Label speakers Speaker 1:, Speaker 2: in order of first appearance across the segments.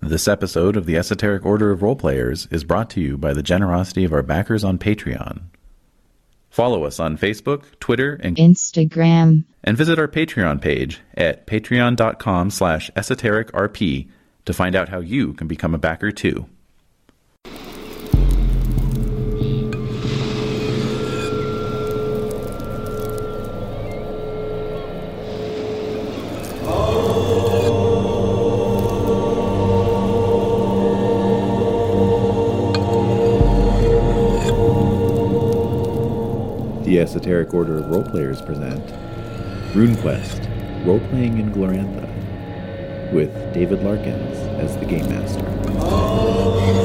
Speaker 1: This episode of the Esoteric Order of Roleplayers is brought to you by the generosity of our backers on Patreon. Follow us on Facebook, Twitter, and,
Speaker 2: Instagram,
Speaker 1: and visit our Patreon page at patreon.com slash esotericrp to find out how you can become a backer too. The Esoteric Order of Roleplayers present RuneQuest Roleplaying in Glorantha with David Larkins as the Game Master.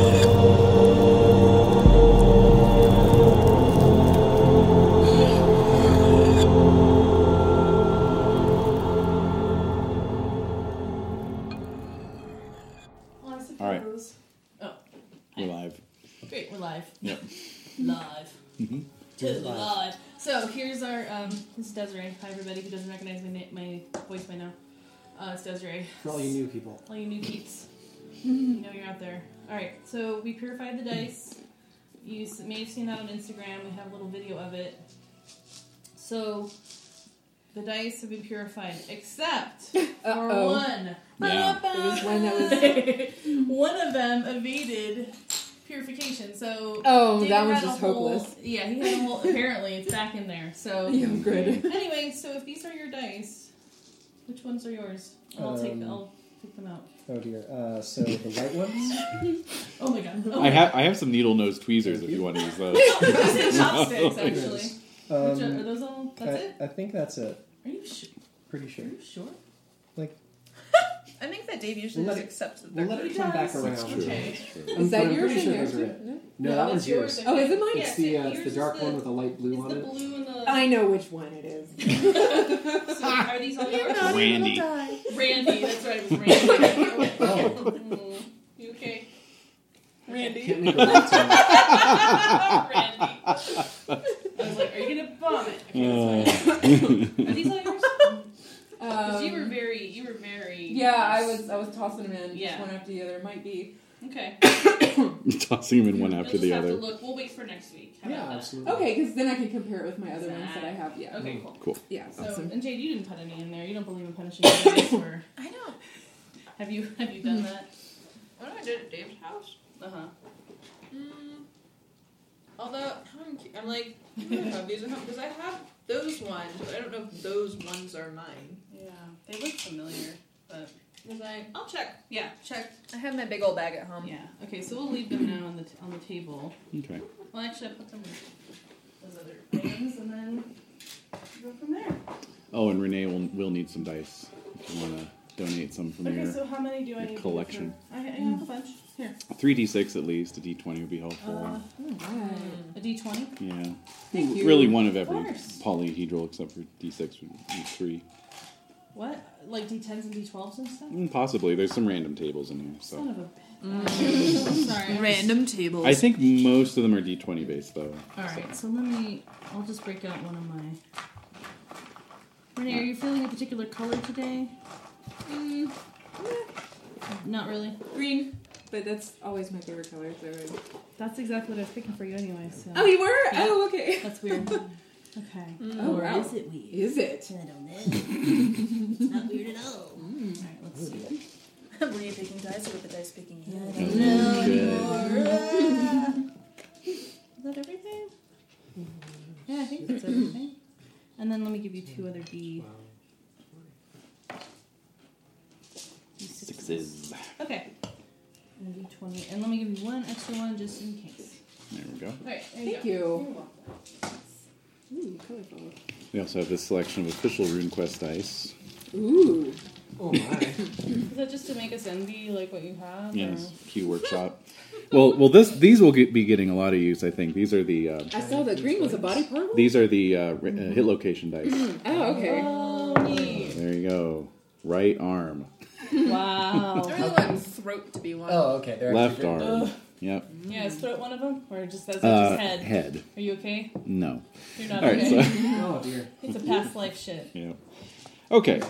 Speaker 3: Well, I suppose.
Speaker 1: right.
Speaker 3: Oh,
Speaker 1: We're live.
Speaker 3: great, we're live.
Speaker 1: Yep.
Speaker 3: Live.
Speaker 1: Mm-hmm.
Speaker 3: Just live. So here's our. Um, this is Desiree. Hi, everybody who doesn't recognize my na- my voice by now. Uh, it's Desiree.
Speaker 4: For all you new people.
Speaker 3: All you new peeps, you know you're out there. All right, so we purified the dice. You s- may have seen that on Instagram. We have a little video of it. So the dice have been purified, except for
Speaker 5: Uh-oh.
Speaker 3: one.
Speaker 1: Yeah.
Speaker 3: There
Speaker 5: was one that
Speaker 3: one of them evaded purification. So
Speaker 5: Oh,
Speaker 3: David
Speaker 5: that one's
Speaker 3: had a
Speaker 5: just
Speaker 3: whole-
Speaker 5: hopeless.
Speaker 3: Yeah, he had a whole. apparently, it's back in there. So
Speaker 5: Yeah, good.
Speaker 3: anyway, so if these are your dice, which ones are yours? I'll take.
Speaker 4: Um,
Speaker 3: I'll pick them out.
Speaker 4: Oh dear. Uh, so the light ones.
Speaker 3: Oh my god. Oh
Speaker 6: I have I have some needle nose tweezers if you want to use those.
Speaker 3: those are chopsticks, actually. Which are, are
Speaker 4: Um,
Speaker 3: those all?
Speaker 4: I,
Speaker 3: That's it?
Speaker 4: I think that's it.
Speaker 3: Are you, sh-
Speaker 4: Pretty
Speaker 3: are
Speaker 4: sure.
Speaker 3: you sure?
Speaker 4: Like,
Speaker 7: I think that Dave usually
Speaker 4: Let
Speaker 7: just
Speaker 4: it-
Speaker 7: accepts that
Speaker 4: we'll
Speaker 7: they're
Speaker 4: let
Speaker 7: good.
Speaker 4: it come back
Speaker 3: does.
Speaker 4: around.
Speaker 6: That's true.
Speaker 3: Okay.
Speaker 6: That's true.
Speaker 4: I'm-
Speaker 5: Is that
Speaker 4: but I'm
Speaker 5: yours
Speaker 4: pretty
Speaker 5: or
Speaker 4: sure
Speaker 5: yours?
Speaker 4: those are it.
Speaker 5: No?
Speaker 4: No,
Speaker 3: No,
Speaker 4: that
Speaker 3: that's
Speaker 4: one's yours.
Speaker 3: yours.
Speaker 5: Oh, is it mine?
Speaker 3: Yeah.
Speaker 4: It's the uh, it's the
Speaker 3: Yours
Speaker 4: dark
Speaker 3: is the-
Speaker 4: one with the light blue
Speaker 3: It's
Speaker 4: on
Speaker 3: the
Speaker 4: it.
Speaker 3: blue and the.
Speaker 5: I know which one it is.
Speaker 3: so are these all yours?
Speaker 6: Randy.
Speaker 3: Randy, that's right, it was Randy.
Speaker 4: Oh,
Speaker 3: Mm, you okay?
Speaker 4: Can't
Speaker 3: Randy.
Speaker 4: make the lights on.
Speaker 3: Randy. I was like, are you gonna vomit? Okay, that's fine. Are these all yours? 'Cause you were
Speaker 5: Um,
Speaker 3: very, you were very.
Speaker 5: yeah, I was I was tossing them in just
Speaker 3: Yeah.
Speaker 5: one after the other. Might be
Speaker 3: Okay.
Speaker 6: Tossing them in one
Speaker 3: You'll
Speaker 6: after
Speaker 3: just
Speaker 6: the
Speaker 3: have to
Speaker 6: other.
Speaker 3: look. We'll wait for next week. How
Speaker 4: Yeah,
Speaker 3: about that?
Speaker 4: absolutely.
Speaker 5: okay because then I can compare it with my other ones that I have. Yeah.
Speaker 3: Okay, cool.
Speaker 6: Cool.
Speaker 5: Yeah.
Speaker 3: So,
Speaker 5: awesome.
Speaker 3: and Jade, you didn't put any in there. You don't believe in punishing babies for.
Speaker 7: I know.
Speaker 3: Have you have you done that?
Speaker 7: When I did at Dave's house,
Speaker 3: Uh huh.
Speaker 7: mm, although I'm, cu- I'm like, I don't know if these are because I have those ones, but I don't know if those ones are mine.
Speaker 3: Yeah, they look familiar, but
Speaker 7: Because I, I'll check.
Speaker 3: yeah,
Speaker 7: Check. I have my big old bag at
Speaker 8: Um,
Speaker 7: home.
Speaker 3: yeah. Okay, so we'll leave them now on the t- on the table.
Speaker 6: Okay.
Speaker 3: Well, actually, I put them in those other items, and then go from there.
Speaker 6: Oh, and Renee will will need some dice if you want to donate some from
Speaker 3: Okay,
Speaker 6: your
Speaker 3: so how many do I
Speaker 6: your
Speaker 3: need?
Speaker 6: collection.
Speaker 3: For? I, I have a bunch here.
Speaker 6: three d six at least. A d twenty would be helpful.
Speaker 3: Uh,
Speaker 5: Alright.
Speaker 3: a D twenty.
Speaker 6: yeah.
Speaker 5: Thank you.
Speaker 6: Really, one of every
Speaker 3: Oh, course.
Speaker 6: polyhedral except for d six would be three.
Speaker 3: What? Like D tens and D twelves and stuff.
Speaker 6: Mm, Possibly. There's some random tables in here.
Speaker 3: Son
Speaker 6: So
Speaker 3: of a. bitch. I'm sorry. I'm
Speaker 7: tables.
Speaker 6: I think most of them are d twenty based though.
Speaker 3: Alright, so let me. I'll just break out one of my. Renee, are you feeling a particular color today?
Speaker 5: Mm,
Speaker 3: Not really.
Speaker 5: green, but that's always my favorite color. So.
Speaker 3: Mm-hmm. That's exactly what I was picking for you anyway, so.
Speaker 5: Oh, you were?
Speaker 3: Yeah.
Speaker 5: Oh, okay.
Speaker 3: That's weird. okay.
Speaker 5: Oh, wow.
Speaker 9: Is it weird?
Speaker 5: Is it?
Speaker 9: I don't know. it's not weird at all.
Speaker 3: Alright, let's see.
Speaker 7: Were you picking dice or were the dice picking you?
Speaker 6: Good.
Speaker 3: Is that everything?
Speaker 9: Mm-hmm.
Speaker 3: Yeah, I think that's everything. And then let me give you two other D.
Speaker 6: Sixes.
Speaker 3: Okay. And D twenty, and let me give you one extra one just in case.
Speaker 6: There we go.
Speaker 3: Alright, there go.
Speaker 5: Thank you.
Speaker 3: You're welcome.
Speaker 5: Ooh, colorful.
Speaker 6: We also have this selection of official RuneQuest dice.
Speaker 5: Ooh.
Speaker 4: Oh my.
Speaker 3: Is that just to make us envy like what you have?
Speaker 6: Yes,
Speaker 3: Mm.
Speaker 6: Q workshop. well, well, this these will get, be getting a lot of use. I think these are the uh,
Speaker 5: I saw that green was a body part. one?
Speaker 6: these are the uh, ri- uh, hit location dice.
Speaker 3: Mm-hmm.
Speaker 5: Oh, okay.
Speaker 3: Oh, neat.
Speaker 6: there you go. Right arm,
Speaker 7: I
Speaker 3: Wow.
Speaker 7: really want throat to be one.
Speaker 4: Oh, okay. They're
Speaker 6: left
Speaker 4: actually-
Speaker 6: arm. Yep.
Speaker 3: yeah, throat one of them, or just that's
Speaker 6: Uh,
Speaker 3: just head.
Speaker 6: head.
Speaker 3: Are you okay?
Speaker 6: No.
Speaker 3: You're not
Speaker 6: All right.
Speaker 3: okay.
Speaker 6: So
Speaker 4: Oh dear.
Speaker 3: It's a past life shit.
Speaker 6: yeah. Okay.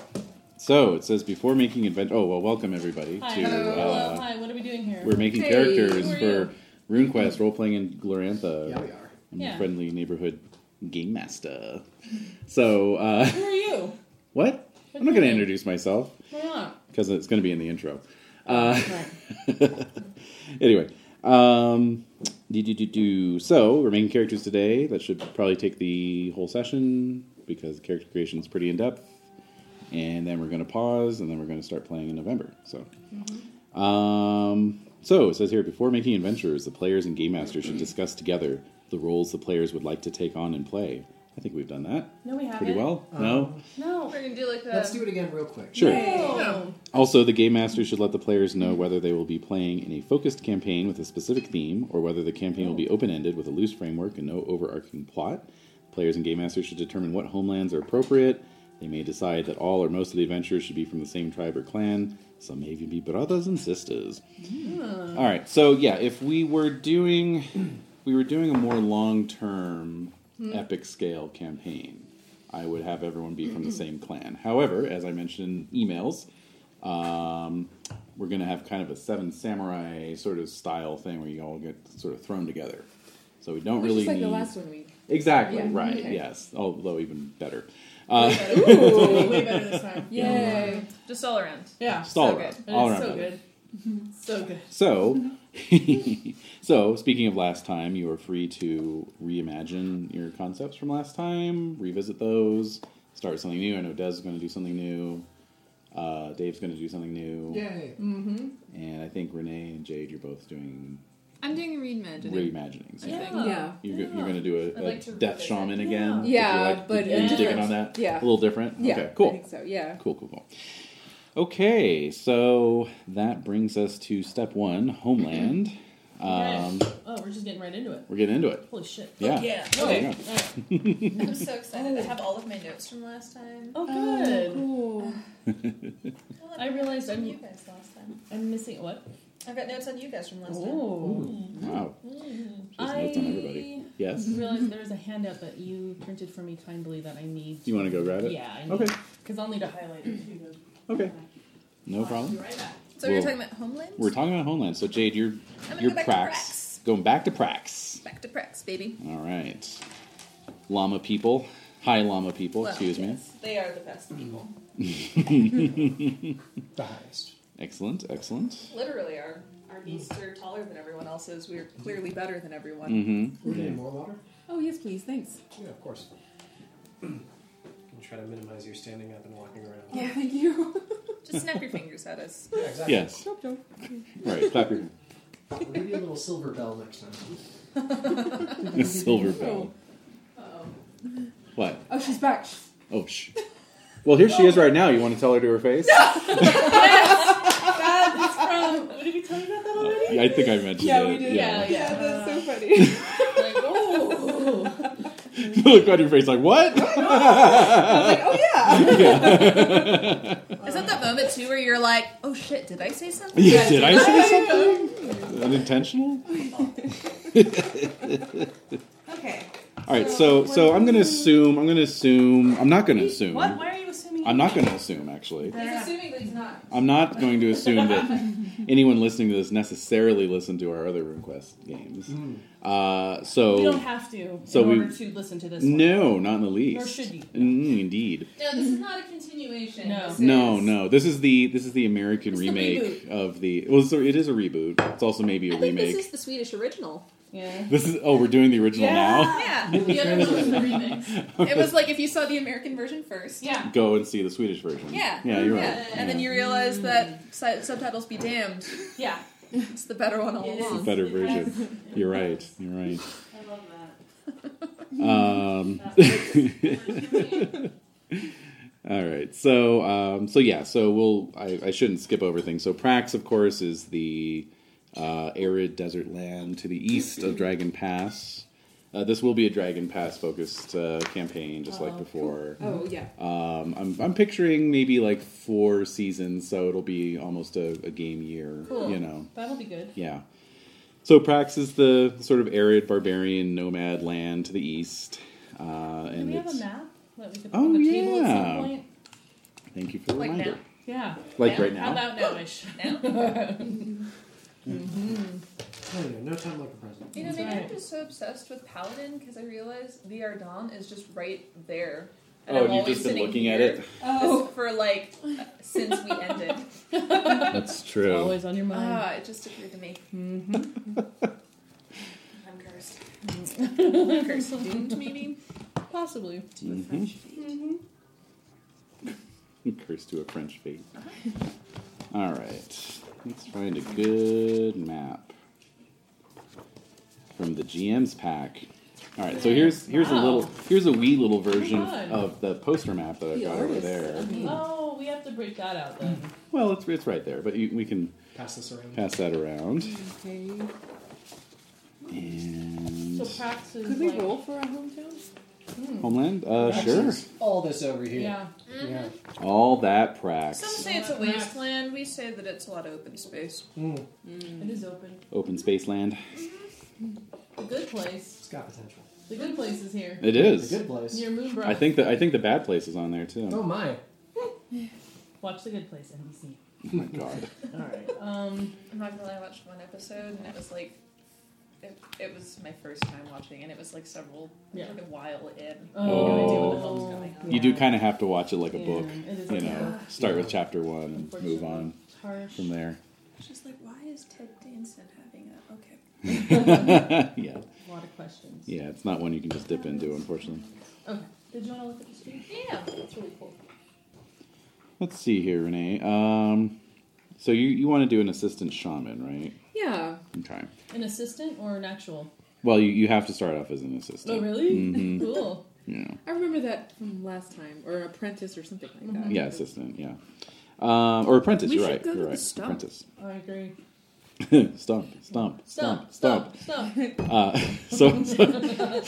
Speaker 1: So it says before making invent. Oh well, welcome everybody
Speaker 3: Hi.
Speaker 1: to.
Speaker 3: Hello.
Speaker 1: Uh,
Speaker 3: Hi. What are we doing here?
Speaker 1: We're making
Speaker 5: Hey,
Speaker 1: characters
Speaker 3: who are
Speaker 1: for
Speaker 3: you?
Speaker 1: RuneQuest role playing in Glorantha.
Speaker 4: Yeah, we are.
Speaker 1: I'm
Speaker 3: Yeah.
Speaker 1: a friendly neighborhood game master. So uh,
Speaker 3: Who are you?
Speaker 1: what? I'm not going to introduce myself
Speaker 3: Why not?
Speaker 1: because it's going to be in the intro. Uh, anyway, um, do, do, do, do. so we're making characters today. That should probably take the whole session because character creation is pretty in depth. And then we're going to pause, and then we're going to start playing in November. So, um, so it says here before making adventures, the players and game master should discuss together the roles the players would like to take on and play. I think we've done that
Speaker 3: No, we haven't.
Speaker 1: pretty well. no,
Speaker 3: No. Oh.
Speaker 8: We're gonna do like
Speaker 4: Let's
Speaker 8: the.
Speaker 4: do it again real quick.
Speaker 1: sure.
Speaker 3: No.
Speaker 1: Also, the game master should let the players know whether they will be playing in a focused campaign with a specific theme, or whether the campaign will be open ended with a loose framework and no overarching plot. Players and game masters should determine what homelands are appropriate. They may decide that all or most of the adventurers should be from the same tribe or clan. Some may even be brothers and sisters. All right, so yeah, if we were doing, we were doing a more long term,
Speaker 5: Hmm.
Speaker 1: epic scale campaign. I would have everyone be from the same clan. However, as I mentioned, in emails. Um, we're going to have kind of a Seven Samurai sort of style thing where you all get sort of thrown together. So we don't
Speaker 5: Which
Speaker 1: really
Speaker 5: is like
Speaker 1: need
Speaker 5: the last one we.
Speaker 1: exactly
Speaker 5: Yeah,
Speaker 1: right.
Speaker 5: okay.
Speaker 1: Yes, although even better. Uh,
Speaker 3: Ooh. Way better this time.
Speaker 5: Yay.
Speaker 8: Just all around.
Speaker 3: Yeah.
Speaker 1: Just all
Speaker 3: so
Speaker 1: around.
Speaker 3: good.
Speaker 1: All
Speaker 3: It is
Speaker 1: around.
Speaker 3: So good. so good.
Speaker 1: So, so speaking of last time, you are free to reimagine your concepts from last time, revisit those, start something new. I know Des is going to do something new. Uh, Dave's going to do something new,
Speaker 4: Yay.
Speaker 1: and I think Renee and Jade, you're both doing
Speaker 6: I'm doing reimagining.
Speaker 1: reimaginings. I think.
Speaker 8: Yeah.
Speaker 5: Yeah.
Speaker 1: You're, go- you're going to do a,
Speaker 8: I'd
Speaker 1: a
Speaker 8: like to
Speaker 1: death
Speaker 8: revisit.
Speaker 1: shaman again. Did you
Speaker 5: Yeah,
Speaker 1: like-
Speaker 5: but
Speaker 1: did- are you digging
Speaker 5: different.
Speaker 1: on that?
Speaker 5: Yeah.
Speaker 1: A little different.
Speaker 5: Yeah.
Speaker 1: Okay.
Speaker 5: I
Speaker 1: Cool.
Speaker 5: think so, yeah.
Speaker 1: Cool. Cool. Cool. Okay, so that brings us to step one: homeland. Um,
Speaker 3: Alright. oh, we're just getting right into it.
Speaker 1: We're getting into it.
Speaker 3: Holy shit.
Speaker 1: Yeah.
Speaker 8: Oh, Yeah.
Speaker 1: There you
Speaker 3: Okay.
Speaker 1: go.
Speaker 3: Alright.
Speaker 8: I'm so excited. I have all of my notes from last time.
Speaker 3: Oh, good.
Speaker 5: Cool.
Speaker 8: I'll
Speaker 3: I
Speaker 8: let-
Speaker 3: realized
Speaker 8: from you
Speaker 3: I'm
Speaker 8: guys last time.
Speaker 3: I'm missing what?
Speaker 8: I've got notes on you guys from last time.
Speaker 3: Oh.
Speaker 1: Wow. Just
Speaker 3: I
Speaker 1: notes on everybody. Yes.
Speaker 8: Mm-hmm.
Speaker 1: Do
Speaker 3: realized there's a handout that you printed for me kindly that I need.
Speaker 1: you want to go grab it?
Speaker 3: Yeah. I need,
Speaker 1: Okay.
Speaker 3: Because I'll need to highlight it too.
Speaker 1: Okay. No problem.
Speaker 3: Right back.
Speaker 8: So we
Speaker 1: Well,
Speaker 8: we're talking about homelands.
Speaker 1: We're talking about Homeland. So Jade, you're
Speaker 8: gonna
Speaker 1: you're
Speaker 8: go back to
Speaker 1: Prax. Going back to Prax.
Speaker 8: back to Prex, baby.
Speaker 1: All right. Llama people. Hi, llama people.
Speaker 8: Well,
Speaker 1: Excuse me.
Speaker 8: yes, They are the best people.
Speaker 4: The highest.
Speaker 1: Excellent. Excellent.
Speaker 8: Literally, our our beasts are taller than everyone else's. We're clearly better than everyone.
Speaker 1: Mm-hmm.
Speaker 4: We need more water?
Speaker 5: Oh, yes, please. Thanks.
Speaker 4: Yeah, of course. And try to minimize your standing up and walking around.
Speaker 5: Oh, thank you.
Speaker 8: Just snap your fingers at us.
Speaker 4: Yeah, exactly.
Speaker 1: Yes.
Speaker 5: Chop, chop.
Speaker 1: Right. Clap your
Speaker 4: We'll give you a little silver bell next time.
Speaker 1: silver bell. What?
Speaker 5: Oh, she's back.
Speaker 1: Oh shh. Well, here she is right now. You want to tell her to her face?
Speaker 3: What did we tell you about that already?
Speaker 1: Yeah, I think I mentioned it.
Speaker 3: Yeah.
Speaker 5: Yeah, that's so funny.
Speaker 3: like, oh.
Speaker 1: Look on your face, like what?
Speaker 5: like, oh, yeah.
Speaker 8: Is that that moment too where you're like, oh shit, did I say something?
Speaker 1: Yeah, did I say something? Unintentional?
Speaker 8: Okay.
Speaker 1: All right, so so I'm gonna assume. I'm gonna assume. I'm not gonna assume.
Speaker 3: What? Why are you assuming?
Speaker 1: I'm not gonna assume. Actually,
Speaker 8: He's assuming that he's not.
Speaker 6: Um,
Speaker 1: I'm not going to assume that anyone listening to this necessarily listened to our other RuneQuest games. Uh, so
Speaker 3: You don't have to
Speaker 1: So
Speaker 3: in
Speaker 1: we-
Speaker 3: order to listen to this. one.
Speaker 1: no, not in the least.
Speaker 3: should you.
Speaker 1: Mm, indeed.
Speaker 6: No, this is not a continuation.
Speaker 3: No.
Speaker 6: This
Speaker 1: No,
Speaker 6: is-
Speaker 1: no. This is the this is the American
Speaker 3: It's the
Speaker 1: remake of the. Well, so it is a reboot. It's also maybe a
Speaker 6: I think
Speaker 1: remake.
Speaker 6: this is the Swedish original.
Speaker 3: Yeah.
Speaker 1: This is- oh, we're doing the original
Speaker 3: Yeah.
Speaker 8: Yeah.
Speaker 3: The other one was the remix.
Speaker 8: It was like if you saw the American version first.
Speaker 3: Yeah.
Speaker 1: now. Go and see the Swedish version.
Speaker 8: Yeah.
Speaker 1: yeah, you're
Speaker 8: Yeah.
Speaker 1: right.
Speaker 8: And then you realize that si- subtitles be damned.
Speaker 3: Yeah.
Speaker 8: It's the better one all
Speaker 3: It is.
Speaker 8: along.
Speaker 1: better
Speaker 3: It
Speaker 1: version.
Speaker 3: has-
Speaker 1: You're right. You're right.
Speaker 3: I love that.
Speaker 1: Um, all right. So um, so yeah. So we'll. I, I shouldn't skip over things. So Prax, of course, is the uh, arid desert land to the east of Dragon Pass. Uh, this will be a Dragon Pass focused uh, campaign, just like before.
Speaker 5: Oh, yeah.
Speaker 1: Um, I'm, I'm picturing maybe like four seasons, so it'll be almost a, a game year.
Speaker 3: Cool.
Speaker 1: You know.
Speaker 3: That'll be good.
Speaker 1: Yeah. So Prax is the sort of arid barbarian nomad land to the east. Uh,
Speaker 3: Do
Speaker 1: and
Speaker 3: we have a
Speaker 1: it's-
Speaker 3: map that we could put
Speaker 1: Oh,
Speaker 3: on the table at
Speaker 1: yeah.
Speaker 3: some point?
Speaker 1: I
Speaker 6: Thank you for the
Speaker 10: Like
Speaker 6: reminder.
Speaker 10: now?
Speaker 3: Yeah.
Speaker 6: Like right
Speaker 3: How
Speaker 6: now.
Speaker 3: about nowish?
Speaker 4: Oh, yeah, no time like the present.
Speaker 8: You know,
Speaker 3: That's
Speaker 8: maybe
Speaker 3: right.
Speaker 8: I'm just so obsessed with Paladin because I realize the Ardan is just right there.
Speaker 6: Oh,
Speaker 8: I'm
Speaker 6: you've
Speaker 8: always
Speaker 6: just been
Speaker 8: sitting
Speaker 6: looking at
Speaker 8: here.
Speaker 6: it?
Speaker 5: Oh.
Speaker 8: Just for like since we ended.
Speaker 6: That's true.
Speaker 3: Always on your mind.
Speaker 8: Ah, it just occurred to me.
Speaker 3: Mm-hmm.
Speaker 8: I'm cursed. I'm cursed. Doomed, maybe?
Speaker 3: Possibly.
Speaker 6: Mhm. Curse to a French fate. All right, let's find a good map from the GM's pack. All right, so here's here's a little here's a wee little version
Speaker 3: fun.
Speaker 6: of the poster map that I've
Speaker 5: The
Speaker 6: got over
Speaker 5: artist.
Speaker 6: there.
Speaker 3: Oh, we have to break that out then.
Speaker 6: Well, it's it's right there, but you, we can
Speaker 4: Pass this around.
Speaker 6: pass that around.
Speaker 5: Okay.
Speaker 6: And
Speaker 3: So Prax is
Speaker 5: Could we
Speaker 3: like, hmm,
Speaker 5: roll for our hometown?
Speaker 6: Homeland, uh, sure.
Speaker 4: Access All this over here.
Speaker 3: Yeah.
Speaker 4: Yeah.
Speaker 6: All that prax.
Speaker 8: Some say it's a wasteland. We say that it's a lot of open space.
Speaker 3: Mm-hmm.
Speaker 4: Mm,
Speaker 3: It is open.
Speaker 6: Open space land.
Speaker 3: The good place.
Speaker 4: it's got potential.
Speaker 3: The good place is here.
Speaker 6: It
Speaker 4: It's
Speaker 6: is.
Speaker 4: a good place.
Speaker 3: Near Moonbrook.
Speaker 6: I think that I think the bad place is on there too.
Speaker 4: Oh my.
Speaker 3: Watch the good place, NBC.
Speaker 6: Oh my god.
Speaker 3: All right. Um.
Speaker 8: I'm not gonna lie, I watched one episode and it was like. It, it was my first time watching, and it was like several,
Speaker 3: Yeah.
Speaker 8: like a while in.
Speaker 3: Oh.
Speaker 6: You do kind of have to watch it like a
Speaker 3: Yeah,
Speaker 6: book.
Speaker 3: it is
Speaker 6: You
Speaker 3: like
Speaker 6: know,
Speaker 3: a-
Speaker 6: start with
Speaker 4: Yeah.
Speaker 6: chapter one and move on
Speaker 3: It's harsh.
Speaker 6: from there.
Speaker 8: She's like, why is Ted Danson having a okay?
Speaker 6: yeah,
Speaker 3: A lot of questions.
Speaker 6: yeah. It's not one you can just dip into, unfortunately.
Speaker 3: Okay. Did you want to look at the screen?
Speaker 8: Yeah.
Speaker 3: That's really cool.
Speaker 6: Let's see here, Renee. Um, so you you want to do an assistant shaman, right?
Speaker 5: Yeah.
Speaker 6: Okay.
Speaker 3: An assistant or an actual?
Speaker 6: Well, you, you have to start off as an assistant.
Speaker 3: Oh, really?
Speaker 6: Mhm.
Speaker 3: cool.
Speaker 6: Yeah.
Speaker 5: I remember that from last time, or apprentice or something like that.
Speaker 6: Mm-hmm. Yeah, assistant. Yeah. Um, or apprentice.
Speaker 5: We
Speaker 6: you're
Speaker 5: should
Speaker 6: right.
Speaker 5: go to
Speaker 6: you're
Speaker 5: the
Speaker 6: right.
Speaker 5: stump.
Speaker 6: Apprentice.
Speaker 3: I agree.
Speaker 6: stump. Stump. Stump.
Speaker 3: Stump.
Speaker 6: Stump.
Speaker 3: Stump. Stump.
Speaker 6: Uh, so, so,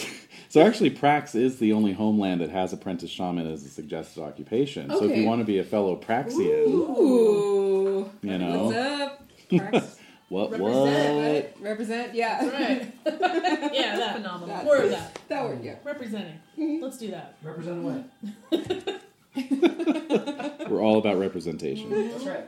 Speaker 6: so actually, Prax is the only homeland that has apprentice shaman as a suggested occupation. So if you
Speaker 5: Okay.
Speaker 6: want to be a fellow Praxian,
Speaker 5: Ooh.
Speaker 6: you
Speaker 5: What's
Speaker 6: know
Speaker 5: up? Prax?
Speaker 6: what
Speaker 5: Represent.
Speaker 6: what?
Speaker 5: right? Represent. Yeah.
Speaker 3: Right. yeah, that.
Speaker 8: Phenomenal.
Speaker 5: That-
Speaker 3: More of that.
Speaker 5: That worked. Yeah.
Speaker 3: Representing. Let's do that.
Speaker 4: Represent away.
Speaker 6: We're all about representation.
Speaker 4: That's right.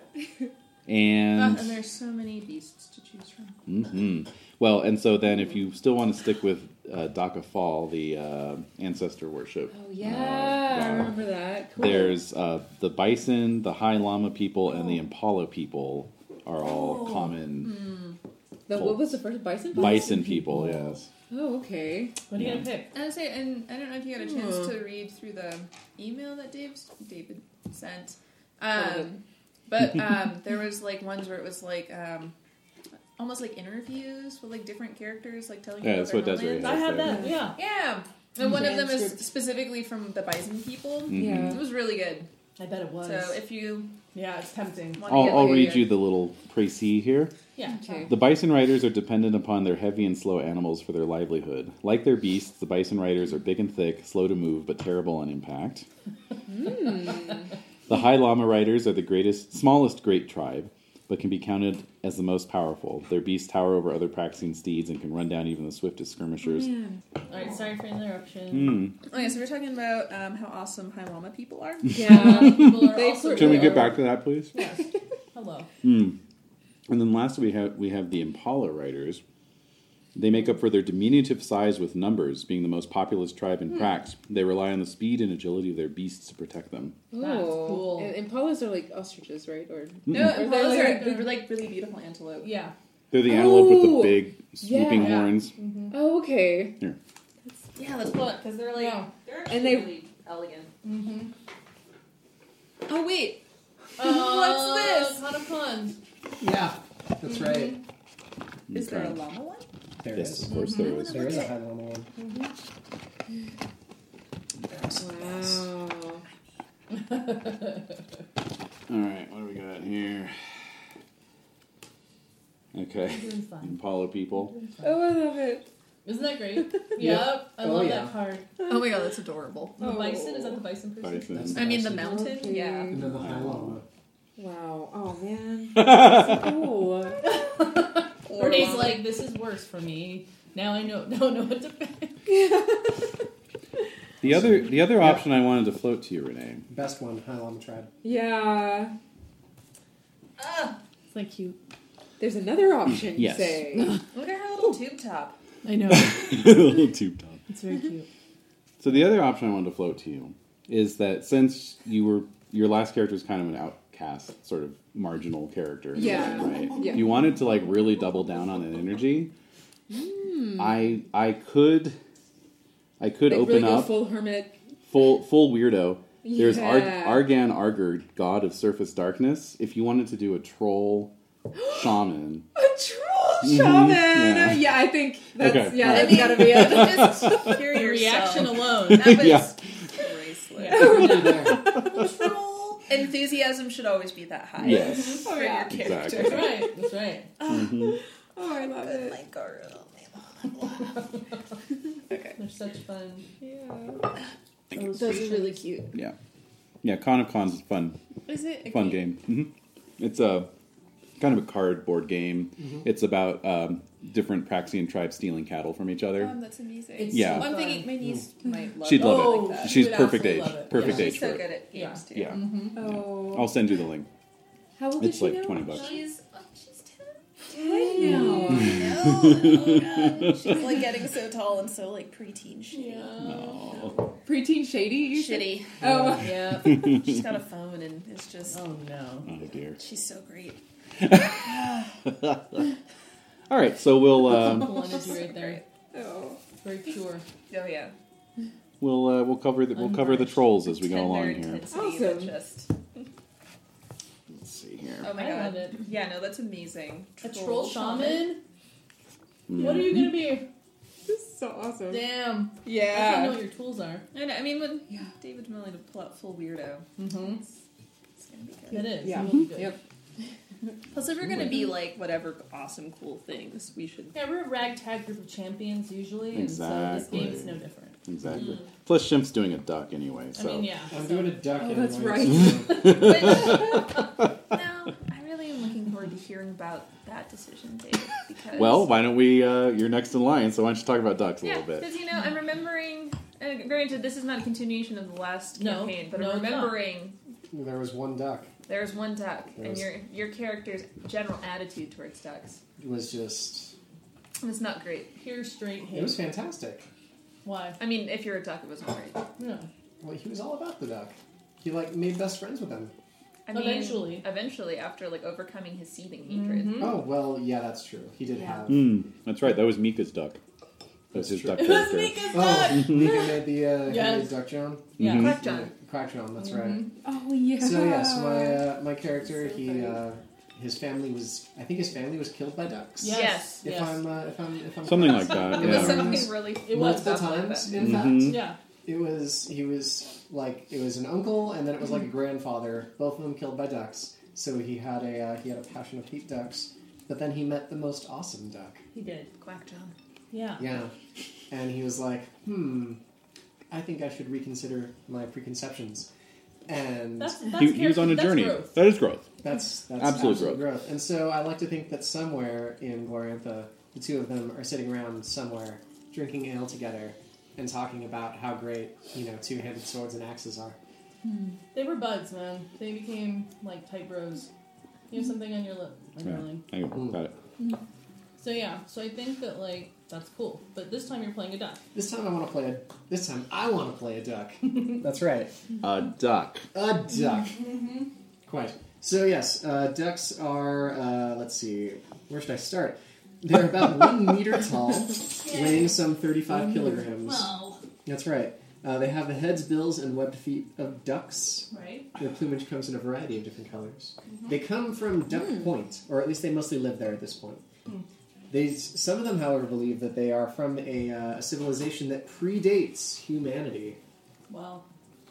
Speaker 6: And
Speaker 8: Ah, and there's so many beasts to choose from.
Speaker 6: mhm. well, and so then if you still want to stick with uh, Daka Fall, the uh, ancestor worship.
Speaker 5: Oh
Speaker 6: uh,
Speaker 5: yeah, I
Speaker 6: god.
Speaker 5: remember that. Cool.
Speaker 6: There's uh, the bison, the high llama people, and the impala people are all common
Speaker 5: the, what was the first bison? place?
Speaker 6: bison people. Yes.
Speaker 5: Oh okay.
Speaker 3: What are you going to pick?
Speaker 8: I would say, and I don't know if you got a chance
Speaker 5: Hmm.
Speaker 8: to read through the email that Dave's David sent,
Speaker 5: Oh, the-
Speaker 8: um, but um, there was like ones where it was like um, almost like interviews with like different characters, like telling
Speaker 6: Yeah,
Speaker 8: you
Speaker 6: that's
Speaker 8: about
Speaker 6: what Hmm.
Speaker 8: their
Speaker 6: Desiree
Speaker 8: homelands.
Speaker 3: I had that. Yeah.
Speaker 8: Yeah, and one of them is
Speaker 5: Transcript.
Speaker 8: specifically from the Bison people.
Speaker 6: Hmm. Mm-hmm.
Speaker 8: It
Speaker 5: Yeah.
Speaker 8: was really good.
Speaker 3: I bet it was.
Speaker 8: So if you
Speaker 3: yeah, it's tempting.
Speaker 8: want to
Speaker 6: I'll,
Speaker 8: get
Speaker 6: I'll
Speaker 8: like,
Speaker 6: read
Speaker 8: a-
Speaker 6: you the little précis here.
Speaker 3: Yeah.
Speaker 5: Okay.
Speaker 6: The bison riders are dependent upon their heavy and slow animals for their livelihood. Like their beasts, the bison riders are big and thick, slow to move, but terrible on impact. the high llama riders are the greatest, smallest great tribe, but can be counted as the most powerful. Their beasts tower over other practicing steeds and can run down even the swiftest skirmishers.
Speaker 3: All right. Sorry for the interruption.
Speaker 6: Hmm.
Speaker 8: Okay, so we're talking about um, how awesome High Llama people are.
Speaker 5: Yeah.
Speaker 3: People are
Speaker 5: They
Speaker 3: also "Oh,
Speaker 5: put-
Speaker 6: Can we get
Speaker 5: Hello.
Speaker 6: back to that, please?
Speaker 3: Hello.
Speaker 6: Hmm. And then last we have we have the Impala riders. They make up for their diminutive size with numbers, being the most populous tribe
Speaker 8: Hmm.
Speaker 6: in Prax. They rely on the speed and agility of their beasts to protect them.
Speaker 3: That's
Speaker 5: Ooh.
Speaker 3: cool.
Speaker 5: And impalas are like ostriches, right? Or
Speaker 6: Mm.
Speaker 8: No,
Speaker 5: Or
Speaker 8: and
Speaker 5: they're
Speaker 8: those
Speaker 5: like-
Speaker 8: are like really beautiful antelope.
Speaker 3: Yeah.
Speaker 6: They're the antelope with the
Speaker 5: Oh,
Speaker 6: big swooping
Speaker 5: yeah.
Speaker 6: horns.
Speaker 5: oh okay.
Speaker 8: Yeah, let's pull it because they're like
Speaker 3: Yeah.
Speaker 8: they're
Speaker 5: And they-
Speaker 8: really elegant.
Speaker 3: Mm-hmm.
Speaker 5: Oh wait.
Speaker 8: What's this?
Speaker 3: Ton Uh, of puns.
Speaker 4: Yeah. That's right.
Speaker 8: Is there a
Speaker 6: Okay.
Speaker 8: llama one?
Speaker 4: There it
Speaker 6: Yes,
Speaker 4: is.
Speaker 6: of course
Speaker 8: Mm-hmm.
Speaker 6: there is.
Speaker 4: There is a high llama one.
Speaker 5: Wow.
Speaker 6: All right, what do we got here? Okay,
Speaker 3: Doing fine.
Speaker 6: Impala people.
Speaker 5: Oh, I love it.
Speaker 3: Isn't that great? yep. I
Speaker 4: Oh,
Speaker 3: love
Speaker 4: yeah.
Speaker 3: that card.
Speaker 8: Oh my god, that's adorable.
Speaker 3: The bison is that the bison person?
Speaker 6: Bison.
Speaker 8: I mean the mountain.
Speaker 5: Okay.
Speaker 8: Yeah.
Speaker 4: And then the high llama.
Speaker 5: Wow. Oh man. That's so cool.
Speaker 8: Or
Speaker 3: Bernie's
Speaker 8: llama.
Speaker 3: like, this is worse for me. Now I know don't know what to pick.
Speaker 6: The other the other option I wanted to float to you, Renee.
Speaker 4: Best one, High Lama Tribe.
Speaker 5: Yeah.
Speaker 3: It's like you.
Speaker 5: There's another option, you
Speaker 6: Yes.
Speaker 5: say.
Speaker 8: Look at her little tube top.
Speaker 3: I know.
Speaker 6: Little tube top.
Speaker 3: it's very cute.
Speaker 6: So the other option I wanted to float to you is that since you were your last character is kind of an outcast, sort of marginal character. in a
Speaker 5: Yeah.
Speaker 6: way, Right.
Speaker 5: Yeah.
Speaker 6: You wanted to like really double down on that energy. I I could I could
Speaker 5: Hmm. Like,
Speaker 6: open
Speaker 5: really go
Speaker 6: up
Speaker 5: full hermit.
Speaker 6: full full weirdo. There's Ar-
Speaker 5: Yeah.
Speaker 6: Argan Argard, god of surface darkness. If you wanted to do a troll shaman,
Speaker 5: A troll
Speaker 6: Mhm,
Speaker 5: shaman.
Speaker 6: yeah.
Speaker 5: Yeah. I think that's
Speaker 6: Okay,
Speaker 5: yeah.
Speaker 6: all
Speaker 5: That's
Speaker 6: right.
Speaker 5: gotta be it.
Speaker 8: Just hear
Speaker 3: Your
Speaker 8: yourself.
Speaker 3: reaction alone.
Speaker 8: That was
Speaker 6: Yeah.
Speaker 8: bracelet.
Speaker 4: Yeah.
Speaker 8: Troll enthusiasm should always be that high.
Speaker 6: yes,
Speaker 8: For
Speaker 5: Oh, Yeah.
Speaker 8: your character.
Speaker 6: Exactly.
Speaker 3: That's right. That's right.
Speaker 6: Mhm.
Speaker 5: Oh, I love
Speaker 8: But
Speaker 5: it.
Speaker 8: like our little name.
Speaker 3: They're such fun.
Speaker 5: Yeah.
Speaker 3: Those are really cute.
Speaker 6: yeah. Con of Cons is fun.
Speaker 3: Is it?
Speaker 6: fun game. hmm It's a kind of a cardboard game. It's about um, different Praxian tribes stealing cattle from each other.
Speaker 11: that's amazing.
Speaker 3: It's
Speaker 6: Yeah.
Speaker 3: so fun.
Speaker 8: my niece might love
Speaker 6: She'd love
Speaker 3: Oh,
Speaker 6: it.
Speaker 3: she
Speaker 6: She's
Speaker 3: would
Speaker 6: perfect
Speaker 3: absolutely
Speaker 6: age.
Speaker 3: love it.
Speaker 6: Perfect
Speaker 3: Yeah.
Speaker 6: age
Speaker 8: She's
Speaker 6: for
Speaker 8: so
Speaker 6: it.
Speaker 8: good at games too.
Speaker 6: Yeah.
Speaker 3: Mm-hmm.
Speaker 5: Oh.
Speaker 6: I'll send you the link.
Speaker 5: How old
Speaker 6: It's
Speaker 5: is she
Speaker 6: like
Speaker 5: now?
Speaker 6: 20 bucks.
Speaker 8: She's oh, she's ten.
Speaker 5: No.
Speaker 8: Oh, She's like getting so tall and so like preteen shitty.
Speaker 6: Oh.
Speaker 5: Preteen shady. You said?
Speaker 8: Shitty.
Speaker 5: Oh.
Speaker 3: Yeah.
Speaker 8: She's got a phone and it's just
Speaker 3: Oh no.
Speaker 6: Oh, dear.
Speaker 8: she's so great.
Speaker 6: All right, so we'll um,
Speaker 3: Cool energy right there.
Speaker 5: Oh.
Speaker 3: Very pure.
Speaker 8: Oh yeah.
Speaker 6: we'll uh, we'll cover the, we'll cover the trolls as we go
Speaker 8: Tender
Speaker 6: along here.
Speaker 8: intensity, but
Speaker 5: Awesome.
Speaker 8: Just,
Speaker 6: Let's see here.
Speaker 8: oh my
Speaker 3: I
Speaker 8: god.
Speaker 3: love it.
Speaker 8: Yeah, no, that's amazing.
Speaker 3: A troll shaman? What are you gonna be?
Speaker 5: This is so awesome.
Speaker 3: Damn. I don't know
Speaker 5: Yeah.
Speaker 3: what your tools are.
Speaker 8: I, know, I mean, when David Millie to pull out full weirdo,
Speaker 3: Mm-hmm.
Speaker 8: it's gonna be
Speaker 3: It
Speaker 8: good.
Speaker 3: is.
Speaker 5: Yeah.
Speaker 3: It'll be good.
Speaker 5: Yep.
Speaker 8: Plus, if we're gonna be like whatever awesome cool things, we should.
Speaker 3: Yeah, we're a ragtag group of champions usually, and so this
Speaker 6: Exactly.
Speaker 3: game is no different.
Speaker 6: Exactly. Plus, Shimp's doing a duck anyway. So.
Speaker 3: Mm. I mean, yeah.
Speaker 4: I'm
Speaker 3: so-
Speaker 4: doing a duck.
Speaker 5: Oh, that's
Speaker 4: anyway,
Speaker 5: right.
Speaker 4: so-
Speaker 8: no, I really am looking forward to hearing about that decision, David. Because
Speaker 6: Well, why don't we? Uh, you're next in line, so why don't you talk about ducks a
Speaker 8: yeah,
Speaker 6: little bit?
Speaker 8: because you know, I'm remembering. Uh, granted, this is not a continuation of the last
Speaker 3: No,
Speaker 8: campaign, but
Speaker 3: no,
Speaker 8: I'm
Speaker 3: it's not.
Speaker 8: remembering
Speaker 4: There was one duck.
Speaker 8: there's one duck, and
Speaker 4: Yes.
Speaker 8: your your character's general attitude towards ducks.
Speaker 4: It was just.
Speaker 8: It's not great.
Speaker 3: Pure straight hate.
Speaker 4: It was fantastic.
Speaker 3: Why?
Speaker 8: I mean, if you're a duck, it wasn't great.
Speaker 3: No.
Speaker 4: Well, he was all about the duck. He like made best friends with him.
Speaker 8: I mean,
Speaker 3: Eventually. Mm-hmm.
Speaker 8: eventually, after like overcoming his seething hatred.
Speaker 4: Oh well, yeah, that's true. He did
Speaker 3: Yeah.
Speaker 4: have.
Speaker 6: Hmm, that's right. That was Mika's duck. That
Speaker 4: That's
Speaker 6: was his
Speaker 4: true.
Speaker 6: duck
Speaker 3: It was
Speaker 6: character.
Speaker 3: Mika's duck!
Speaker 4: Oh, Mika made the uh, he
Speaker 3: Yes.
Speaker 4: made duck John.
Speaker 3: Yeah.
Speaker 6: Mhm.
Speaker 8: Quack John.
Speaker 4: Crack John, that's right.
Speaker 5: Oh yeah.
Speaker 4: So yes, my uh, my character, he uh, his family was. I think his family was killed by ducks.
Speaker 3: Yes. Yes.
Speaker 8: Yes.
Speaker 4: If I'm uh, if I'm if I'm
Speaker 6: Something
Speaker 4: correct.
Speaker 6: like that.
Speaker 4: It
Speaker 8: It
Speaker 6: Yeah.
Speaker 8: was something really.
Speaker 3: It was
Speaker 4: multiple
Speaker 8: stuff like
Speaker 4: times.
Speaker 8: that.
Speaker 4: in
Speaker 6: Mhm.
Speaker 4: fact,
Speaker 3: Yeah.
Speaker 4: it was he was like it was an uncle, and then it was like a grandfather. Both of them killed by ducks. So he had a uh, he had a passion of heat ducks. But then he met the most awesome duck.
Speaker 3: He did.
Speaker 8: Quack John.
Speaker 3: Yeah.
Speaker 4: Yeah. And he was like, hmm, I think I should reconsider my preconceptions. And
Speaker 3: That's, that's
Speaker 6: He, he was on a
Speaker 3: character-
Speaker 6: journey.
Speaker 3: That's growth.
Speaker 6: That is growth.
Speaker 4: that's, that's
Speaker 6: Absolute
Speaker 4: absolute, growth. And so I like to think that somewhere in Glorantha, the two of them are sitting around somewhere drinking ale together and talking about how great, you know, two handed swords and axes are.
Speaker 3: They were buds, man. They became like tight bros. You have something on your lip, my
Speaker 6: Yeah.
Speaker 3: darling.
Speaker 6: I got it.
Speaker 3: So yeah. So I think that like that's cool. But this time you're playing a duck.
Speaker 4: This time I want to play a. This time I want to play a duck. that's right.
Speaker 6: A duck.
Speaker 4: A duck. Quite. So yes, uh, ducks are. Uh, let's see. Where should I start? They're about one meter tall, weighing some thirty-five kilograms.
Speaker 11: Whoa.
Speaker 4: That's right. Uh, they have the heads, bills, and webbed feet of ducks.
Speaker 3: Right.
Speaker 4: Their plumage comes in a variety of different colors. They come from Duck Point, or at least they mostly live there at this point. They, some of them, however, believe that they are from a, uh, a civilization that predates humanity.
Speaker 3: Well.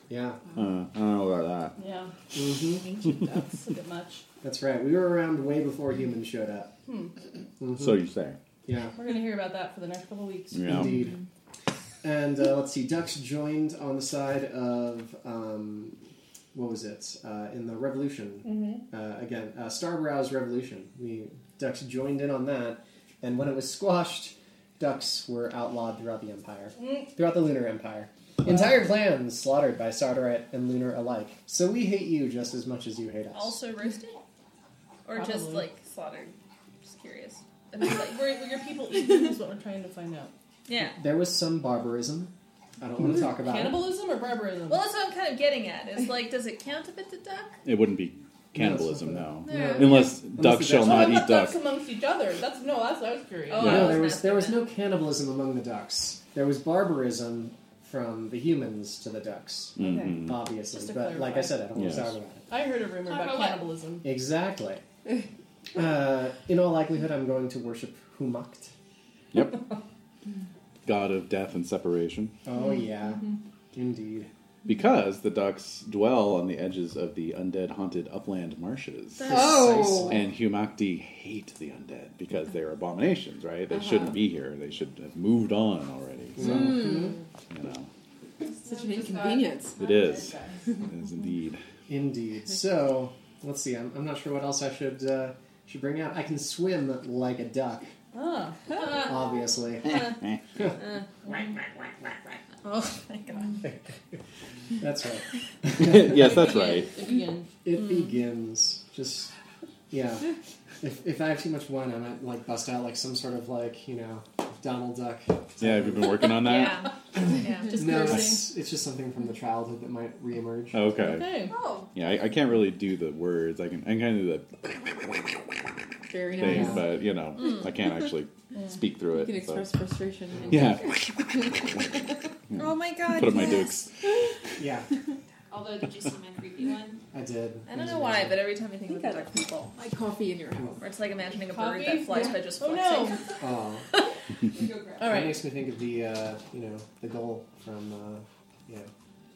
Speaker 4: Yeah,
Speaker 6: Uh, I don't know about
Speaker 3: Yeah.
Speaker 4: hmm
Speaker 3: Ancient ducks. A bit much.
Speaker 4: that's right. We were around way before humans showed up. Mm-hmm.
Speaker 6: that. So you say.
Speaker 4: Yeah.
Speaker 3: We're gonna hear about that for the next couple weeks.
Speaker 6: Yeah.
Speaker 4: Indeed. And uh, let's see, Ducks joined on the side of um, what was it uh, in the Revolution uh, again? Uh, Starbrow's Revolution. We Ducks joined in on that, and when it was squashed, Ducks were outlawed throughout the Empire, throughout the Lunar Empire. Entire clans slaughtered by Sardaret and Lunar alike. So we hate you just as much as you hate us.
Speaker 8: Also roasted? Or just
Speaker 3: Probably.
Speaker 8: like slaughtered? Just curious. I mean, like, were, were your people
Speaker 3: This
Speaker 8: eaten?
Speaker 3: is what we're trying to find out.
Speaker 8: Yeah.
Speaker 4: There was some barbarism. I don't want to talk about it.
Speaker 3: Hmm. Cannibalism or barbarism?
Speaker 8: Well, that's what I'm kind of getting at. Is like, does it count if it's a duck?
Speaker 6: It wouldn't be cannibalism,
Speaker 4: No,
Speaker 8: No.
Speaker 6: no.
Speaker 8: Yeah.
Speaker 6: Unless duck
Speaker 4: the
Speaker 6: shall
Speaker 4: ducks-
Speaker 3: Oh, I
Speaker 6: not
Speaker 3: thought
Speaker 6: eat duck.
Speaker 3: ducks amongst each other. That's no. That's what I was curious.
Speaker 8: Oh,
Speaker 4: No,
Speaker 8: Yeah.
Speaker 4: there was there was no cannibalism among the ducks. There was barbarism from the humans to the ducks,
Speaker 6: Mhm.
Speaker 4: obviously.
Speaker 3: Just to
Speaker 4: But like
Speaker 3: clarify.
Speaker 4: I said, I don't
Speaker 6: Yes.
Speaker 4: want to talk about it.
Speaker 3: I heard a rumor
Speaker 8: Talk
Speaker 3: about
Speaker 8: about what?
Speaker 3: cannibalism.
Speaker 4: Exactly. uh, in all likelihood, I'm going to worship Humakt.
Speaker 6: Yep. God of death and separation.
Speaker 4: Oh
Speaker 3: Mm-hmm.
Speaker 4: yeah, indeed.
Speaker 6: Because the ducks dwell on the edges of the undead haunted upland marshes.
Speaker 4: Oh,
Speaker 6: And Humakti hate the undead because they're abominations, right?
Speaker 8: Uh-huh.
Speaker 6: They shouldn't be here. They should have moved on already. So,
Speaker 8: Hmm.
Speaker 6: you know,
Speaker 5: Such an inconvenience.
Speaker 6: it is. It is indeed.
Speaker 4: indeed. So let's see. I'm, I'm not sure what else I should uh, should bring out. I can swim like a duck,
Speaker 3: Oh,
Speaker 4: obviously.
Speaker 8: Oh my god.
Speaker 4: That's right.
Speaker 6: yes, that's right.
Speaker 3: again.
Speaker 4: It begins. Just yeah. If, if I have too much wine, I might like bust out like some sort of like you know Donald Duck.
Speaker 6: Yeah, have you been working on that?
Speaker 8: Yeah. Yeah.
Speaker 3: Just
Speaker 4: No,
Speaker 3: cursing.
Speaker 4: it's, it's just something from the childhood that might reemerge.
Speaker 6: Oh. Okay.
Speaker 3: Okay.
Speaker 8: Oh.
Speaker 6: Yeah, I, I can't really do the words. I can, I can kind of do the
Speaker 3: Very
Speaker 6: thing,
Speaker 3: nice.
Speaker 6: but you know, I can't actually speak through it.
Speaker 5: You can
Speaker 6: so-
Speaker 5: express frustration. and-
Speaker 6: Yeah,
Speaker 8: Oh my god.
Speaker 6: put up my
Speaker 8: yes.
Speaker 6: dukes.
Speaker 4: Yeah,
Speaker 7: Although, did you see my creepy one?
Speaker 4: I did.
Speaker 8: I don't know why, but every time I think of
Speaker 5: I
Speaker 8: duck people,
Speaker 5: Like coffee in your house.
Speaker 8: or it's like imagining a
Speaker 3: Coffee?
Speaker 8: bird that flies by just
Speaker 3: Oh
Speaker 8: flexing.
Speaker 3: no!
Speaker 4: Oh,
Speaker 3: All
Speaker 4: That
Speaker 3: right.
Speaker 4: makes me think of the uh, you know the goal from uh, yeah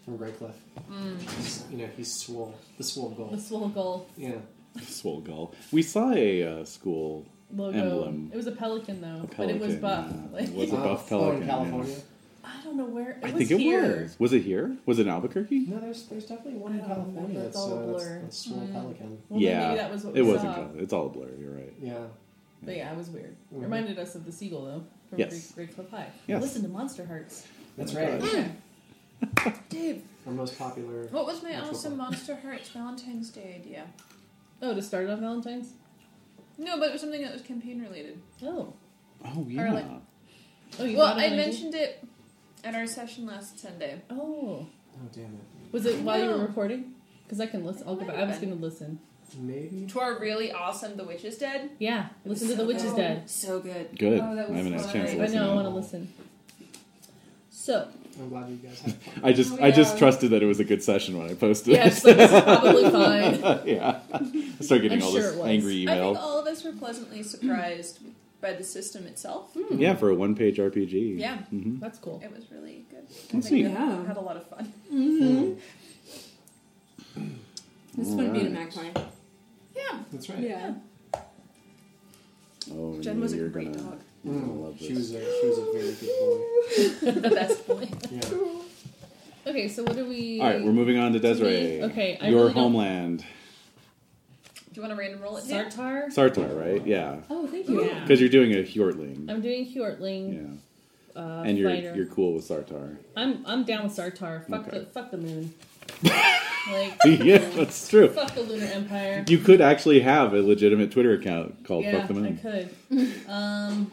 Speaker 4: from Redcliffe. Mm. You know he's swole. The swole
Speaker 3: The
Speaker 4: goal.
Speaker 3: swole gull
Speaker 4: Yeah.
Speaker 6: Swole gull. We saw a uh, school.
Speaker 3: logo.
Speaker 6: Emblem.
Speaker 3: It was a pelican though,
Speaker 6: A
Speaker 3: but it was
Speaker 6: pelican,
Speaker 3: buff.
Speaker 6: yeah.
Speaker 3: Like,
Speaker 6: It was a
Speaker 4: Oh,
Speaker 6: buff
Speaker 4: oh,
Speaker 6: pelican.
Speaker 4: in
Speaker 6: yeah.
Speaker 4: California.
Speaker 3: I don't know where. It
Speaker 6: I
Speaker 3: was
Speaker 6: think it
Speaker 3: here.
Speaker 6: was. Was it here? Was it in Albuquerque?
Speaker 4: No, there's there's definitely one
Speaker 3: I
Speaker 4: in
Speaker 3: don't know,
Speaker 4: California
Speaker 3: that's
Speaker 4: that's
Speaker 3: all a
Speaker 4: uh, that's,
Speaker 3: blur.
Speaker 4: that's swole pelican.
Speaker 3: Well, then
Speaker 6: yeah,
Speaker 3: Maybe that was what
Speaker 6: it
Speaker 3: we
Speaker 6: wasn't.
Speaker 3: saw.
Speaker 6: Cali- It's all a blur. You're right.
Speaker 4: Yeah.
Speaker 3: But yeah, it was weird.
Speaker 8: Mm-hmm.
Speaker 4: Mhm.
Speaker 3: Reminded us of the seagull though from
Speaker 6: Yes.
Speaker 3: Great, Great Cliff High.
Speaker 6: Yes.
Speaker 3: Listen to Monster Hearts.
Speaker 4: That's
Speaker 6: Oh my
Speaker 4: right.
Speaker 6: God.
Speaker 8: Dave,
Speaker 4: Our most popular.
Speaker 8: what was my
Speaker 4: That's
Speaker 8: awesome
Speaker 4: what-
Speaker 8: Monster Hearts Valentine's Day idea?
Speaker 3: Oh, to start it on Valentine's.
Speaker 8: No, but it was something that was campaign related.
Speaker 3: Oh.
Speaker 6: Oh yeah.
Speaker 8: like-
Speaker 3: Oh, you
Speaker 8: Well,
Speaker 3: thought of
Speaker 8: I
Speaker 3: an idea?
Speaker 8: mentioned it at our session last Sunday.
Speaker 3: Oh.
Speaker 4: Oh damn it.
Speaker 3: Was it while you
Speaker 8: No.
Speaker 3: were recording? Because I can listen. I'll go
Speaker 8: Might
Speaker 3: back. I
Speaker 8: have
Speaker 3: was
Speaker 8: been.
Speaker 3: going to listen.
Speaker 4: Maybe.
Speaker 8: To our really awesome The Witch is Dead.
Speaker 3: Yeah, listen to The Witch is Dead.
Speaker 8: So good.
Speaker 6: Good.
Speaker 8: Oh, that
Speaker 6: I
Speaker 8: was
Speaker 6: haven't had a
Speaker 8: fun.
Speaker 6: chance
Speaker 8: I
Speaker 6: to
Speaker 8: know,
Speaker 3: I
Speaker 6: listen.
Speaker 3: know. I
Speaker 6: to
Speaker 3: want
Speaker 6: it.
Speaker 3: to listen. So
Speaker 4: I'm glad you guys had fun.
Speaker 6: I just
Speaker 8: Oh,
Speaker 6: I just
Speaker 8: yeah.
Speaker 6: trusted that it was a good session when I posted.
Speaker 3: yeah, it's like, it's probably fine.
Speaker 6: it. yeah. I started getting
Speaker 3: I'm
Speaker 6: all
Speaker 3: sure
Speaker 6: this
Speaker 3: it was.
Speaker 6: angry
Speaker 8: I think
Speaker 6: email.
Speaker 8: all of us were pleasantly surprised by the system itself.
Speaker 6: Yeah, for a one page RPG.
Speaker 8: Yeah,
Speaker 6: hmm
Speaker 3: That's cool.
Speaker 8: it was really good.
Speaker 6: Oh,
Speaker 8: I think we
Speaker 6: sweet.
Speaker 5: Yeah.
Speaker 8: had a lot of fun.
Speaker 5: This is fun being a
Speaker 6: Alright.
Speaker 5: magpie.
Speaker 8: Yeah,
Speaker 4: That's right.
Speaker 5: Yeah.
Speaker 6: Oh,
Speaker 8: Jen was a
Speaker 6: you're
Speaker 8: great
Speaker 6: gonna,
Speaker 8: dog.
Speaker 6: You're gonna love this.
Speaker 4: She was a she was a very good boy.
Speaker 8: the best boy.
Speaker 4: Yeah.
Speaker 3: Okay, so what do we?
Speaker 6: all right, we're moving on to Desiree.
Speaker 3: Okay, I
Speaker 6: your
Speaker 3: really don't-
Speaker 6: homeland,
Speaker 8: Do you want to random roll it? Dan?
Speaker 3: Sartar.
Speaker 6: Sartar, right? Yeah,
Speaker 5: Oh, thank you. Yeah.
Speaker 6: because you're doing a Hjortling.
Speaker 3: I'm doing Hjortling.
Speaker 6: yeah,
Speaker 3: Uh,
Speaker 6: and you're
Speaker 3: fighter.
Speaker 6: you're cool with Sartar.
Speaker 3: I'm I'm down with Sartar. Fuck
Speaker 6: Okay.
Speaker 3: the fuck the moon. like
Speaker 6: yeah, that's true.
Speaker 3: fuck the lunar empire.
Speaker 6: You could actually have a legitimate Twitter account called
Speaker 3: yeah,
Speaker 6: Oh, Fuck the
Speaker 3: I
Speaker 6: Moon.
Speaker 3: could. Um,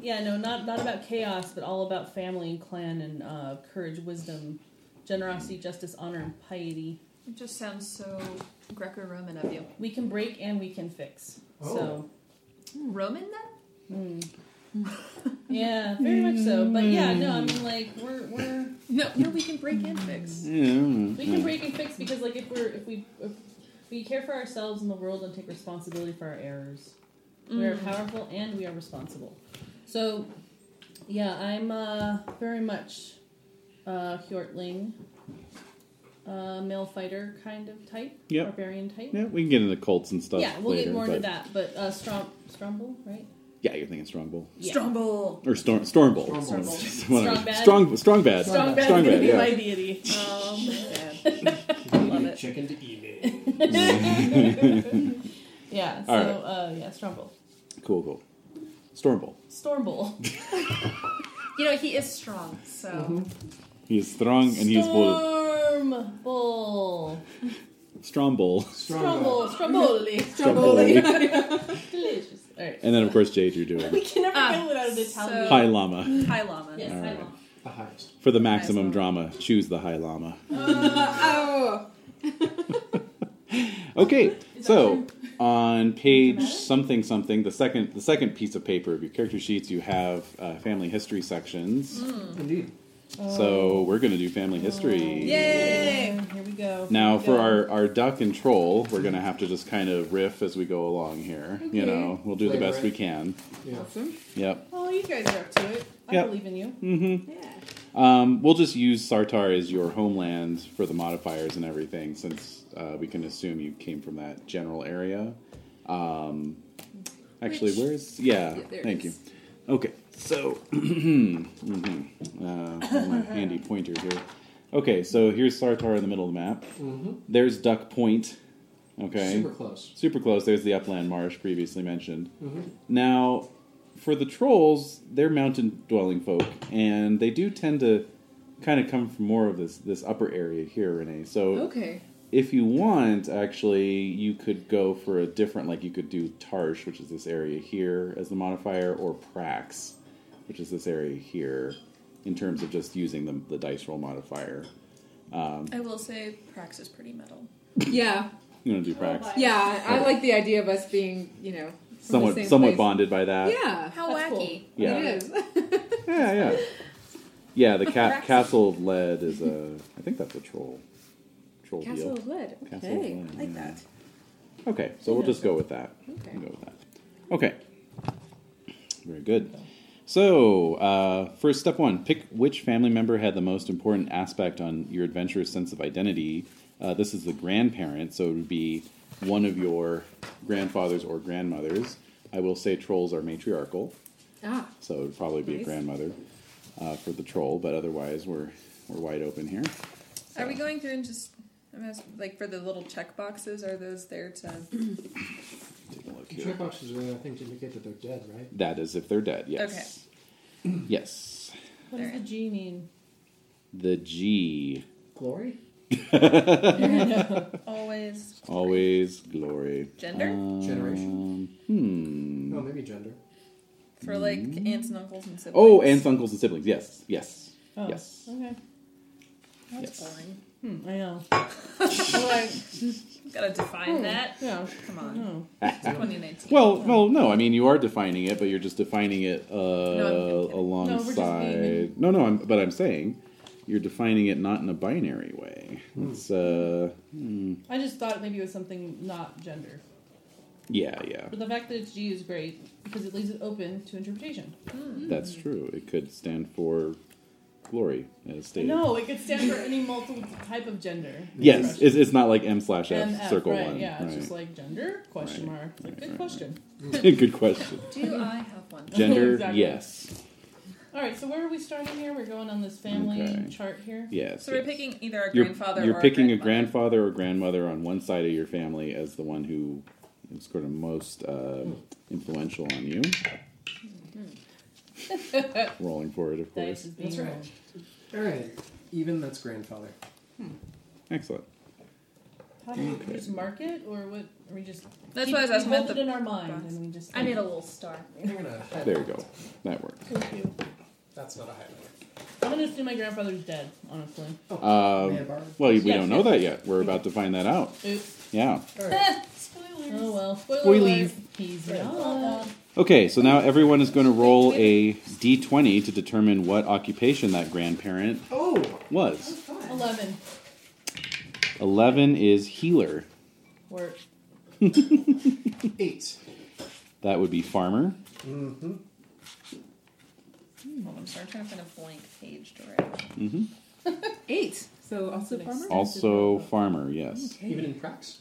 Speaker 3: yeah, no, not not about chaos, but all about family and clan and uh, courage, wisdom, generosity, justice, honor, and piety.
Speaker 8: It just sounds so Greco-Roman of you.
Speaker 3: We can break and we can fix. So Hmm.
Speaker 8: Roman then?
Speaker 3: yeah, very much so. But yeah, no, I mean like we're we're
Speaker 8: No, no, we can break and fix.
Speaker 3: We
Speaker 6: Hmm.
Speaker 3: can break and fix because, like, if we're if we if we care for ourselves and the world and take responsibility for our errors, we
Speaker 6: Mm.
Speaker 3: are powerful and we are responsible. So, yeah, I'm uh, very much uh, Hjortling, uh, male fighter kind of type,
Speaker 6: Yep.
Speaker 3: barbarian type.
Speaker 6: Yeah, we can get into cults and stuff.
Speaker 3: Yeah, we'll
Speaker 6: later,
Speaker 3: get more into
Speaker 6: but-
Speaker 3: that. But uh, Strom- Stromble, right?
Speaker 6: Yeah, you're thinking Strongbowl
Speaker 3: Yeah.
Speaker 8: Stromble.
Speaker 6: or Storm Stormbowl.
Speaker 3: Strongbowl.
Speaker 6: Whatever.
Speaker 3: Strong bad.
Speaker 6: Strong Strong bad.
Speaker 3: Strong
Speaker 6: Strong
Speaker 3: going to
Speaker 6: bad,
Speaker 3: be
Speaker 6: yeah.
Speaker 3: my deity.
Speaker 8: Oh,
Speaker 3: Um,
Speaker 8: my bad.
Speaker 4: Love
Speaker 8: it.
Speaker 4: Chicken to evening.
Speaker 3: Yeah. So,
Speaker 6: All right.
Speaker 3: uh, yeah, Stromble.
Speaker 6: Cool, cool. Stormbowl.
Speaker 3: Stormble. Mm-hmm.
Speaker 8: You know, he is strong, so
Speaker 6: He is strong and he is bold.
Speaker 3: Storm bull.
Speaker 6: Stromble.
Speaker 4: Strongbow.
Speaker 3: Strumble. Stromboli.
Speaker 6: Stromboli.
Speaker 3: Delicious. All right.
Speaker 6: and then, of course, Jade, you're doing
Speaker 3: We can never
Speaker 8: Ah,
Speaker 3: get without the
Speaker 8: so-
Speaker 3: Italian.
Speaker 6: High Llama.
Speaker 8: Hi, Llama.
Speaker 3: Yes,
Speaker 6: All
Speaker 3: I
Speaker 6: right.
Speaker 3: will.
Speaker 4: The highest.
Speaker 6: For the maximum drama, choose the High Llama.
Speaker 3: Uh,
Speaker 5: Oh.
Speaker 6: Okay, so on page something something, the second the second piece of paper of your character sheets, you have uh, family history sections.
Speaker 3: Mm.
Speaker 4: Indeed.
Speaker 6: So we're going to do family history.
Speaker 3: Yay! Here we go. Here
Speaker 6: Now,
Speaker 3: we
Speaker 6: for
Speaker 3: go.
Speaker 6: our, our duck and troll, we're going to have to just kind of riff as we go along here. You know, we'll do the
Speaker 4: Flavor
Speaker 6: best
Speaker 4: it.
Speaker 6: we can.
Speaker 4: Yeah.
Speaker 5: Awesome.
Speaker 6: Yep.
Speaker 3: Oh, you guys are up to it. I
Speaker 6: Yep.
Speaker 3: believe in you.
Speaker 5: Yeah.
Speaker 6: Um, we'll just use Sartar as your homeland for the modifiers and everything, since uh, we can assume you came from that general area. Um, actually,
Speaker 2: Which-
Speaker 6: where is? Yeah,
Speaker 2: Yeah, there it
Speaker 6: thank
Speaker 2: is.
Speaker 6: you. Okay, so Mhm. uh, my handy pointer here. Okay, so here's Sartar in the middle of the map.
Speaker 4: Mhm.
Speaker 6: There's Duck Point. Okay,
Speaker 4: Super close.
Speaker 6: super close. There's the upland marsh previously mentioned.
Speaker 5: Mm-hmm.
Speaker 4: Mhm.
Speaker 6: Now, for the trolls, they're mountain dwelling folk, and they do tend to kind of come from more of this this upper area here, Renee. So
Speaker 2: Okay.
Speaker 6: if you want, actually, you could go for a different, like you could do Tarsh, which is this area here, as the modifier, or Prax, which is this area here, in terms of just using the, the dice roll modifier.
Speaker 8: I will say Prax is pretty metal.
Speaker 5: Yeah.
Speaker 6: You want to do Prax?
Speaker 5: Yeah. Oh, I like the idea of us being, you know, from the
Speaker 6: Somewhat,
Speaker 5: same
Speaker 6: somewhat
Speaker 5: place.
Speaker 6: bonded by that.
Speaker 5: Yeah.
Speaker 8: How
Speaker 3: That's
Speaker 8: wacky.
Speaker 6: Yeah.
Speaker 5: It is.
Speaker 6: Yeah, yeah. Yeah, the ca-
Speaker 8: Braxton.
Speaker 6: castle of lead is a. I think that's a troll. Troll
Speaker 5: Castle
Speaker 6: deal.
Speaker 5: of Lead. Okay.
Speaker 6: Castle of Lead,
Speaker 5: I like
Speaker 6: yeah.
Speaker 5: that.
Speaker 6: Okay, so we'll just go with that.
Speaker 5: Okay.
Speaker 6: We'll go with that. Okay. Very good. So, uh, first step one pick which family member had the most important aspect on your adventurer's sense of identity. Uh, this is the grandparent, so it would be one of your grandfathers or grandmothers. I will say trolls are matriarchal.
Speaker 5: Ah.
Speaker 6: So it would probably be a
Speaker 5: Nice.
Speaker 6: grandmother uh, for the troll, but otherwise we're we're wide open here.
Speaker 8: Are we going through and just I'm asking, like for the little check boxes? Are those there to?
Speaker 6: Take a look here.
Speaker 4: Checkboxes are, I think, to indicate that they're dead, right?
Speaker 6: That is if they're dead. Yes. Yes.
Speaker 3: What does the G mean?
Speaker 6: The G
Speaker 4: Glory?
Speaker 8: Always.
Speaker 6: always glory.
Speaker 8: Gender?
Speaker 6: Um,
Speaker 4: Generation?
Speaker 6: Hmm.
Speaker 4: No, maybe gender.
Speaker 8: For like aunts and uncles and siblings.
Speaker 6: Oh, aunts, uncles, and siblings. Yes. Yes.
Speaker 3: Oh,
Speaker 6: Yes.
Speaker 3: Okay.
Speaker 6: Yes.
Speaker 3: Hmm, I know. like,
Speaker 8: Gotta define that.
Speaker 3: yeah.
Speaker 8: Come
Speaker 3: I
Speaker 8: on.
Speaker 3: know.
Speaker 8: 2019.
Speaker 6: Well, well, no. I mean, you are defining it, but you're just defining it uh,
Speaker 8: I'm kidding.
Speaker 3: No, we're just
Speaker 6: alongside.
Speaker 3: being-
Speaker 6: No, no. I'm, but I'm saying you're defining it not in a binary way. It's uh, hmm.
Speaker 3: I just thought maybe it was something not gender.
Speaker 6: yeah, yeah.
Speaker 3: But the fact that it's G is great because it leaves it open to interpretation.
Speaker 6: That's true. It could stand for glory, as stated.
Speaker 3: No, it could stand for any multiple type of gender.
Speaker 6: Yes, it's, it's not like M slash F
Speaker 3: MF,
Speaker 6: circle
Speaker 3: right,
Speaker 6: one.
Speaker 3: Yeah, it's just
Speaker 6: right.
Speaker 3: like gender question
Speaker 6: Right,
Speaker 3: mark. It's like,
Speaker 6: right,
Speaker 3: good
Speaker 6: right,
Speaker 3: question.
Speaker 6: Good question.
Speaker 8: Do I have one?
Speaker 6: Gender,
Speaker 3: Exactly.
Speaker 6: yes,
Speaker 3: All right, so where are we starting here? We're going on this family
Speaker 6: Okay.
Speaker 3: chart here.
Speaker 6: yes.
Speaker 8: So we're
Speaker 6: yes.
Speaker 8: picking either our
Speaker 6: You're,
Speaker 8: grandfather.
Speaker 6: you're
Speaker 8: or
Speaker 6: picking
Speaker 8: our
Speaker 6: a grandfather or grandmother on one side of your family as the one who is sort of most uh, influential on you. Rolling for it, of
Speaker 3: Dice
Speaker 6: course.
Speaker 3: is being
Speaker 4: That's right.
Speaker 3: rolled.
Speaker 4: All right. Even that's grandfather.
Speaker 6: Excellent.
Speaker 3: How do we just mark it, or what? Are we just
Speaker 8: That's
Speaker 3: we-
Speaker 8: why I was
Speaker 3: we
Speaker 8: asking
Speaker 3: hold
Speaker 8: about
Speaker 3: it
Speaker 8: the
Speaker 3: in our mind,
Speaker 8: box.
Speaker 3: and we just
Speaker 8: I need a little star.
Speaker 4: I'm gonna highlight.
Speaker 6: There you go. That works.
Speaker 3: Thank you.
Speaker 4: That's not a highlight.
Speaker 3: I'm gonna assume my grandfather's dead. Honestly,
Speaker 6: Um,
Speaker 4: Man bar.
Speaker 6: well, we
Speaker 3: Yes,
Speaker 6: don't know
Speaker 3: yes.
Speaker 6: that yet. We're about to find that out.
Speaker 3: oops.
Speaker 6: Yeah.
Speaker 4: All right.
Speaker 3: Oh well, spoiler
Speaker 6: Spoilies.
Speaker 3: alert, He's not.
Speaker 6: Okay, so now everyone is going to roll a d20 to determine what occupation that grandparent
Speaker 4: Oh,
Speaker 6: was.
Speaker 3: Eleven.
Speaker 6: 11 is healer.
Speaker 3: Or
Speaker 4: eight.
Speaker 6: That would be farmer.
Speaker 4: Mm-hmm.
Speaker 8: Hold on, I'm sorry, I'm trying to find a blank page to write.
Speaker 6: hmm
Speaker 5: Eight. So also farmer.
Speaker 6: Also farmer, yes.
Speaker 4: Even in prax.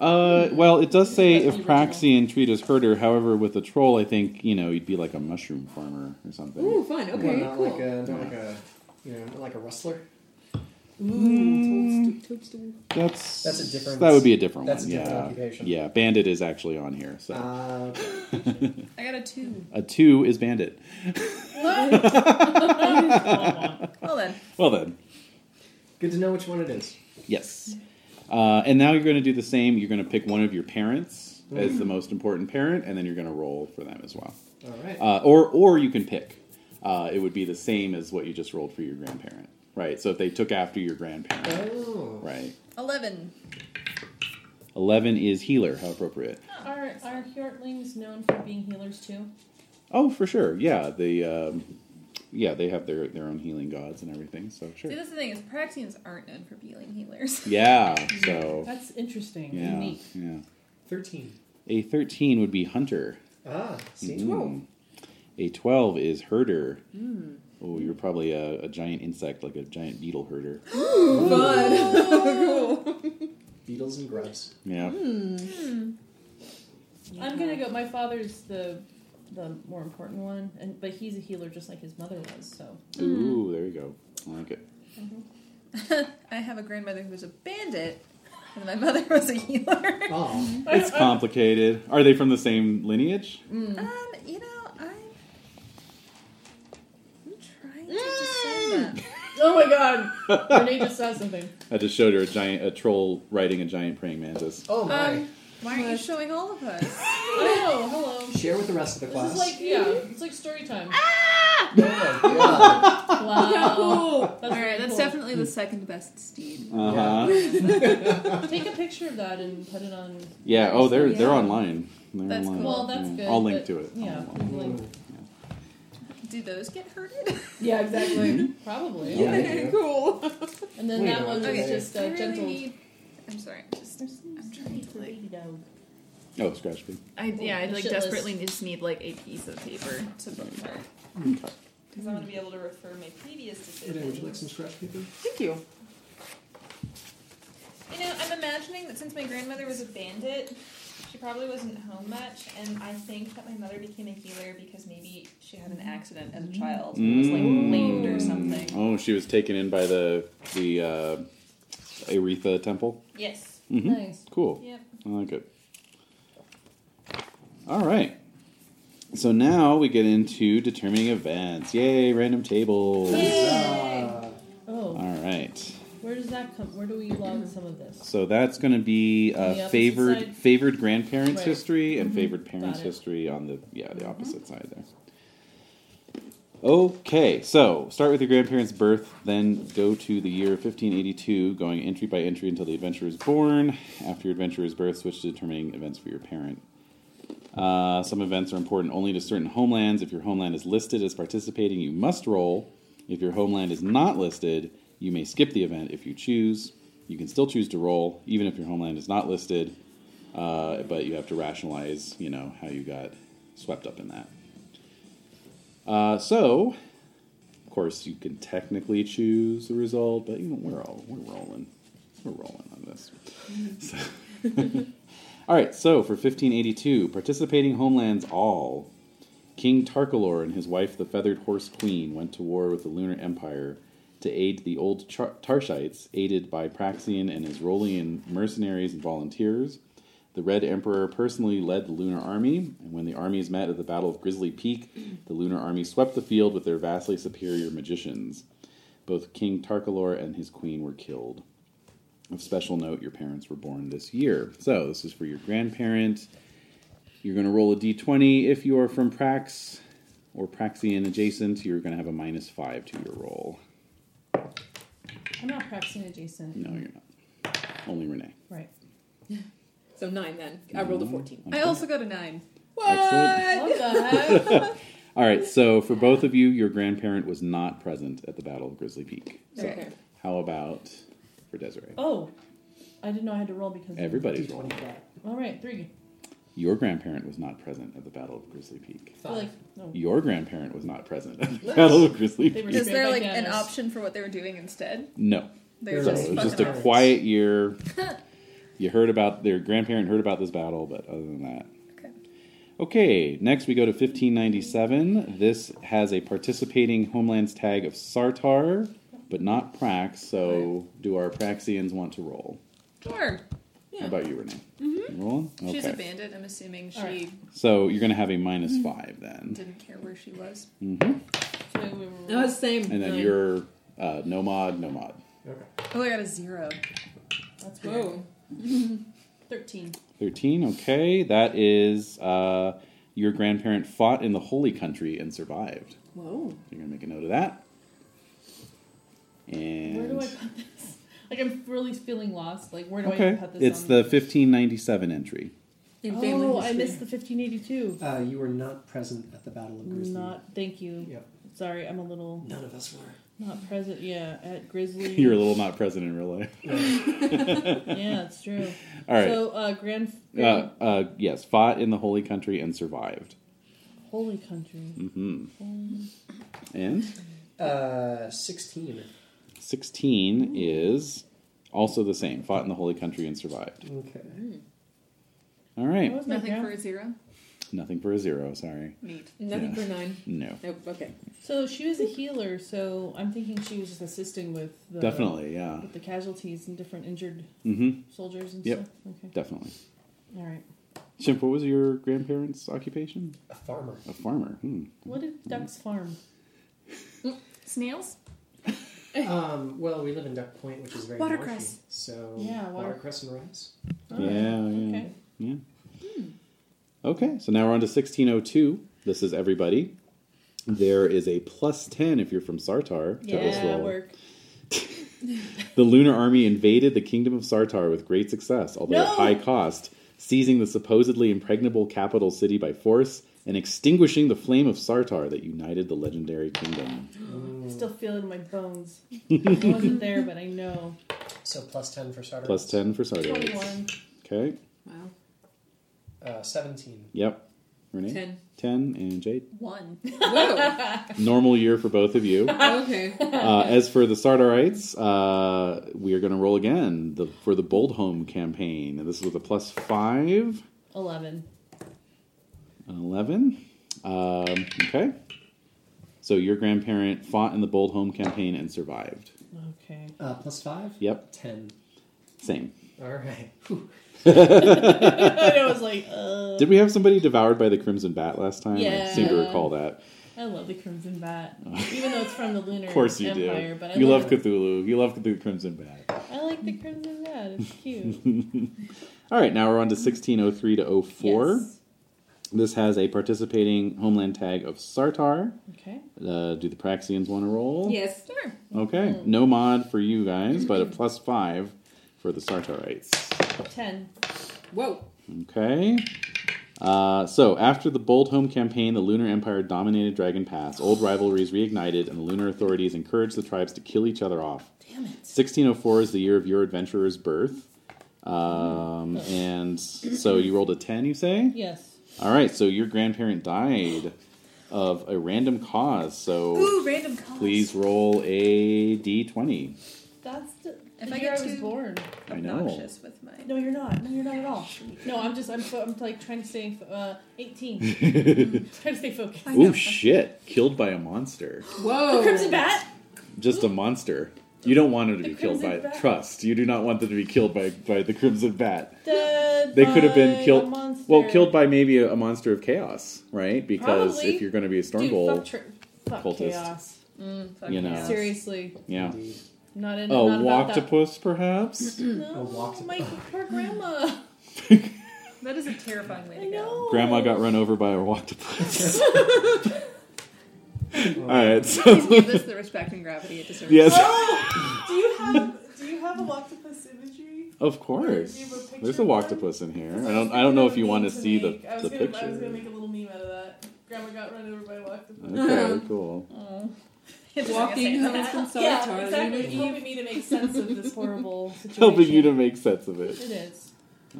Speaker 6: Uh, well, it does say if
Speaker 3: That's the original.
Speaker 6: Praxian treat as herder. However, with a troll, I think you know you'd be like a mushroom farmer or something.
Speaker 5: Ooh, fun.
Speaker 4: Well,
Speaker 5: Okay,
Speaker 4: not
Speaker 5: cool.
Speaker 4: like a, not like a, you know, not like a rustler.
Speaker 5: Ooh, toadstool. Mm, toadstool.
Speaker 6: That's
Speaker 4: That's a different-
Speaker 6: That would be a different
Speaker 4: that's
Speaker 6: one.
Speaker 4: a different
Speaker 6: yeah,
Speaker 4: occupation.
Speaker 6: yeah. Bandit is actually on here. So
Speaker 4: Uh,
Speaker 8: I got a two.
Speaker 6: a two is bandit.
Speaker 3: What?
Speaker 8: Well then,
Speaker 6: Well then,
Speaker 4: Good to know which one it is.
Speaker 6: yes. Uh, and now you're going to do the same. You're going to pick one of your parents as the most important parent, and then you're going to roll for them as well.
Speaker 4: All right.
Speaker 6: Uh, or, or you can pick. Uh, it would be the same as what you just rolled for your grandparent, right? So if they took after your grandparent,
Speaker 4: oh.
Speaker 6: right?
Speaker 8: eleven.
Speaker 6: Eleven is healer. How appropriate.
Speaker 3: Are are Hjortlings known for being healers too?
Speaker 6: Oh, for sure. Yeah, the um, yeah they have their their own healing gods and everything. So sure.
Speaker 8: See, that's the thing is, Praxians aren't known for healing healers.
Speaker 6: Yeah. So
Speaker 3: That's interesting.
Speaker 6: yeah,
Speaker 3: Unique.
Speaker 6: yeah.
Speaker 4: 13.
Speaker 6: A thirteen would be hunter.
Speaker 4: Ah, see?
Speaker 6: Mm. A twelve is herder.
Speaker 3: Hmm.
Speaker 6: Oh, you're probably a, a giant insect, like a giant beetle herder.
Speaker 4: Beetles and grubs.
Speaker 6: Yeah.
Speaker 3: Hmm. I'm gonna go. My father's the the more important one, and but he's a healer just like his mother was. So
Speaker 6: Ooh, there you go. I like it.
Speaker 8: I have a grandmother who was a bandit, and my mother was a healer.
Speaker 4: Oh.
Speaker 6: It's complicated. Are they from the same lineage?
Speaker 8: Um, you know, I'm, I'm trying to decide that.
Speaker 3: Oh my God! Renee just saw something.
Speaker 6: I just showed her a giant, a troll riding a giant praying mantis.
Speaker 4: Oh my.
Speaker 8: Um, why aren't you showing all of us?
Speaker 3: Oh, hello.
Speaker 4: Share with the rest of the
Speaker 3: This
Speaker 4: class.
Speaker 3: is like yeah, it's like story time.
Speaker 4: Oh my God.
Speaker 3: Ah! Wow. That's
Speaker 2: All right, that's
Speaker 3: cool.
Speaker 2: definitely the second best steed.
Speaker 6: Uh huh.
Speaker 3: Take a picture of that and put it on.
Speaker 6: Yeah. Oh, they're they're
Speaker 8: Yeah.
Speaker 6: online. They're
Speaker 8: That's
Speaker 6: online.
Speaker 8: cool.
Speaker 3: Well, that's
Speaker 6: Yeah.
Speaker 3: good.
Speaker 6: Mm, I'll link
Speaker 3: but-
Speaker 6: to it. Oh,
Speaker 3: Yeah.
Speaker 6: I'll link.
Speaker 3: link.
Speaker 8: Do those get hurted?
Speaker 3: Yeah, exactly. Probably.
Speaker 6: Mm-hmm. Yeah.
Speaker 5: cool.
Speaker 3: And then
Speaker 4: Wait,
Speaker 3: that one was
Speaker 4: okay.
Speaker 3: just
Speaker 8: I
Speaker 3: uh,
Speaker 8: really
Speaker 3: gentle.
Speaker 8: need. I'm sorry. I'm just. I'm trying to like.
Speaker 6: Oh, scratch me.
Speaker 8: I yeah. I like
Speaker 3: Shitless.
Speaker 8: desperately just need like a piece of paper to bookmark.
Speaker 9: Because I want to be able to refer my previous
Speaker 4: Renee, would you like
Speaker 9: decisions.
Speaker 4: some scratch paper?
Speaker 5: Thank you.
Speaker 9: You know, I'm imagining that since my grandmother was a bandit, she probably wasn't home much, and I think that my mother became a healer because maybe she had an accident as a child and was like
Speaker 6: Mm.
Speaker 9: lamed or something.
Speaker 6: Oh, she was taken in by the the uh, Aretha Temple.
Speaker 9: Yes.
Speaker 6: Mm-hmm.
Speaker 3: Nice.
Speaker 6: Cool.
Speaker 9: Yep.
Speaker 6: I like it. All right. So now we get into determining events. Yay, random tables. Ah.
Speaker 4: Uh,
Speaker 3: Oh,
Speaker 6: All right.
Speaker 3: where does that come? Where do we log some of this?
Speaker 6: So that's going to be
Speaker 3: On
Speaker 6: uh,
Speaker 3: the opposite
Speaker 6: favored
Speaker 3: side?
Speaker 6: favored grandparents'
Speaker 3: Right.
Speaker 6: history and favored parents'
Speaker 3: it.
Speaker 6: history on the yeah the opposite side there. Okay, so start with your grandparents' birth, then go to the year 1582, going entry by entry until the adventurer is born. After your adventurer is birth, switch to determining events for your parent. Uh, some events are important only to certain homelands. If your homeland is listed as participating, you must roll. If your homeland is not listed, you may skip the event if you choose. You can still choose to roll, even if your homeland is not listed, uh, but you have to rationalize, you know, how you got swept up in that. Uh, so, of course, you can technically choose the result, but you know, we're all we're rolling, we're rolling on this. So- all right, so for 1582, participating homelands all. King Tarkalor and his wife, the Feathered Horse Queen, went to war with the Lunar Empire to aid the old Char- Tarshites, aided by Praxian and his Rolian mercenaries and volunteers. The Red Emperor personally led the Lunar Army, and when the armies met at the Battle of Grizzly Peak, the Lunar Army swept the field with their vastly superior magicians. Both King Tarkalor and his queen were killed. Of special note, your parents were born this year. So this is for your grandparent. You're going to roll a d20. If you are from Prax or Praxian adjacent, you're going to have a minus five to your roll.
Speaker 3: I'm not practicing adjacent.
Speaker 6: No, you're not. Only Renee.
Speaker 3: Right.
Speaker 5: So nine then. I rolled a fourteen.
Speaker 8: I also got a nine.
Speaker 6: Excellent.
Speaker 3: What the heck?
Speaker 6: All right, so for both of you, your grandparent was not present at the Battle of Grizzly Peak. So
Speaker 5: Okay.
Speaker 6: how about for Desiree?
Speaker 3: Oh, I didn't know I had to roll because.
Speaker 6: Everybody's rolling.
Speaker 4: D25.
Speaker 3: All right, three.
Speaker 6: Your grandparent was not present at the Battle of Grizzly Peak.
Speaker 3: They're Like, oh. no.
Speaker 6: Your grandparent was not present at the Battle of Grizzly
Speaker 3: They
Speaker 6: Peak.
Speaker 3: were
Speaker 8: Is
Speaker 3: straight
Speaker 8: there
Speaker 3: back
Speaker 8: like
Speaker 3: at
Speaker 8: an
Speaker 3: us.
Speaker 8: option for what they were doing instead?
Speaker 6: No.
Speaker 8: They were
Speaker 4: So
Speaker 6: So
Speaker 8: just
Speaker 6: it was
Speaker 8: fucking
Speaker 6: just a
Speaker 8: around.
Speaker 6: quiet year. you heard about their grandparent heard about this battle, but other than that.
Speaker 8: Okay.
Speaker 6: Okay, next we go to 1597. This has a participating homelands tag of Sartar, but not Prax, so do our Praxians want to roll?
Speaker 8: Sure.
Speaker 6: How about you, Renee? Mm-hmm. Rolling? Okay.
Speaker 8: She's a bandit. I'm assuming she
Speaker 3: Alright.
Speaker 6: So you're going to have a minus
Speaker 3: Mm-hmm.
Speaker 6: five then.
Speaker 8: didn't care where she was.
Speaker 6: Mm-hmm.
Speaker 3: So we were-
Speaker 2: That was same.
Speaker 6: And then
Speaker 2: nine.
Speaker 6: your Uh, nomad, nomad.
Speaker 4: Okay.
Speaker 8: Oh, I got a zero.
Speaker 3: That's Whoa. 13.
Speaker 6: 13, okay. That is uh, your grandparent fought in the Holy Country and survived.
Speaker 5: Whoa.
Speaker 6: You're going to make a note of that. And
Speaker 3: Where do I put this? Like, I'm really feeling lost. Like, where do I
Speaker 6: Okay.
Speaker 3: put this?
Speaker 6: It's
Speaker 3: on?
Speaker 6: the 1597 entry.
Speaker 8: In family
Speaker 3: Oh, I
Speaker 8: history.
Speaker 3: missed the 1582.
Speaker 4: Uh, you were not present at the Battle of Grizzly.
Speaker 3: Not, thank you.
Speaker 4: Yep.
Speaker 3: Sorry, I'm a little
Speaker 4: None of us were.
Speaker 3: not present. Yeah, at Grizzly.
Speaker 6: You're a little not present in real life.
Speaker 3: yeah, it's true.
Speaker 6: All right.
Speaker 3: So, uh, grand,
Speaker 6: uh, uh, yes, fought in the Holy Country and survived.
Speaker 3: holy country.
Speaker 6: hmm And
Speaker 4: Uh, 16.
Speaker 6: 16 is also the same. Fought in the Holy Country and survived.
Speaker 4: Okay.
Speaker 6: All
Speaker 3: What
Speaker 6: right.
Speaker 3: was my
Speaker 8: Nothing
Speaker 3: grand-
Speaker 8: for a zero.
Speaker 6: Nothing for a zero, sorry.
Speaker 8: Neat.
Speaker 5: Nothing
Speaker 6: Yeah.
Speaker 5: for nine.
Speaker 6: No.
Speaker 5: Nope. Okay.
Speaker 3: So she was a healer, so I'm thinking she was just assisting with the
Speaker 6: Definitely, yeah.
Speaker 3: with the casualties and different injured
Speaker 6: Mm-hmm.
Speaker 3: soldiers and
Speaker 6: Yep.
Speaker 3: stuff. Okay.
Speaker 6: Definitely.
Speaker 3: All right.
Speaker 6: Chimp, what was your grandparents' occupation?
Speaker 4: A farmer.
Speaker 6: A farmer. Hmm.
Speaker 3: What did ducks farm?
Speaker 8: Snails?
Speaker 4: Um, well, we live in Duck Point, which is very
Speaker 8: Watercress.
Speaker 4: marshy, so
Speaker 3: Yeah, water-
Speaker 4: watercress and rice.
Speaker 3: All
Speaker 6: Yeah,
Speaker 3: right.
Speaker 6: Oh, yeah.
Speaker 3: Okay.
Speaker 6: Yeah. Okay, so now we're on to 1602. This is everybody. There is a plus 10 if you're from Sartar to this
Speaker 3: Yeah,
Speaker 6: roll.
Speaker 3: work.
Speaker 6: The lunar army invaded the kingdom of Sartar with great success, although
Speaker 3: No!
Speaker 6: at high cost, seizing the supposedly impregnable capital city by force and extinguishing the flame of Sartar that united the legendary kingdom.
Speaker 3: I still feel it in my bones. I wasn't there, but I know.
Speaker 4: So plus 10 for starters.
Speaker 6: Plus 10 for Sartar.
Speaker 3: 21.
Speaker 6: Okay,
Speaker 5: Wow.
Speaker 4: Uh, 17.
Speaker 6: yep. Renee?
Speaker 5: Ten.
Speaker 6: 10 and Jade.
Speaker 8: One.
Speaker 5: Whoa.
Speaker 6: Normal year for both of you.
Speaker 5: okay.
Speaker 6: Uh, as for the Sardarites, uh, we are going to roll again the, for the Bold Home campaign. And this is with a plus five,
Speaker 3: 11.
Speaker 6: an 11. Um, okay. So your grandparent fought in the Bold Home campaign and survived.
Speaker 3: Okay.
Speaker 4: Uh, plus 5?
Speaker 6: Yep,
Speaker 4: 10.
Speaker 6: same.
Speaker 4: All right. Whew.
Speaker 3: I was like, uh,
Speaker 6: Did we have somebody devoured by the Crimson Bat last time? I seem to
Speaker 3: Yeah.
Speaker 6: recall that.
Speaker 3: I love the Crimson Bat. Even though it's from the Lunar
Speaker 6: Of course you
Speaker 3: Empire,
Speaker 6: do.
Speaker 3: but I
Speaker 6: You love
Speaker 3: love,
Speaker 6: Cthulhu. You love the Crimson Bat.
Speaker 3: I like the Crimson Bat. It's cute.
Speaker 6: All right, now we're on to 1603 to 04.
Speaker 3: Yes.
Speaker 6: This has a participating homeland tag of Sartar.
Speaker 3: Okay.
Speaker 6: Uh, do the Praxians want to roll?
Speaker 5: Yes.
Speaker 8: Sure.
Speaker 6: Okay. No mod for you guys, but a plus five for the Sartarites.
Speaker 3: 10.
Speaker 5: Whoa.
Speaker 6: Okay. Uh, so, after the Bold Home campaign, the Lunar Empire dominated Dragon Pass. Old rivalries reignited, and the Lunar authorities encouraged the tribes to kill each other off.
Speaker 3: Damn it.
Speaker 6: 1604 is the year of your adventurer's birth. Um, and so you rolled a 10, you say?
Speaker 3: Yes.
Speaker 6: All right, so your grandparent died of a random cause, so
Speaker 8: Ooh, random colors.
Speaker 6: please roll a d20.
Speaker 3: That's the,
Speaker 8: If
Speaker 3: the
Speaker 8: I
Speaker 3: year
Speaker 8: get
Speaker 3: I was
Speaker 8: too-
Speaker 3: born.
Speaker 6: I know.
Speaker 8: Obnoxious with my.
Speaker 3: No, you're not. No, you're not at all. No, I'm just, I'm, fo- I'm like trying to stay, fo- uh, 18. trying to stay focused.
Speaker 8: I know.
Speaker 6: Oh shit! Killed by a monster.
Speaker 5: Whoa.
Speaker 3: Crimson Bat?
Speaker 6: Just a monster. You don't want them to
Speaker 3: The
Speaker 6: be killed by
Speaker 3: Crimson Bat.
Speaker 6: trust. You do not want them to be killed by, by the crimson bat.
Speaker 3: Dead
Speaker 6: They could have
Speaker 3: by
Speaker 6: been
Speaker 3: a
Speaker 6: killed.
Speaker 3: monster.
Speaker 6: Well, killed by maybe a, a monster of chaos, right? Because
Speaker 3: Probably.
Speaker 6: if you're going to be a
Speaker 3: Dude,
Speaker 6: Stormbolt,
Speaker 3: fuck, tr- fuck
Speaker 6: cultist.
Speaker 3: chaos.
Speaker 8: Mm, fuck
Speaker 6: You know.
Speaker 8: yes.
Speaker 3: Seriously.
Speaker 6: yeah,
Speaker 4: Indeed.
Speaker 3: Not in
Speaker 6: a
Speaker 3: not about that.
Speaker 6: octopus perhaps.
Speaker 3: No,
Speaker 4: A walk-
Speaker 3: my poor grandma.
Speaker 8: That is a terrifying way
Speaker 3: I
Speaker 8: to go.
Speaker 3: know.
Speaker 6: Grandma got run over by a octopus. All right, so
Speaker 8: Give this the respect and gravity it deserves.
Speaker 6: yes,
Speaker 3: Oh, Do you have do you have a octopus imagery?
Speaker 6: of
Speaker 3: Do you have a
Speaker 6: course.
Speaker 3: picture
Speaker 6: There's a
Speaker 3: of one?
Speaker 6: octopus in here. I don't. I don't know if you want to see the,
Speaker 3: make. I was
Speaker 6: the
Speaker 3: gonna,
Speaker 6: picture.
Speaker 3: I was gonna make a little meme out of that. Grandma got run over by an octopus.
Speaker 6: Okay, cool.
Speaker 8: It's
Speaker 5: Walking
Speaker 8: like a
Speaker 5: home from Sartar.
Speaker 3: yeah, exactly.
Speaker 5: Lunar
Speaker 3: It's
Speaker 5: Eve.
Speaker 3: helping me to make sense of this horrible situation.
Speaker 6: Helping you to make sense of it.
Speaker 3: It is.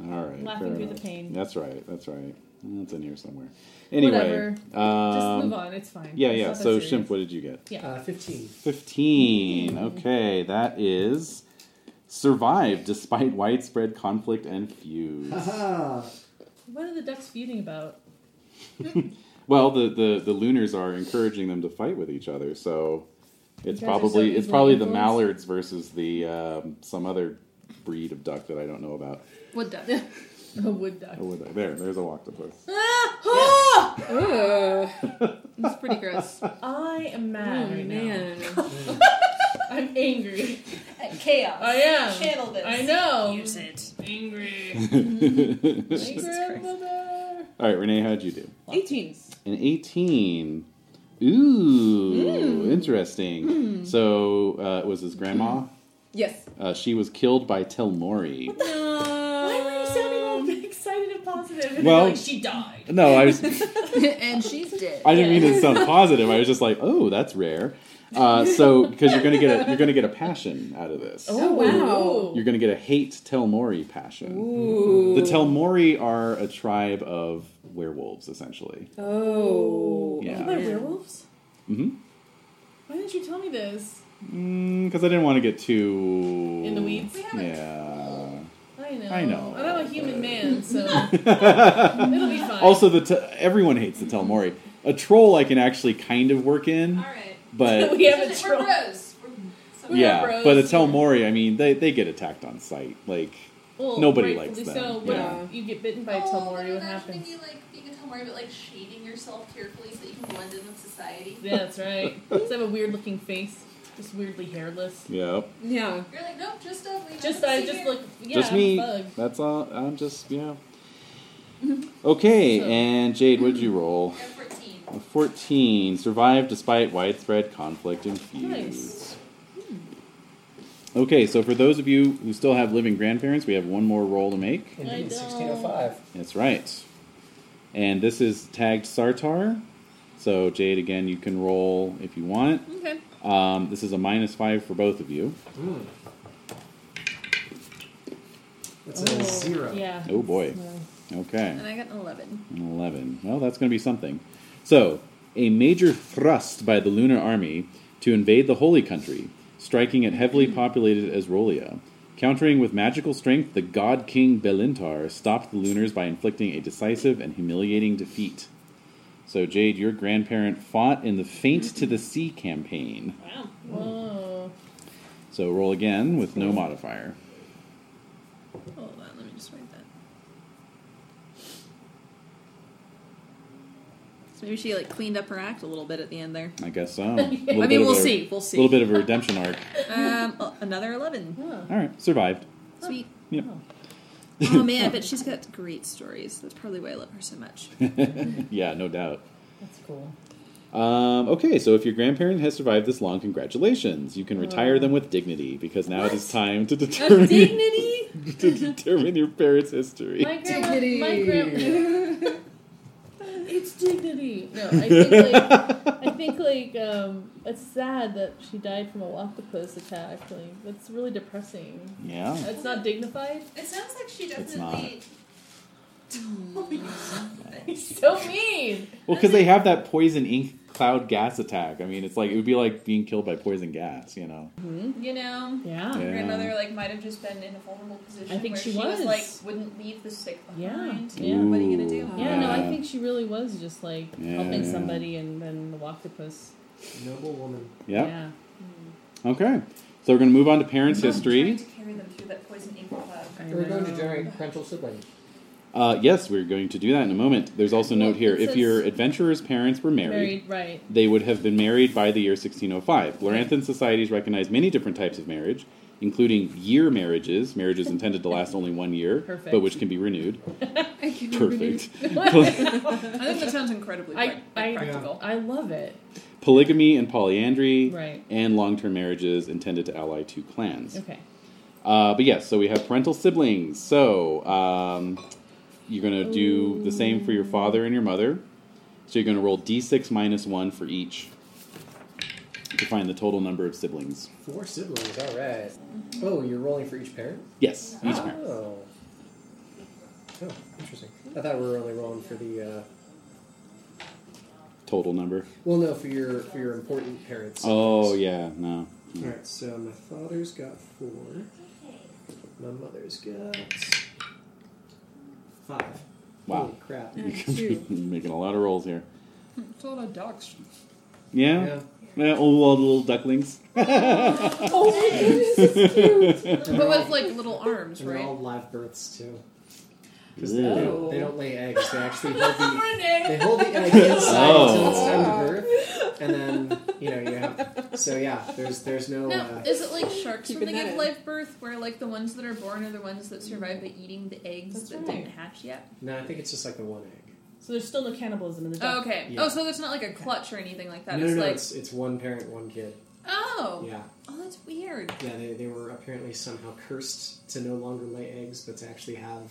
Speaker 6: All
Speaker 3: Laughing
Speaker 6: right, fair
Speaker 3: through
Speaker 6: enough.
Speaker 3: the pain.
Speaker 6: That's right. That's right. That's in here somewhere. Anyway,
Speaker 3: Whatever.
Speaker 6: Um,
Speaker 3: Just move on. It's fine.
Speaker 6: Yeah,
Speaker 3: It's
Speaker 6: yeah.
Speaker 3: not that
Speaker 6: So
Speaker 3: serious.
Speaker 6: Shimp, what did you get?
Speaker 4: Uh, 15.
Speaker 6: Fifteen.
Speaker 3: Mm-hmm.
Speaker 6: Okay, that is survived despite widespread conflict and feuds.
Speaker 4: Haha.
Speaker 3: What are the ducks feuding about?
Speaker 6: Well, the, the the Lunars are encouraging them to fight with each other, so it's
Speaker 3: guys are so
Speaker 6: probably it's
Speaker 3: easily
Speaker 6: probably the
Speaker 3: influenced.
Speaker 6: mallards versus the um, some other breed of duck that I don't know about.
Speaker 8: Wood duck.
Speaker 3: A wood duck.
Speaker 6: Oh, were they? there, there's a octopus.
Speaker 5: Ugh.
Speaker 8: It's pretty gross.
Speaker 3: I am mad
Speaker 5: oh
Speaker 3: right now.
Speaker 5: man.
Speaker 3: I Oh.
Speaker 6: All right, Renee, how'd you do?
Speaker 5: 18.
Speaker 6: An 18. Ooh,
Speaker 3: Mm. Hmm.
Speaker 6: interesting. So, uh, it was his grandma.
Speaker 5: Yes.
Speaker 6: Uh, she was killed by Telmori.
Speaker 3: Why were you sounding
Speaker 5: Um.
Speaker 3: all excited and positive? And
Speaker 6: Well-
Speaker 3: like she died.
Speaker 6: No, I was.
Speaker 8: and she's dead.
Speaker 6: I didn't mean it to sound positive. I was just like, oh, that's rare. Uh, so, because you're gonna get a, you're gonna get a passion out of this.
Speaker 5: Oh, wow.
Speaker 6: You're gonna get a hate Telmori passion.
Speaker 5: Ooh.
Speaker 6: The Telmori are a tribe of werewolves, essentially.
Speaker 5: Oh.
Speaker 6: Yeah.
Speaker 3: Oh, they're werewolves?
Speaker 6: Mhm.
Speaker 3: Why didn't you tell me this?
Speaker 6: Because Mm, I didn't want to get too
Speaker 3: In the weeds? Oh, We haven't-
Speaker 6: Yeah.
Speaker 3: I know.
Speaker 6: I know,
Speaker 3: And I'm a human
Speaker 6: but-
Speaker 3: man, so it'll be fine.
Speaker 6: Also, the te- everyone hates the Telmori. A troll I can actually kind of work in,
Speaker 7: Alright.
Speaker 6: but
Speaker 3: we have a
Speaker 7: We're
Speaker 3: troll.
Speaker 7: bros. We're-
Speaker 6: yeah.
Speaker 3: bros.
Speaker 6: But a Telmori, I mean, they they get attacked on sight. Like,
Speaker 3: Well,
Speaker 6: nobody
Speaker 3: rightfully
Speaker 6: likes
Speaker 3: So
Speaker 6: them,
Speaker 3: what
Speaker 6: yeah.
Speaker 3: if you get bitten by a
Speaker 7: Oh,
Speaker 3: Telmori?
Speaker 7: but
Speaker 3: What
Speaker 7: imagine
Speaker 3: happens?
Speaker 7: if you, like, being a Telmori, but, like, shading yourself carefully so that you can blend in with society.
Speaker 3: Yeah, that's right. Does have a weird looking face? Just weirdly hairless.
Speaker 6: yeah,
Speaker 5: Yeah.
Speaker 7: You're like, nope, just ugly.
Speaker 3: Just
Speaker 7: nothing
Speaker 3: I
Speaker 7: to see
Speaker 3: just
Speaker 7: here.
Speaker 3: look yeah,
Speaker 6: just
Speaker 3: I'm
Speaker 6: me.
Speaker 3: a bug.
Speaker 6: That's all. I'm just yeah. Okay,
Speaker 3: So-
Speaker 6: and Jade, what did you roll?
Speaker 7: I'm 14.
Speaker 6: A 14. Survived despite widespread conflict and feuds.
Speaker 3: Nice.
Speaker 6: Okay, so for those of you who still have living grandparents, we have one more roll to make.
Speaker 3: I
Speaker 12: Indeed,
Speaker 3: don't.
Speaker 12: 1605.
Speaker 6: That's right. And this is tagged Sartar. So, Jade, again, you can roll if you want.
Speaker 8: Okay.
Speaker 6: Um, this is a minus five for both of you.
Speaker 4: It's a zero.
Speaker 3: Yeah.
Speaker 6: Oh, boy.
Speaker 3: No.
Speaker 6: Okay.
Speaker 8: And I got an 11.
Speaker 6: An 11. Well, that's going to be something. So, a major thrust by the Lunar Army to invade the Holy Country, striking at heavily populated Azrolia. Countering with magical strength, the god king Belintar stopped the Lunars by inflicting a decisive and humiliating defeat. So, Jade, your grandparent fought in the Faint to the Sea campaign.
Speaker 3: Wow. Whoa.
Speaker 6: So, roll again with no modifier.
Speaker 8: Hold on, let me just write that. So maybe she like cleaned up her act a little bit at the end there.
Speaker 6: I guess so. A little
Speaker 8: I
Speaker 6: bit
Speaker 8: mean,
Speaker 6: of
Speaker 8: we'll
Speaker 6: a-
Speaker 8: see. We'll see.
Speaker 6: little bit of a redemption arc.
Speaker 8: Um, oh, another 11.
Speaker 3: Huh.
Speaker 6: All right, survived.
Speaker 8: Sweet.
Speaker 6: Yep.
Speaker 8: Oh man, I bet she's got great stories. That's probably why I love her so much.
Speaker 6: yeah, no doubt.
Speaker 3: That's cool.
Speaker 6: Um, okay, so if your grandparent has survived this long, congratulations. You can retire them with dignity because now it is time to determine
Speaker 3: Dignity.
Speaker 6: to determine your parents' history.
Speaker 3: My grandma. My grandma. it's dignity. No, I think like.
Speaker 6: yeah,
Speaker 3: I think like um, it's sad that she died from a octopus attack. Like that's really depressing. It's not dignified.
Speaker 7: It sounds like she
Speaker 6: It's
Speaker 7: definitely.
Speaker 3: He's so mean.
Speaker 6: well, because they have that poison ink cloud gas attack. I mean, it's like it would be like being killed by poison gas, you know?
Speaker 9: You know,
Speaker 3: Yeah.
Speaker 9: her
Speaker 6: Yeah.
Speaker 9: grandmother like might have just been in a vulnerable position.
Speaker 3: I think
Speaker 9: where
Speaker 3: she
Speaker 9: she was.
Speaker 3: was.
Speaker 9: like wouldn't leave the sick
Speaker 3: Yeah.
Speaker 9: behind.
Speaker 3: Yeah.
Speaker 9: What are you gonna do?
Speaker 6: Ooh,
Speaker 3: Yeah, no, I think she really was just like
Speaker 6: Yeah,
Speaker 3: helping
Speaker 6: yeah.
Speaker 3: somebody and then the octopus.
Speaker 4: Noble woman.
Speaker 6: Yeah.
Speaker 3: Yeah.
Speaker 6: Okay. So we're gonna move on to parents'
Speaker 9: Trying
Speaker 6: history.
Speaker 9: to carry them through that poison ink cloud.
Speaker 3: I
Speaker 12: We're going to
Speaker 3: know.
Speaker 12: generate parental sibling.
Speaker 6: Uh, yes, we're going to do that in a moment. There's also a note here:
Speaker 3: it
Speaker 6: if
Speaker 3: says-
Speaker 6: your adventurer's parents were married,
Speaker 3: Married, right.
Speaker 6: they would have been married by the year 1605. Gloranthan societies recognize many different types of marriage, including year marriages, marriages intended to last only one year,
Speaker 3: Perfect.
Speaker 6: but which can be renewed. Perfect.
Speaker 8: I think that sounds incredibly
Speaker 3: I, I,
Speaker 4: Practical.
Speaker 3: I love it.
Speaker 6: Polygamy and polyandry,
Speaker 3: Right.
Speaker 6: and long term marriages intended to ally two clans.
Speaker 3: Okay.
Speaker 6: Uh, but yes, so we have parental siblings. So um, you're going to do the same for your father and your mother. So you're going to roll d6 minus 1 for each to find the total number of siblings.
Speaker 4: Four siblings.
Speaker 12: All right. Oh, you're rolling for each parent?
Speaker 6: Yes, each parent.
Speaker 12: Oh. Oh, interesting. I thought we were only rolling for the. Uh,
Speaker 6: Total number.
Speaker 4: Well, no, for your for your important parents.
Speaker 6: Oh yeah, no.
Speaker 4: All right. So my father's got four. My mother's got five.
Speaker 6: Wow.
Speaker 4: Holy crap.
Speaker 6: You're making a lot of rolls here.
Speaker 8: Hmm, It's a lot of dogs.
Speaker 6: Yeah.
Speaker 4: Yeah.
Speaker 6: Yeah, all, all the little ducklings.
Speaker 8: But with like little arms,
Speaker 4: And they're
Speaker 8: right?
Speaker 4: all live births too.
Speaker 6: Ew.
Speaker 4: They don't lay eggs. They actually hold the, they hold the egg inside
Speaker 6: Oh.
Speaker 4: until it's time to birth, and then you know you have So yeah, there's there's no.
Speaker 8: Now,
Speaker 4: uh,
Speaker 8: is it like sharks
Speaker 5: Keeping
Speaker 8: when they
Speaker 5: that
Speaker 8: give
Speaker 5: in.
Speaker 8: live birth, where like the ones that are born are the ones that survive by eating the eggs
Speaker 3: That's
Speaker 8: that
Speaker 3: right.
Speaker 8: didn't hatch yet?
Speaker 4: no, I think it's just like the one egg.
Speaker 3: So there's still no cannibalism in the duck.
Speaker 8: Oh, okay.
Speaker 4: Yeah.
Speaker 8: Oh, so there's not like a clutch or anything like that.
Speaker 4: no, no,
Speaker 8: it's
Speaker 4: no,
Speaker 8: like
Speaker 4: it's it's one parent, one kid.
Speaker 8: oh,
Speaker 4: Yeah,
Speaker 8: oh, that's weird.
Speaker 4: yeah. They, they were apparently somehow cursed to no longer lay eggs, but to actually have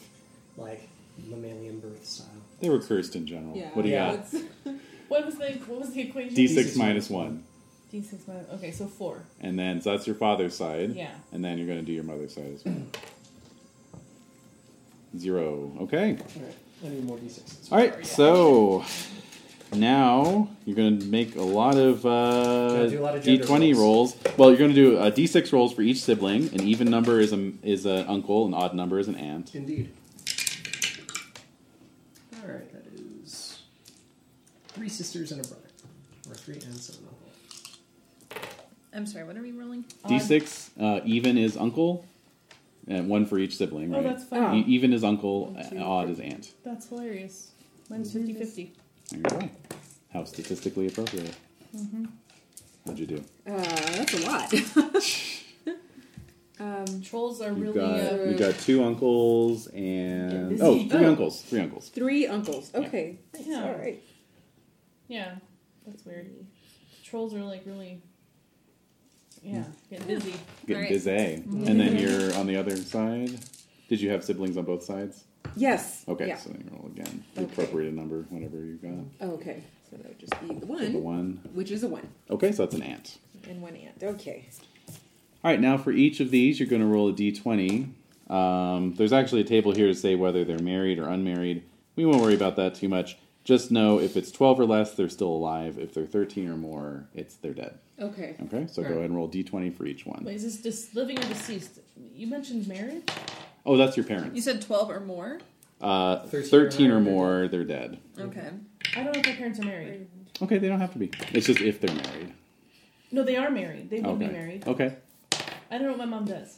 Speaker 4: like mammalian birth style.
Speaker 6: They were cursed in general.
Speaker 5: Yeah.
Speaker 6: What do you
Speaker 4: Yeah.
Speaker 6: got?
Speaker 3: What was the what was the equation?
Speaker 6: D
Speaker 4: D6
Speaker 6: six minus one,
Speaker 3: D six minus. Okay, so four.
Speaker 6: and then so that's your father's side.
Speaker 3: Yeah.
Speaker 6: And then you're going to do your mother's side as well. Zero. Okay.
Speaker 4: All right, I need more d6s.
Speaker 6: All right. So now you're going to make a lot of uh,
Speaker 4: Gotta do a lot of gender
Speaker 6: d20 rolls. Well, you're going to do uh, d6 rolls for each sibling. An even number is a is an uncle. An odd number is an aunt.
Speaker 4: Indeed. All right, that is three sisters and a brother, or three aunts and an uncle.
Speaker 8: I'm sorry. What are we rolling?
Speaker 6: D6 uh, even is uncle, and one for each sibling.
Speaker 3: Oh,
Speaker 6: Right.
Speaker 3: that's funny.
Speaker 6: E- even is uncle. uh, Odd is aunt.
Speaker 3: That's hilarious. Mine's 50 50.
Speaker 6: There you go. How statistically appropriate.
Speaker 3: Mm-hmm.
Speaker 6: What'd you do?
Speaker 5: Uh, that's a lot. um,
Speaker 3: Trolls are really.
Speaker 6: You've got,
Speaker 3: uh,
Speaker 6: you've got two uncles and
Speaker 5: busy.
Speaker 6: oh, three
Speaker 5: Oh.
Speaker 6: uncles, three uncles.
Speaker 5: three uncles. Okay. Nice.
Speaker 3: Yeah.
Speaker 5: All right.
Speaker 3: yeah, that's weird. Trolls are like really. Yeah,
Speaker 6: Hmm.
Speaker 3: getting busy.
Speaker 6: Getting
Speaker 8: Right.
Speaker 6: busy,
Speaker 5: Mm-hmm.
Speaker 6: and then you're on the other side. Did you have siblings on both sides?
Speaker 5: Yes.
Speaker 6: Okay,
Speaker 5: Yeah.
Speaker 6: so then you roll again. The
Speaker 5: Okay. Mm-hmm.
Speaker 6: appropriate number, whatever you got.
Speaker 5: Okay. So that would just be the
Speaker 6: Take a
Speaker 5: one,
Speaker 6: one.
Speaker 5: which is a one,
Speaker 6: Okay, so that's an ant.
Speaker 5: and one ant. Okay.
Speaker 6: All right, now for each of these, you're going to roll a d20. Um, there's actually a table here to say whether they're married or unmarried. We won't worry about that too much. Just know if it's 12 or less, they're still alive. If they're 13 or more, it's they're dead.
Speaker 5: Okay.
Speaker 6: Okay, so go ahead and roll d20 for each one.
Speaker 3: Wait, is this dis- living or deceased? You mentioned marriage?
Speaker 6: Oh, that's your
Speaker 8: You
Speaker 6: parents.
Speaker 8: said twelve or more.
Speaker 6: Uh,
Speaker 4: 13
Speaker 6: 13
Speaker 4: or
Speaker 6: or
Speaker 4: higher,
Speaker 6: more, they're dead.
Speaker 8: Okay.
Speaker 3: I don't know if my parents are married.
Speaker 6: Okay, they don't have to be. It's just if they're married.
Speaker 3: No, they are married. They will
Speaker 6: okay.
Speaker 3: be married.
Speaker 6: Okay.
Speaker 3: I don't know what my mom does.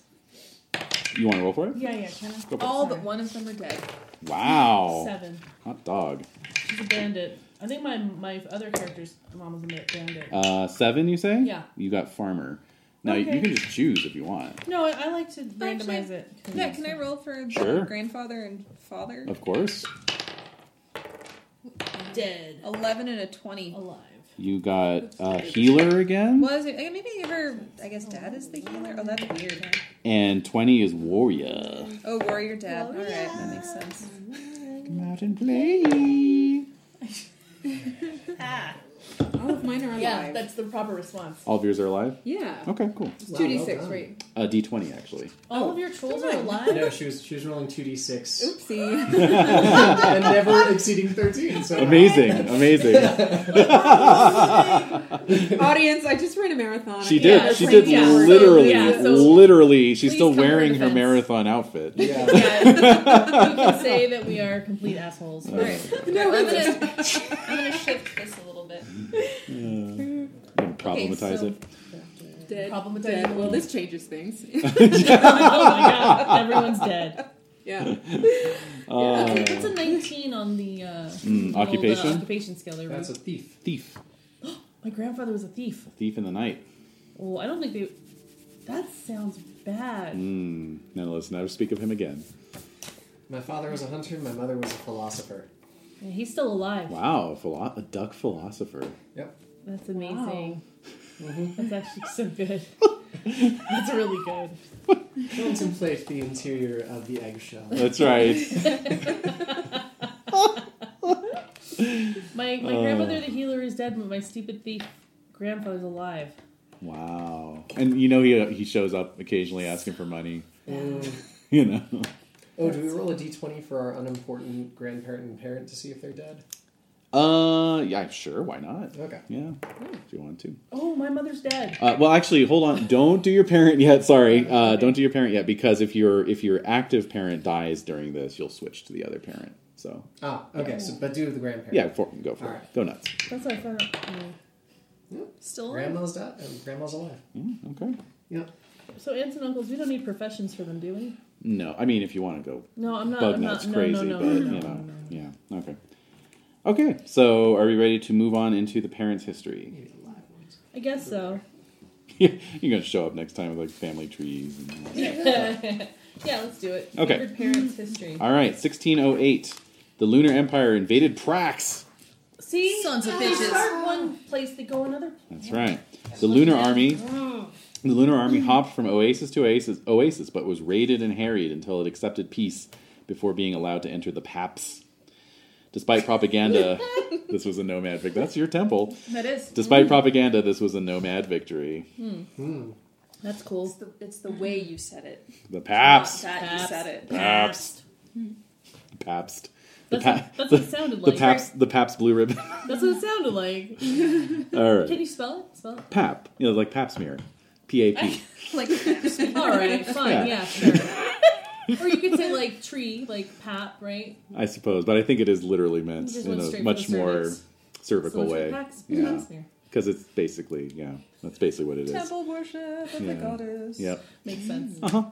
Speaker 6: You want to roll for it?
Speaker 3: Yeah, yeah, kind of.
Speaker 6: Go for it.
Speaker 8: All but one of them are dead.
Speaker 6: Wow.
Speaker 3: Seven.
Speaker 6: Hot dog.
Speaker 3: She's a bandit. I think my my other character's mom was a ba- bandit.
Speaker 6: Uh, seven, you say?
Speaker 3: Yeah.
Speaker 6: You got farmer. Now,
Speaker 3: Okay.
Speaker 6: you can just choose if you want.
Speaker 3: no, I, I like to randomize it.
Speaker 8: Yeah. Can I roll for the
Speaker 6: Sure.
Speaker 8: grandfather and father?
Speaker 6: Of course.
Speaker 3: Dead.
Speaker 8: Eleven and a twenty.
Speaker 3: Alive.
Speaker 6: You got uh, healer again,
Speaker 8: Was it, eh, maybe her? I guess dad is the healer. Oh, that's weird.
Speaker 6: and twenty is warrior.
Speaker 8: Oh, warrior dad. All right, that makes sense.
Speaker 6: Come out and play.
Speaker 5: All of mine are alive.
Speaker 3: Yeah, that's the proper response.
Speaker 6: All of yours are alive.
Speaker 5: yeah.
Speaker 6: Okay, cool.
Speaker 5: It's
Speaker 4: Wow,
Speaker 5: two d
Speaker 4: well
Speaker 5: six,
Speaker 4: done.
Speaker 5: right?
Speaker 6: Uh, D twenty actually.
Speaker 3: All
Speaker 5: Oh,
Speaker 3: of your trolls
Speaker 5: come
Speaker 3: are
Speaker 5: on.
Speaker 3: alive?
Speaker 4: No, she was she was rolling two d6
Speaker 5: Oopsie.
Speaker 4: and never exceeding thirteen. So
Speaker 6: Amazing, amazing.
Speaker 5: Audience, I just ran a marathon.
Speaker 6: She
Speaker 5: I
Speaker 6: did.
Speaker 5: can't
Speaker 6: she
Speaker 5: believe
Speaker 6: did
Speaker 5: you were-
Speaker 6: literally,
Speaker 3: yeah, so-
Speaker 6: literally. She's
Speaker 3: Please
Speaker 6: still
Speaker 3: come to her
Speaker 6: wearing her
Speaker 3: defense.
Speaker 6: marathon outfit.
Speaker 4: Yeah.
Speaker 3: Yeah. you can say that we are complete assholes.
Speaker 8: All right.
Speaker 5: No,
Speaker 9: I'm
Speaker 5: it's
Speaker 9: gonna, I'm gonna shift this a little bit.
Speaker 6: And problematize
Speaker 8: so-
Speaker 6: it.
Speaker 5: dead.
Speaker 3: Problematizing
Speaker 5: Dead. Well,
Speaker 3: women.
Speaker 5: this changes things.
Speaker 3: oh my god, everyone's dead.
Speaker 5: yeah.
Speaker 9: Uh,
Speaker 3: Okay, that's a 19 on the uh,
Speaker 9: hmm,
Speaker 3: old, uh,
Speaker 6: occupation?
Speaker 3: occupation scale there.
Speaker 4: That's a
Speaker 3: Ruth.
Speaker 4: thief.
Speaker 6: Thief,
Speaker 3: My grandfather was a thief.
Speaker 6: thief in the night.
Speaker 3: Well, I don't think they. That sounds bad.
Speaker 6: Mm, now let's never speak of him again.
Speaker 4: My father was a hunter. My mother was a philosopher.
Speaker 3: Yeah, he's still alive.
Speaker 6: Wow, a, philo- a duck philosopher.
Speaker 4: Yep.
Speaker 3: That's amazing. Mm-hmm. That's actually so good. That's really good.
Speaker 4: Contemplate the interior of the eggshell.
Speaker 6: That's right.
Speaker 3: My my
Speaker 6: Uh.
Speaker 3: grandmother, the healer, is dead, but my stupid thief grandfather's alive.
Speaker 6: Wow. And you know he uh, he shows up occasionally asking for money.
Speaker 4: Mm.
Speaker 6: You know.
Speaker 4: Oh, do we roll a d20 for our unimportant grandparent and parent to see if they're dead?
Speaker 6: Uh yeah, sure, why not?
Speaker 4: Okay.
Speaker 6: Yeah. If you want to.
Speaker 3: Oh, my mother's dead.
Speaker 6: Uh, well actually hold on. Don't do your parent yet, sorry. Uh, don't do your parent yet because if your if your active parent dies during this, you'll switch to the other parent. So
Speaker 4: Ah, okay. So, but do the grandparent.
Speaker 6: yeah, for, go for it.
Speaker 4: Alright.
Speaker 6: Go nuts.
Speaker 3: That's what I found out. Mm.
Speaker 8: Still alive.
Speaker 4: Grandma's dead. And grandma's alive.
Speaker 6: Mm, okay.
Speaker 4: Yep.
Speaker 3: So aunts and uncles, we don't need professions for them, do we?
Speaker 6: No, I mean if you want to go
Speaker 3: No, I'm not.
Speaker 6: bug
Speaker 3: I'm
Speaker 6: nuts
Speaker 3: not.
Speaker 6: crazy,
Speaker 3: no, no, no,
Speaker 6: but
Speaker 3: no,
Speaker 6: you
Speaker 3: no,
Speaker 6: know,
Speaker 3: no.
Speaker 6: yeah. Okay. Okay, so are we ready to move on into the parents' history?
Speaker 3: I guess so.
Speaker 6: You're going to show up next time with like family trees and all that stuff.
Speaker 3: yeah, let's do it.
Speaker 6: Okay.
Speaker 3: Favorite parents' history.
Speaker 6: All right, 1608. The Lunar Empire invaded Prax.
Speaker 3: See,
Speaker 8: Sons of
Speaker 3: They
Speaker 8: bitches.
Speaker 3: start one place, they go another.
Speaker 6: That's right. The Lunar Army.
Speaker 3: Mm.
Speaker 6: The Lunar Army hopped from oasis to oasis, oasis, but was raided and harried until it accepted peace before being allowed to enter the Paps. Despite propaganda, this was a nomad victory. That's your temple.
Speaker 3: That is.
Speaker 6: Despite propaganda, this was a nomad victory.
Speaker 3: That's cool.
Speaker 5: It's the, it's the way you said it.
Speaker 6: The
Speaker 3: Oh,
Speaker 6: Paps.
Speaker 5: Not that you
Speaker 3: Paps.
Speaker 5: said it.
Speaker 6: Paps. Papst. The
Speaker 3: That's, what, that's what it sounded
Speaker 6: the
Speaker 3: like.
Speaker 6: Paps. The Paps blue ribbon.
Speaker 3: That's what it sounded like.
Speaker 6: All right.
Speaker 3: Can you spell it? Spell
Speaker 6: Pap, you know, like pap smear. P A P.
Speaker 8: Like,
Speaker 3: it. All right, fine, yeah,
Speaker 6: Yeah.
Speaker 3: sure. or you could say like tree, like pap, right?
Speaker 6: I suppose, but I think it is literally meant
Speaker 3: You just
Speaker 6: in
Speaker 3: went
Speaker 6: a
Speaker 3: straight
Speaker 6: much
Speaker 3: for the
Speaker 6: more
Speaker 3: cervix.
Speaker 6: cervical
Speaker 3: So
Speaker 6: way.
Speaker 3: it's pax-
Speaker 6: Yeah.
Speaker 3: paxmere.
Speaker 6: Because it's basically, yeah, that's basically what it is.
Speaker 5: Temple worship of
Speaker 6: Yeah.
Speaker 5: the goddess.
Speaker 6: Yep.
Speaker 3: Makes sense.
Speaker 6: Mm.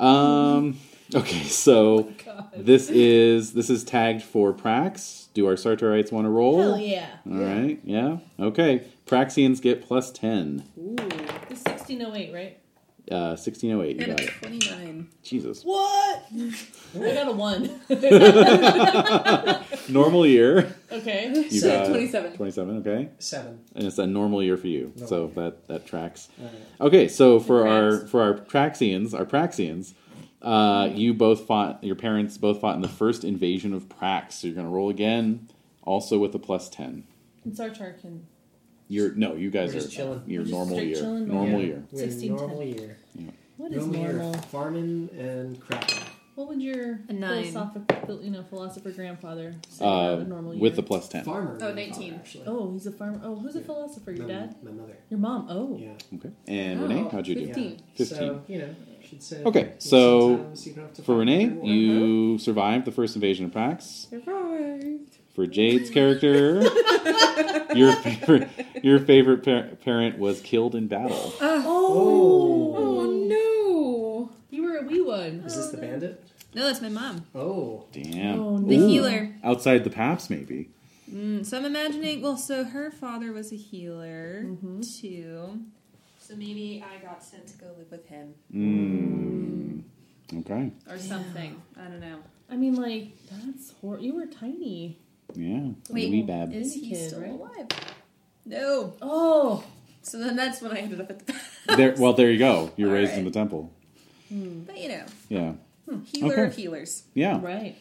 Speaker 6: Um, okay, so
Speaker 3: God.
Speaker 6: this is this is tagged for Prax. Do our Sartorites want to roll?
Speaker 3: Hell yeah.
Speaker 6: All right, yeah, okay. Praxians get plus ten.
Speaker 3: Ooh. This 1608, right?
Speaker 6: Uh, sixteen oh eight. You
Speaker 8: and
Speaker 6: got
Speaker 8: it's
Speaker 6: it.
Speaker 8: 29.
Speaker 6: Jesus.
Speaker 3: What? I got a one.
Speaker 6: Normal year.
Speaker 3: okay.
Speaker 6: You
Speaker 5: So,
Speaker 6: got
Speaker 5: 27.
Speaker 6: Twenty-seven. Okay.
Speaker 12: Seven.
Speaker 6: and it's a normal year for you,
Speaker 12: Normal
Speaker 6: so
Speaker 12: year.
Speaker 6: that that tracks. Okay, so for
Speaker 3: tracks.
Speaker 6: our for our Traxians, our Praxians, uh, you both fought. Your parents both fought in the first invasion of Prax. So you're gonna roll again, also with a plus ten.
Speaker 3: And Sartar can.
Speaker 6: You're no, you guys
Speaker 12: We're
Speaker 6: are
Speaker 12: just chilling.
Speaker 6: Your
Speaker 3: We're just
Speaker 6: normal
Speaker 3: straight
Speaker 6: year,
Speaker 3: chilling right
Speaker 6: normal
Speaker 3: now.
Speaker 6: year.
Speaker 12: We're in
Speaker 3: 16,
Speaker 12: normal year.
Speaker 3: What is
Speaker 12: normal year.
Speaker 3: normal?
Speaker 12: Farming and crapping.
Speaker 3: What would your
Speaker 8: A nine.
Speaker 3: philosophical, you know, philosopher grandfather say about
Speaker 6: Uh,
Speaker 3: a normal year?
Speaker 6: with the plus ten.
Speaker 12: Farmer.
Speaker 5: Oh,
Speaker 12: and
Speaker 5: 19.
Speaker 12: farmer, actually.
Speaker 3: Oh, he's a farmer. Oh, who's a philosopher? Your
Speaker 12: my,
Speaker 3: dad?
Speaker 12: My mother.
Speaker 3: Your mom? Oh.
Speaker 12: Yeah.
Speaker 6: Okay, and
Speaker 3: Wow,
Speaker 6: Renee, how'd you do?
Speaker 12: Yeah.
Speaker 3: 15.
Speaker 6: Fifteen.
Speaker 12: So, you know, should say.
Speaker 6: Okay,
Speaker 12: you know,
Speaker 6: so
Speaker 12: sometimes you don't have to
Speaker 6: For
Speaker 12: fight
Speaker 6: Renee,
Speaker 3: Uh-huh.
Speaker 12: every war.
Speaker 6: you survived the first invasion of Prax.
Speaker 5: Survived.
Speaker 6: For Jade's character, your favorite, your favorite par- parent was killed in battle.
Speaker 12: Oh.
Speaker 5: Oh no.
Speaker 3: You were a wee one.
Speaker 12: Is this the bandit?
Speaker 8: No, that's my mom.
Speaker 12: Oh.
Speaker 6: Damn.
Speaker 3: Oh,
Speaker 8: The
Speaker 3: no.
Speaker 6: Ooh.
Speaker 8: healer.
Speaker 6: Outside the Paps, maybe.
Speaker 8: Mm, so I'm imagining. Well, so her father was a healer too.
Speaker 9: So maybe I got sent to go live with him.
Speaker 6: Mm. Okay.
Speaker 5: Or something.
Speaker 8: I don't know.
Speaker 3: I mean, like, that's horrible. You were tiny.
Speaker 6: Yeah.
Speaker 8: Wait,
Speaker 6: Wee bab.
Speaker 8: Is
Speaker 3: Any
Speaker 8: he
Speaker 3: kid,
Speaker 8: still
Speaker 3: right?
Speaker 8: alive? No.
Speaker 3: Oh.
Speaker 8: So then that's when I ended up at the.
Speaker 6: There, well, there you go. You're
Speaker 8: All
Speaker 6: raised
Speaker 8: right.
Speaker 6: in the temple.
Speaker 8: but you know,
Speaker 6: Yeah.
Speaker 8: healer
Speaker 6: Mm. Okay.
Speaker 8: of healers.
Speaker 6: Yeah.
Speaker 3: Right.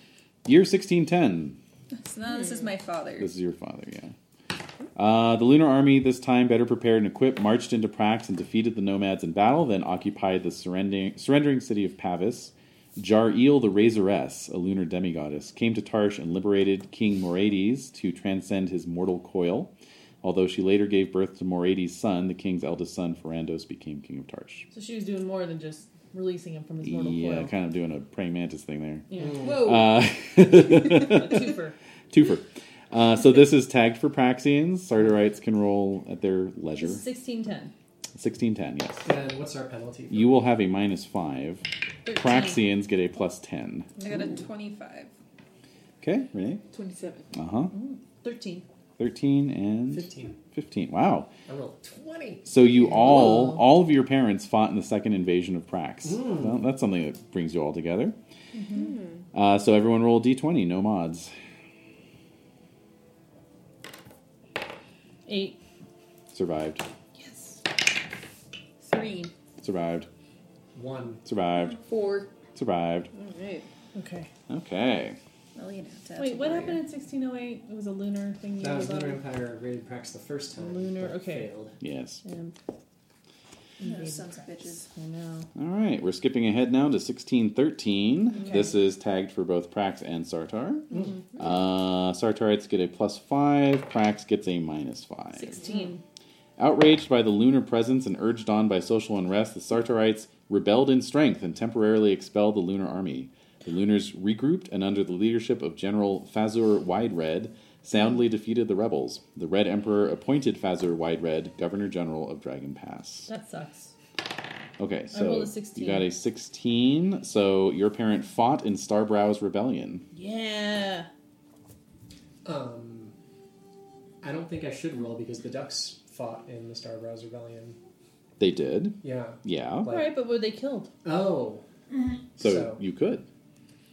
Speaker 6: Year 1610.
Speaker 8: So now this is
Speaker 2: Hmm.
Speaker 8: my father.
Speaker 6: This is your father, yeah. Uh, the lunar army, this time better prepared and equipped, marched into Prax and defeated the nomads in battle, then occupied the surrendering, surrendering city of Pavis. Jar Eel, the Razoress, a lunar demigoddess, came to Tarsh and liberated King Morades to transcend his mortal coil. Although she later gave birth to Morades' son, the king's eldest son, Ferrandos, became king of Tarsh.
Speaker 3: So she was doing more than just releasing him from his mortal
Speaker 6: Yeah,
Speaker 3: coil.
Speaker 6: kind of doing a praying mantis thing there.
Speaker 3: Yeah.
Speaker 5: Whoa.
Speaker 6: Uh,
Speaker 3: A twofer.
Speaker 6: Twofer. Uh, so this is tagged for Praxians. Sardarites can roll at their leisure.
Speaker 3: This is 1610.
Speaker 6: 1610, yes.
Speaker 12: And what's our penalty? For
Speaker 6: You will have a minus 5. Praxians get a plus 10.
Speaker 8: I got a 25.
Speaker 6: Okay, Renee?
Speaker 5: 27.
Speaker 6: Uh huh.
Speaker 3: 13.
Speaker 6: 13 and
Speaker 12: 15.
Speaker 6: 15. Wow.
Speaker 12: I rolled 20.
Speaker 6: So you all,
Speaker 3: Whoa.
Speaker 6: all of your parents fought in the second invasion of Prax. Well, that's something that brings you all together. Uh, so everyone roll d20, no mods.
Speaker 3: 8.
Speaker 6: Survived.
Speaker 3: Yes.
Speaker 5: Three.
Speaker 6: Survived.
Speaker 12: One.
Speaker 6: Survived.
Speaker 5: Four.
Speaker 6: Survived.
Speaker 5: Alright.
Speaker 3: Okay.
Speaker 6: Okay.
Speaker 8: Well, you know. that's
Speaker 3: Wait,
Speaker 8: a
Speaker 3: what
Speaker 8: warrior.
Speaker 3: happened in 1608? It was a lunar thing you
Speaker 12: That
Speaker 3: were
Speaker 12: was
Speaker 3: about.
Speaker 12: Lunar Empire raided Prax the first time.
Speaker 3: Lunar-
Speaker 12: but
Speaker 3: okay.
Speaker 12: Failed.
Speaker 6: Yes.
Speaker 3: And
Speaker 5: Those sons of bitches.
Speaker 3: I know.
Speaker 6: All right, we're skipping ahead now to 1613. This is tagged for both Prax and Sartar. Uh, Sartarites get a plus five, Prax gets a minus five.
Speaker 3: 16.
Speaker 6: Outraged by the lunar presence and urged on by social unrest, the Sartarites rebelled in strength and temporarily expelled the lunar army. The lunars regrouped and, under the leadership of General Fazur Wide Red, soundly defeated the rebels. The Red Emperor appointed Fazur Wide Red governor general of Dragon Pass.
Speaker 3: That sucks.
Speaker 6: Okay, so
Speaker 3: rolled a 16.
Speaker 6: you got a 16. So your parent fought in Starbrow's rebellion.
Speaker 3: Yeah.
Speaker 12: Um, I don't think I should roll because the ducks fought in the Star Browse Rebellion.
Speaker 6: They did.
Speaker 12: Yeah.
Speaker 6: Yeah.
Speaker 3: All right, but were they killed?
Speaker 4: Oh.
Speaker 6: so,
Speaker 4: So-
Speaker 6: you could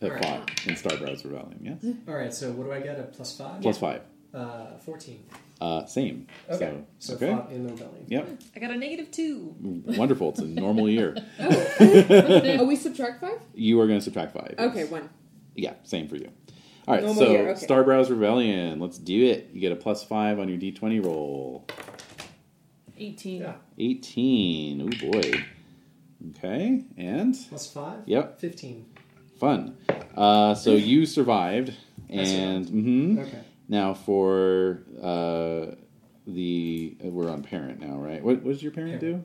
Speaker 6: have
Speaker 4: All right.
Speaker 6: fought in Starbrow's Rebellion, yes?
Speaker 4: All right. So what do I get? A plus five.
Speaker 6: Plus five.
Speaker 4: Uh, fourteen.
Speaker 6: Uh, same.
Speaker 4: Okay.
Speaker 6: So,
Speaker 4: So,
Speaker 6: okay.
Speaker 4: fought in the rebellion.
Speaker 6: Yep.
Speaker 8: I got a negative two.
Speaker 6: Wonderful. It's a normal year.
Speaker 5: oh, we subtract five?
Speaker 6: You are going to subtract five.
Speaker 5: Okay, one.
Speaker 6: Yeah, same for you. All right,
Speaker 5: Normal
Speaker 6: so
Speaker 5: year, okay.
Speaker 6: Starbrow's Rebellion. Let's do it. You get a plus five on your d20 roll.
Speaker 3: 18.
Speaker 4: Yeah.
Speaker 6: 18. Oh, boy. Okay, and
Speaker 4: Plus five.
Speaker 6: Yep.
Speaker 4: Fifteen.
Speaker 6: fun. Uh, so you survived. And mhm.
Speaker 4: Okay.
Speaker 6: now for uh, the. uh, We're on parent now, right? What, what does your parent, do?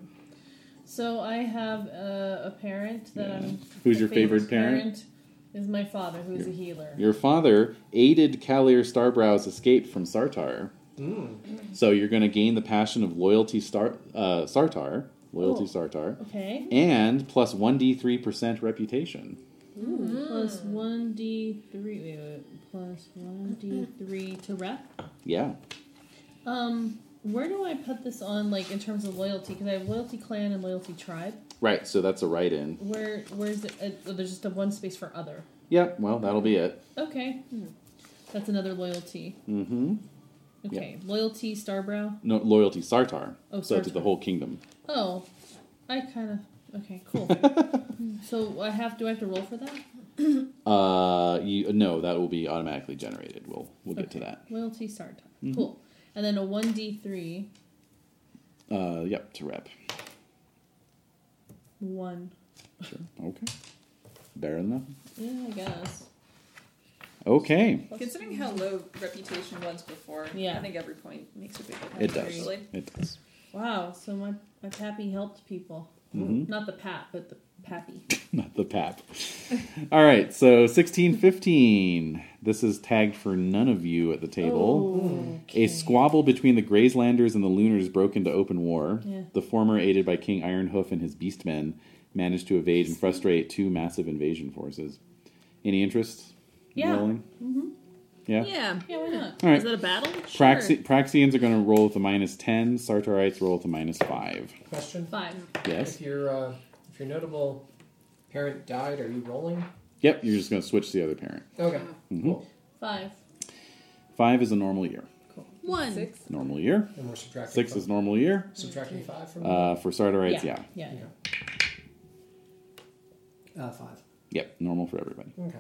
Speaker 3: So I have uh, a parent that
Speaker 6: Yeah.
Speaker 3: I'm.
Speaker 6: Who's
Speaker 3: my
Speaker 6: your favorite parent?
Speaker 3: Is my father, who is a healer.
Speaker 6: Your father aided Kalir Starbrow's escape from Sartar.
Speaker 12: Mm.
Speaker 6: So you're going to gain the passion of loyalty star, uh, Sartar. Loyalty Sartar.
Speaker 3: Okay.
Speaker 6: and plus 1d3% reputation.
Speaker 3: Plus 1d3. Wait, wait, wait. Plus 1d3 to rep.
Speaker 6: Yeah.
Speaker 3: Um, where do I put this on, like, in terms of loyalty? Because I have loyalty clan and loyalty tribe.
Speaker 6: Right, so that's a write in.
Speaker 3: Where, where's it? Uh, oh, there's just a one space for other.
Speaker 6: Yep, well, that'll be it.
Speaker 3: Okay. That's another loyalty.
Speaker 6: Mm hmm.
Speaker 3: Okay. Loyalty, Starbrow.
Speaker 6: No, loyalty Sartar.
Speaker 3: Oh,
Speaker 6: so to
Speaker 3: Sartar.
Speaker 6: the whole kingdom.
Speaker 3: Oh, I kind of. Okay, cool. so I have. Do I have to roll for that?
Speaker 6: Uh, you, no, that will be automatically generated. We'll we'll get to that.
Speaker 3: Loyalty, Sartar. Cool. And then a 1d3.
Speaker 6: Uh, yep, to rep.
Speaker 3: 1.
Speaker 6: Sure. Okay. Fair enough.
Speaker 3: Yeah, I guess.
Speaker 6: Okay,
Speaker 9: Considering how low reputation was before,
Speaker 3: Yeah.
Speaker 9: I think every point makes a big difference.
Speaker 6: it does.
Speaker 9: Really.
Speaker 6: It does.
Speaker 3: Wow, so my, my pappy helped people.
Speaker 6: Mhm.
Speaker 3: Not the pap, but the pappy.
Speaker 6: Not the pap. All right, so sixteen fifteen. This is tagged for none of you at the table. A squabble between the Grayslanders and the Lunars broke into open war.
Speaker 3: Yeah.
Speaker 6: The former, aided by King Ironhoof and his beastmen, managed to evade and frustrate two massive invasion forces. Any interest? in
Speaker 3: Yeah.
Speaker 6: Rolling? Mm-hmm. Yeah.
Speaker 8: Yeah.
Speaker 3: Yeah, why not?
Speaker 6: All right.
Speaker 8: Is that a battle? Sure.
Speaker 6: Praxi- Praxians are going to roll with a minus ten. Sartorites roll with a minus five.
Speaker 12: Question.
Speaker 3: Five.
Speaker 6: Yes.
Speaker 12: If your uh, if your notable parent died, are you rolling?
Speaker 6: Yep. You're just going to switch the other parent.
Speaker 12: Okay. Cool.
Speaker 3: Five.
Speaker 6: Five is a normal year.
Speaker 8: One.
Speaker 6: Normal year.
Speaker 12: And we're subtracting
Speaker 6: Six
Speaker 12: five.
Speaker 6: is normal year.
Speaker 12: subtracting five from
Speaker 6: Uh, for Sartorites, yeah.
Speaker 3: Yeah. yeah.
Speaker 12: uh, five.
Speaker 6: Yep, normal for everybody.
Speaker 12: Okay.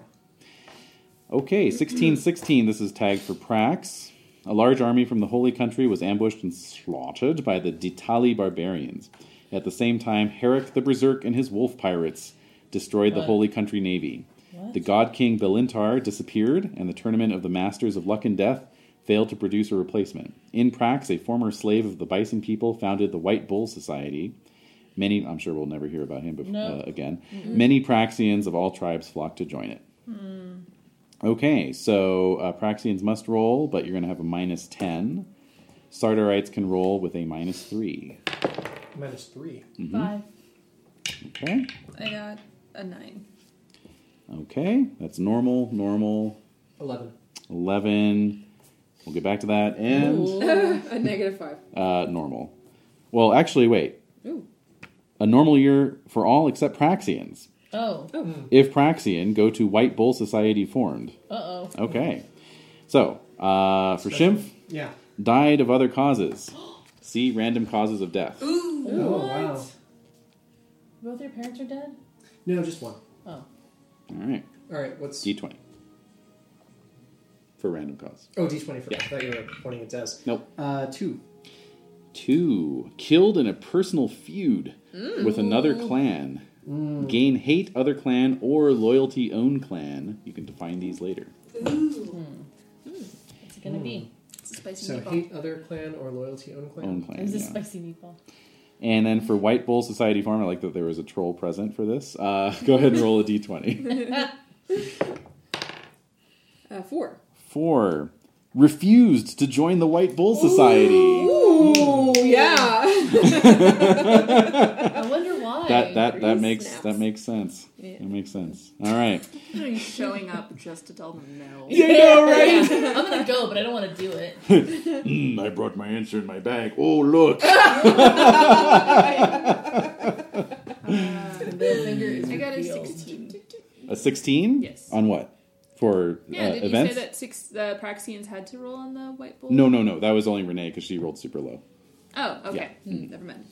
Speaker 6: Okay, 1616, this is tagged for Prax. A large army from the Holy Country was ambushed and slaughtered by the Ditali barbarians. At the same time, Herrick the Berserk and his wolf pirates destroyed the
Speaker 3: What?
Speaker 6: Holy Country Navy.
Speaker 3: What?
Speaker 6: The God King Belintar disappeared, and the tournament of the Masters of Luck and Death failed to produce a replacement. In Prax, a former slave of the Bison people founded the White Bull Society. Many, I'm sure we'll never hear about him bef-
Speaker 3: No.
Speaker 6: uh, again. Many Praxians of all tribes flocked to join it. Okay, so uh, Praxians must roll, but you're going to have a minus 10. Sardarites can roll with a minus 3.
Speaker 12: Minus three.
Speaker 6: Mm-hmm.
Speaker 3: Five.
Speaker 6: Okay?
Speaker 8: I got a nine.
Speaker 6: Okay, that's normal, normal,
Speaker 12: Eleven.
Speaker 6: 11. We'll get back to that. And
Speaker 5: a negative five.
Speaker 6: uh, normal. Well, actually, wait.
Speaker 5: Ooh.
Speaker 6: A normal year for all except Praxians.
Speaker 3: Oh. Uh
Speaker 6: If Praxian, go to White Bull Society formed.
Speaker 3: oh.
Speaker 6: Okay. So, uh, for Shimp,
Speaker 12: Yeah.
Speaker 6: died of other causes. See random causes of death.
Speaker 12: Oh wow.
Speaker 3: Both your parents are dead?
Speaker 12: No, just one.
Speaker 3: Oh.
Speaker 6: All right.
Speaker 12: All right. What's
Speaker 6: D20. For random cause.
Speaker 12: oh D twenty for?
Speaker 6: Yeah.
Speaker 12: I thought you were pointing at Des.
Speaker 6: Nope.
Speaker 12: Uh, two.
Speaker 6: Two. Killed in a personal feud with another
Speaker 2: Mm.
Speaker 6: clan. Gain hate other clan or loyalty own clan. You can define these later.
Speaker 3: What's it gonna be?
Speaker 8: It's a spicy
Speaker 12: So
Speaker 8: meatball.
Speaker 12: hate other clan or loyalty own clan.
Speaker 6: Own clan.
Speaker 3: It was a
Speaker 6: Hmm. yeah.
Speaker 3: spicy meatball.
Speaker 6: And then for White Bull Society Farm, I like that there was a troll present for this. Uh, go ahead and roll a d20.
Speaker 5: Uh, four.
Speaker 6: Four. Refused to join the White Bull Society.
Speaker 5: Ooh, yeah.
Speaker 3: I wonder why.
Speaker 6: that that that
Speaker 5: He
Speaker 6: makes
Speaker 5: snaps.
Speaker 6: that makes sense.
Speaker 5: Yeah.
Speaker 6: That makes sense. All right.
Speaker 2: showing up just to tell them no.
Speaker 6: You know, right?
Speaker 3: Oh, Yeah, I'm gonna go, but I don't want to do it.
Speaker 6: Mm, I brought my answer in my bag. Oh look.
Speaker 2: Middle finger is
Speaker 8: I got a
Speaker 2: revealed.
Speaker 8: 16.
Speaker 6: A sixteen?
Speaker 2: Yes.
Speaker 6: On what? For
Speaker 2: Yeah,
Speaker 6: uh,
Speaker 2: did
Speaker 6: events?
Speaker 2: you say that six the Praxians had to roll on the white bull?
Speaker 6: No, no, no. That was only Renee because she rolled super low.
Speaker 2: Oh, okay.
Speaker 6: Yeah.
Speaker 2: Hmm, never mind.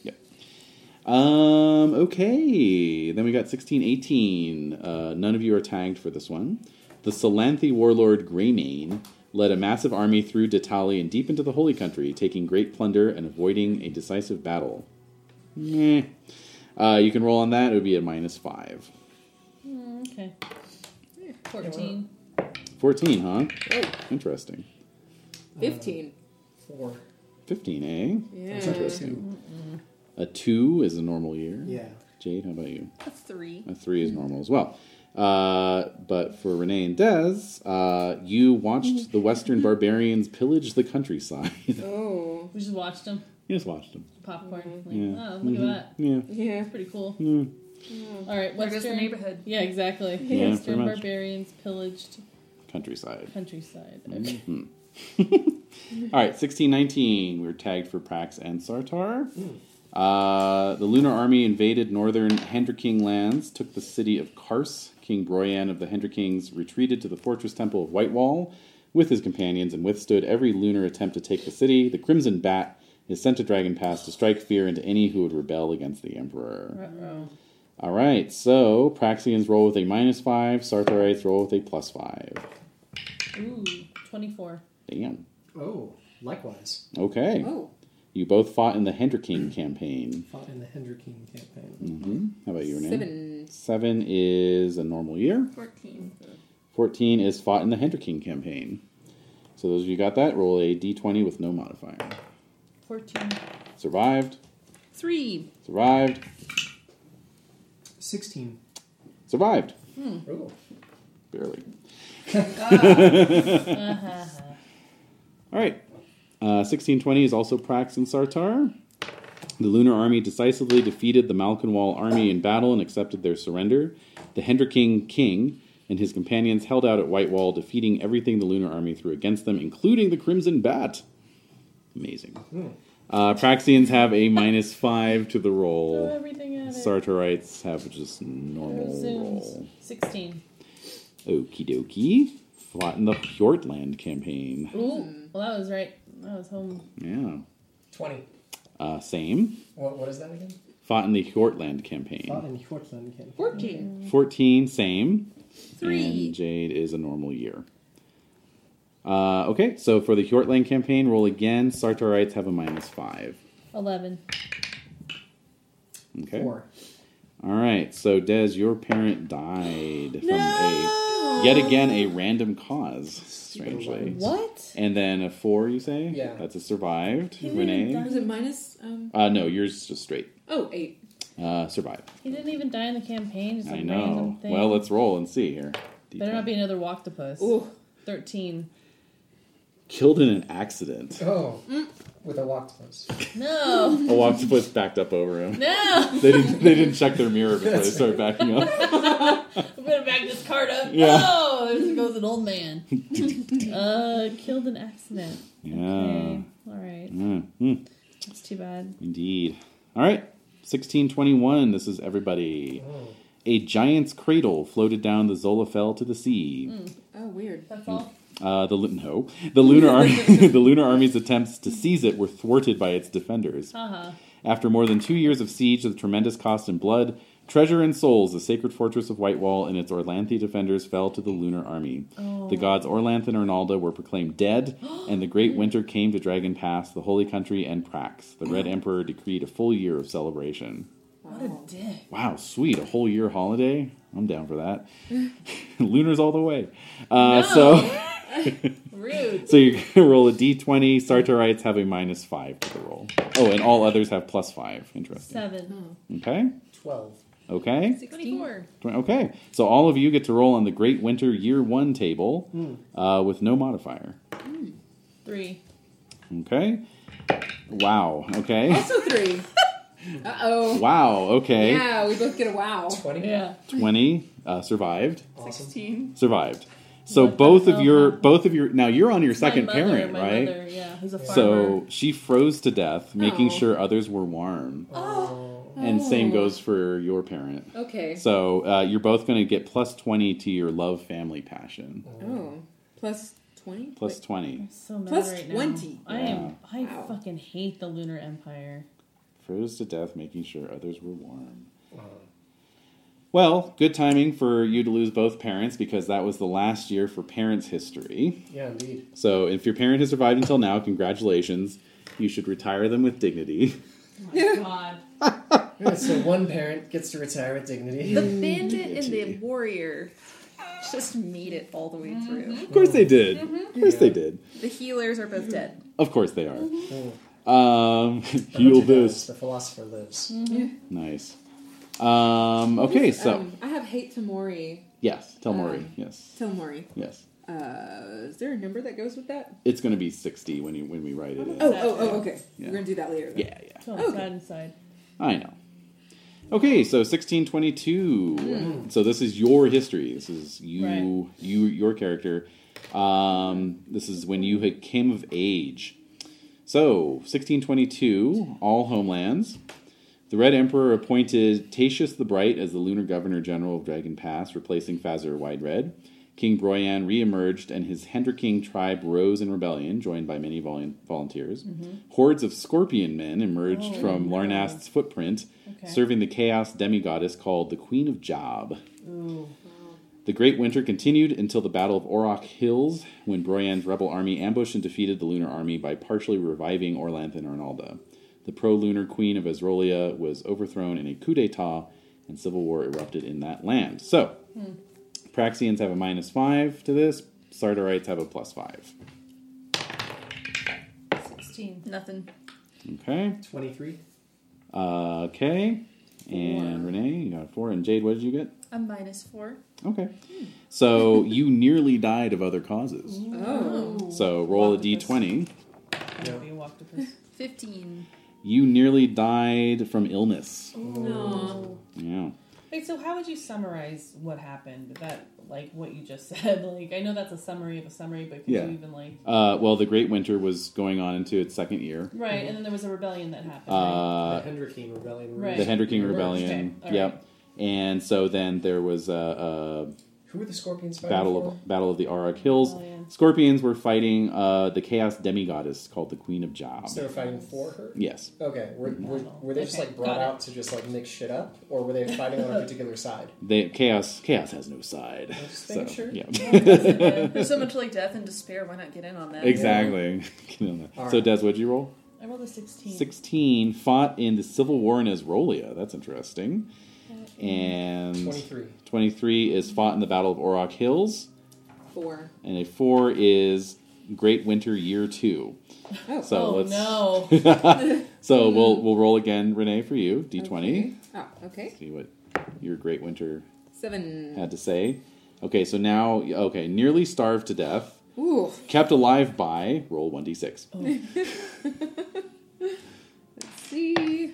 Speaker 6: Um, okay. Then we got 16, 18. Uh, none of you are tagged for this one. The Salanthi warlord Greymane led a massive army through Datali and deep into the Holy Country, taking great plunder and avoiding a decisive battle. Meh. Uh, you can roll on that. It would be a minus five.
Speaker 3: Okay. Fourteen.
Speaker 6: 14, huh? Oh, interesting.
Speaker 2: Fifteen.
Speaker 12: Four.
Speaker 6: 15, eh?
Speaker 5: Yeah.
Speaker 6: That's interesting. A two is a normal year.
Speaker 12: Yeah.
Speaker 6: Jade, how about you?
Speaker 8: A three.
Speaker 6: A three is normal as well. Uh, but for Renee and Des, uh, you watched the Western barbarians pillage the countryside. you
Speaker 5: Oh.
Speaker 3: We just watched them
Speaker 6: just watched them.
Speaker 3: popcorn. Like,
Speaker 6: Yeah. Mm-hmm.
Speaker 3: Oh, look at that.
Speaker 6: Yeah.
Speaker 5: Yeah.
Speaker 3: That's pretty cool.
Speaker 6: Yeah.
Speaker 3: All right,
Speaker 8: There goes Hmm. the
Speaker 3: Western.
Speaker 8: neighborhood.
Speaker 3: Yeah, exactly.
Speaker 6: Hmm. Yeah,
Speaker 3: Western
Speaker 6: pretty much.
Speaker 3: barbarians pillaged
Speaker 6: Countryside.
Speaker 3: countryside.
Speaker 6: Hmm.
Speaker 3: Okay.
Speaker 6: All right, 1619. We were tagged for Prax and Sartar. Uh, the Lunar Army invaded northern Hendriking lands, took the city of Kars. King Broyan of the Hendrikings retreated to the fortress temple of Whitewall with his companions and withstood every lunar attempt to take the city. The Crimson Bat is sent to Dragon Pass to strike fear into any who would rebel against the Emperor.
Speaker 3: Uh-oh.
Speaker 6: All right, so Praxians roll with a minus five, Sartarites roll with a plus five.
Speaker 3: Ooh, 24.
Speaker 6: Damn.
Speaker 12: Oh, likewise.
Speaker 6: Okay.
Speaker 5: Oh.
Speaker 6: You both fought in the Hendriking campaign.
Speaker 12: Fought in the Hendriking campaign.
Speaker 6: hmm How about you, Renee?
Speaker 5: Seven.
Speaker 6: Seven is a normal year.
Speaker 2: Fourteen.
Speaker 6: 14 is fought in the Hendriking campaign. So those of you who got that, roll a d20 with no modifier.
Speaker 3: 14.
Speaker 6: Survived,
Speaker 2: Three.
Speaker 6: survived,
Speaker 12: Sixteen.
Speaker 6: survived.
Speaker 12: Oh.
Speaker 6: Barely. All right. Uh, 1620 is also Prax and Sartar. The Lunar Army decisively defeated the Malkinwal army in battle and accepted their surrender. The Hendriking King and his companions held out at Whitewall, defeating everything the Lunar Army threw against them, including the Crimson Bat. Amazing. Uh, Praxians have a minus five to the
Speaker 3: Throw
Speaker 6: roll.
Speaker 3: everything at it.
Speaker 6: Sartarites have just normal roll.
Speaker 3: Zooms. 16.
Speaker 6: Okie dokie. Fought in the Hjortland campaign.
Speaker 8: Hmm.
Speaker 3: Ooh, well, that was right. That was home.
Speaker 6: Yeah.
Speaker 12: Twenty.
Speaker 6: Uh, same.
Speaker 12: What, what is that again?
Speaker 6: Fought in the Hjortland
Speaker 12: Fought
Speaker 6: campaign.
Speaker 12: in Hjortland campaign.
Speaker 5: 14.
Speaker 6: 14, same.
Speaker 8: Three.
Speaker 6: And Jade is a normal year. Uh, okay, so for the Hjortland campaign, roll again. Sartorites have a minus five.
Speaker 3: 11.
Speaker 6: Okay.
Speaker 12: Four.
Speaker 6: All right, so Des, your parent died from a, yet again, a random cause, strangely.
Speaker 3: What?
Speaker 6: And then a four, you say?
Speaker 12: Yeah.
Speaker 6: That's a survived.
Speaker 3: He didn't
Speaker 6: Renee?
Speaker 3: die.
Speaker 5: Was it minus? Um.
Speaker 6: Uh, no, yours is just straight.
Speaker 5: Oh, eight.
Speaker 6: Uh, survive.
Speaker 3: He didn't even die in the campaign. Just a
Speaker 6: I
Speaker 3: random
Speaker 6: know.
Speaker 3: thing.
Speaker 6: Well, let's roll and see here.
Speaker 3: Better not be another Walktopus.
Speaker 5: Ooh.
Speaker 3: 13.
Speaker 6: Killed in an accident.
Speaker 12: Oh. With a walk close.
Speaker 3: No!
Speaker 6: A octopus backed up over him.
Speaker 3: no!
Speaker 6: They didn't. They didn't check their mirror before they started backing up.
Speaker 3: I'm gonna back this card up.
Speaker 6: Yeah.
Speaker 3: Oh, there goes an old man. uh, killed in accident.
Speaker 6: Yeah.
Speaker 3: Okay. Alright.
Speaker 6: Mm-hmm.
Speaker 3: That's too bad.
Speaker 1: Mm-hmm.
Speaker 6: Indeed. All right. Sixteen twenty-one. This is everybody.
Speaker 12: Oh.
Speaker 6: A giant's cradle floated down the Zolafel to the sea.
Speaker 5: Oh, weird.
Speaker 3: That's all.
Speaker 6: Uh, the lu- no, the lunar army, the lunar army's attempts to seize it were thwarted by its defenders.
Speaker 3: Haha.
Speaker 6: After more than two years of siege, the tremendous cost in blood, treasure, and souls, the sacred fortress of Whitewall and its Orlanthe defenders fell to the lunar army. The gods Orlanth and Ornalda were proclaimed dead, and the great winter came to Dragon Pass, the holy country, and Prax. The Red Emperor decreed a full year of celebration.
Speaker 3: What
Speaker 5: Oh,
Speaker 3: a dick.
Speaker 6: Wow, sweet, a whole year holiday? I'm down for that. Lunars all the way. Uh, So,
Speaker 3: Rude.
Speaker 6: so you're gonna roll a d20. Sartorites have a minus five to the roll. Oh, and all others have plus five. Interesting.
Speaker 3: Seven.
Speaker 6: Okay.
Speaker 12: Twelve.
Speaker 6: Okay.
Speaker 3: 24.
Speaker 6: Twen- Okay, so all of you get to roll on the Great Winter Year One table uh, with no modifier.
Speaker 3: Three.
Speaker 6: Okay. Wow. Okay.
Speaker 5: Also three. Uh oh.
Speaker 1: Wow, okay.
Speaker 5: Yeah, we both get a wow.
Speaker 4: 20?
Speaker 5: Yeah.
Speaker 1: 20 uh, survived.
Speaker 5: 16.
Speaker 1: Survived. So both of your both of your now you're on your second
Speaker 5: My mother,
Speaker 1: parent,
Speaker 5: my
Speaker 1: right?
Speaker 5: Mother, yeah, who's a farmer.
Speaker 1: So she froze to death, making
Speaker 5: Oh.
Speaker 1: sure others were warm.
Speaker 12: Oh.
Speaker 1: And same goes for your parent.
Speaker 5: Okay.
Speaker 1: So uh, you're both going to get plus 20 to your love, family, passion.
Speaker 5: oh. Plus 20?
Speaker 1: Plus 20.
Speaker 3: So mad
Speaker 5: Plus
Speaker 3: right
Speaker 5: 20.
Speaker 3: Now. I am. I
Speaker 5: Wow.
Speaker 3: fucking hate the Lunar Empire.
Speaker 1: Froze to death, making sure others were warm.
Speaker 3: Uh-huh.
Speaker 1: Well, good timing for you to lose both parents because that was the last year for parents' history.
Speaker 13: Yeah, indeed.
Speaker 1: So if your parent has survived until now, congratulations. You should retire them with dignity.
Speaker 5: Oh
Speaker 14: God.
Speaker 13: Yeah, so one parent gets to retire with dignity.
Speaker 8: The
Speaker 1: Mm,
Speaker 8: bandit and the warrior just made it all the way through.
Speaker 1: Of course they did. Of
Speaker 5: Mm-hmm.
Speaker 1: course they did.
Speaker 8: The healers are both dead.
Speaker 1: Of course they are.
Speaker 13: Oh,
Speaker 1: Um, heal
Speaker 13: Hunter knows,
Speaker 1: this.
Speaker 13: The philosopher lives.
Speaker 1: Nice. Um, okay,
Speaker 5: Who's-
Speaker 1: so
Speaker 5: um, I have hate to Mori.
Speaker 1: yes, tell Maury. yes,
Speaker 5: Till Mori.
Speaker 1: yes.
Speaker 5: Uh, is there a number that goes with that?
Speaker 1: It's going to be sixty when you when we write it. In.
Speaker 5: Oh, oh, oh, okay.
Speaker 1: Yeah.
Speaker 5: We're going to do that later. then.
Speaker 1: Yeah, yeah.
Speaker 3: So
Speaker 5: Okay.
Speaker 3: inside, inside.
Speaker 1: I know. Okay, so sixteen twenty two. So this is your history. This is you,
Speaker 3: Right.
Speaker 1: you, your character. Um, this is when you had came of age. So sixteen twenty two, all homelands. The Red Emperor appointed Tatius the Bright as the Lunar Governor General of Dragon Pass, replacing Fazur Wide Red. King Broyan reemerged, and his Hendriking tribe rose in rebellion, joined by many volu- volunteers.
Speaker 3: Mm-hmm.
Speaker 1: Hordes of scorpion men emerged from Larnast's footprint,
Speaker 3: Oh, Okay.
Speaker 1: serving the chaos demigoddess called the Queen of Job.
Speaker 3: Ooh.
Speaker 1: The Great Winter continued until the Battle of Orok Hills, when Broyan's rebel army ambushed and defeated the Lunar Army by partially reviving Orlanth and Arnalda. The pro lunar queen of Azrolia was overthrown in a coup d'etat, and civil war erupted in that land. So, Praxians have a minus five to this, Sardarites have a plus five.
Speaker 3: 16.
Speaker 8: Nothing.
Speaker 1: Okay.
Speaker 13: 23.
Speaker 1: Uh, okay. And Renee, you got a four. And Jade, what did you get?
Speaker 8: A minus four.
Speaker 1: Okay. So, you nearly died of other causes.
Speaker 5: Oh.
Speaker 1: So, roll a
Speaker 3: Wow, that's-
Speaker 1: d20.
Speaker 3: That'll be a octopus.
Speaker 8: Fifteen.
Speaker 1: You nearly died from illness.
Speaker 5: No.
Speaker 1: Yeah.
Speaker 3: Wait, so how would you summarize what happened? That, like, what you just said? Like, I know that's a summary of a summary, but could
Speaker 1: Yeah.
Speaker 3: you even, like.
Speaker 1: Uh, well, the Great Winter was going on into its second year.
Speaker 3: Right, and then there was a rebellion that happened. right?
Speaker 1: Uh,
Speaker 4: the Hendrickine Rebellion.
Speaker 3: Right.
Speaker 1: the Hendriking
Speaker 3: Okay,
Speaker 1: Rebellion.
Speaker 3: all right.
Speaker 1: Yep. And so then there was a,
Speaker 4: Who were the scorpions
Speaker 1: a
Speaker 4: fighting
Speaker 1: battle
Speaker 4: for?
Speaker 1: of Battle of the Arak Hills.
Speaker 3: Rebellion.
Speaker 1: Scorpions were fighting uh, the Chaos Demigoddess called the Queen of Job.
Speaker 4: So they were fighting for her?
Speaker 1: Yes.
Speaker 4: Okay, were,
Speaker 1: Mm-hmm.
Speaker 4: were, were they just
Speaker 3: Okay,
Speaker 4: like brought
Speaker 3: got it.
Speaker 4: out to just like mix shit up? Or were they fighting on a particular side?
Speaker 1: They, chaos chaos has no side.
Speaker 4: Just
Speaker 1: So,
Speaker 4: making sure.
Speaker 1: yeah.
Speaker 8: There's so much like death and despair. Why not get in on that?
Speaker 1: exactly. Get on that.
Speaker 4: All
Speaker 1: So,
Speaker 4: right.
Speaker 1: Des, what'd you roll?
Speaker 3: I rolled a 16.
Speaker 1: 16 fought in the civil war in Azrolia. That's interesting. And
Speaker 4: 23.
Speaker 1: 23 is fought in the Battle of Orok Hills.
Speaker 5: Four.
Speaker 1: And a 4 is Great Winter Year 2.
Speaker 5: Oh.
Speaker 1: so
Speaker 3: oh,
Speaker 1: let's.
Speaker 3: no.
Speaker 1: so we'll, we'll roll again, Renee, for you. D20.
Speaker 5: Oh, okay.
Speaker 1: See what your Great Winter
Speaker 5: Seven.
Speaker 1: had to say. Okay, so now, okay, nearly starved to death.
Speaker 5: Ooh.
Speaker 1: Kept alive by, roll 1d6.
Speaker 5: Let's see.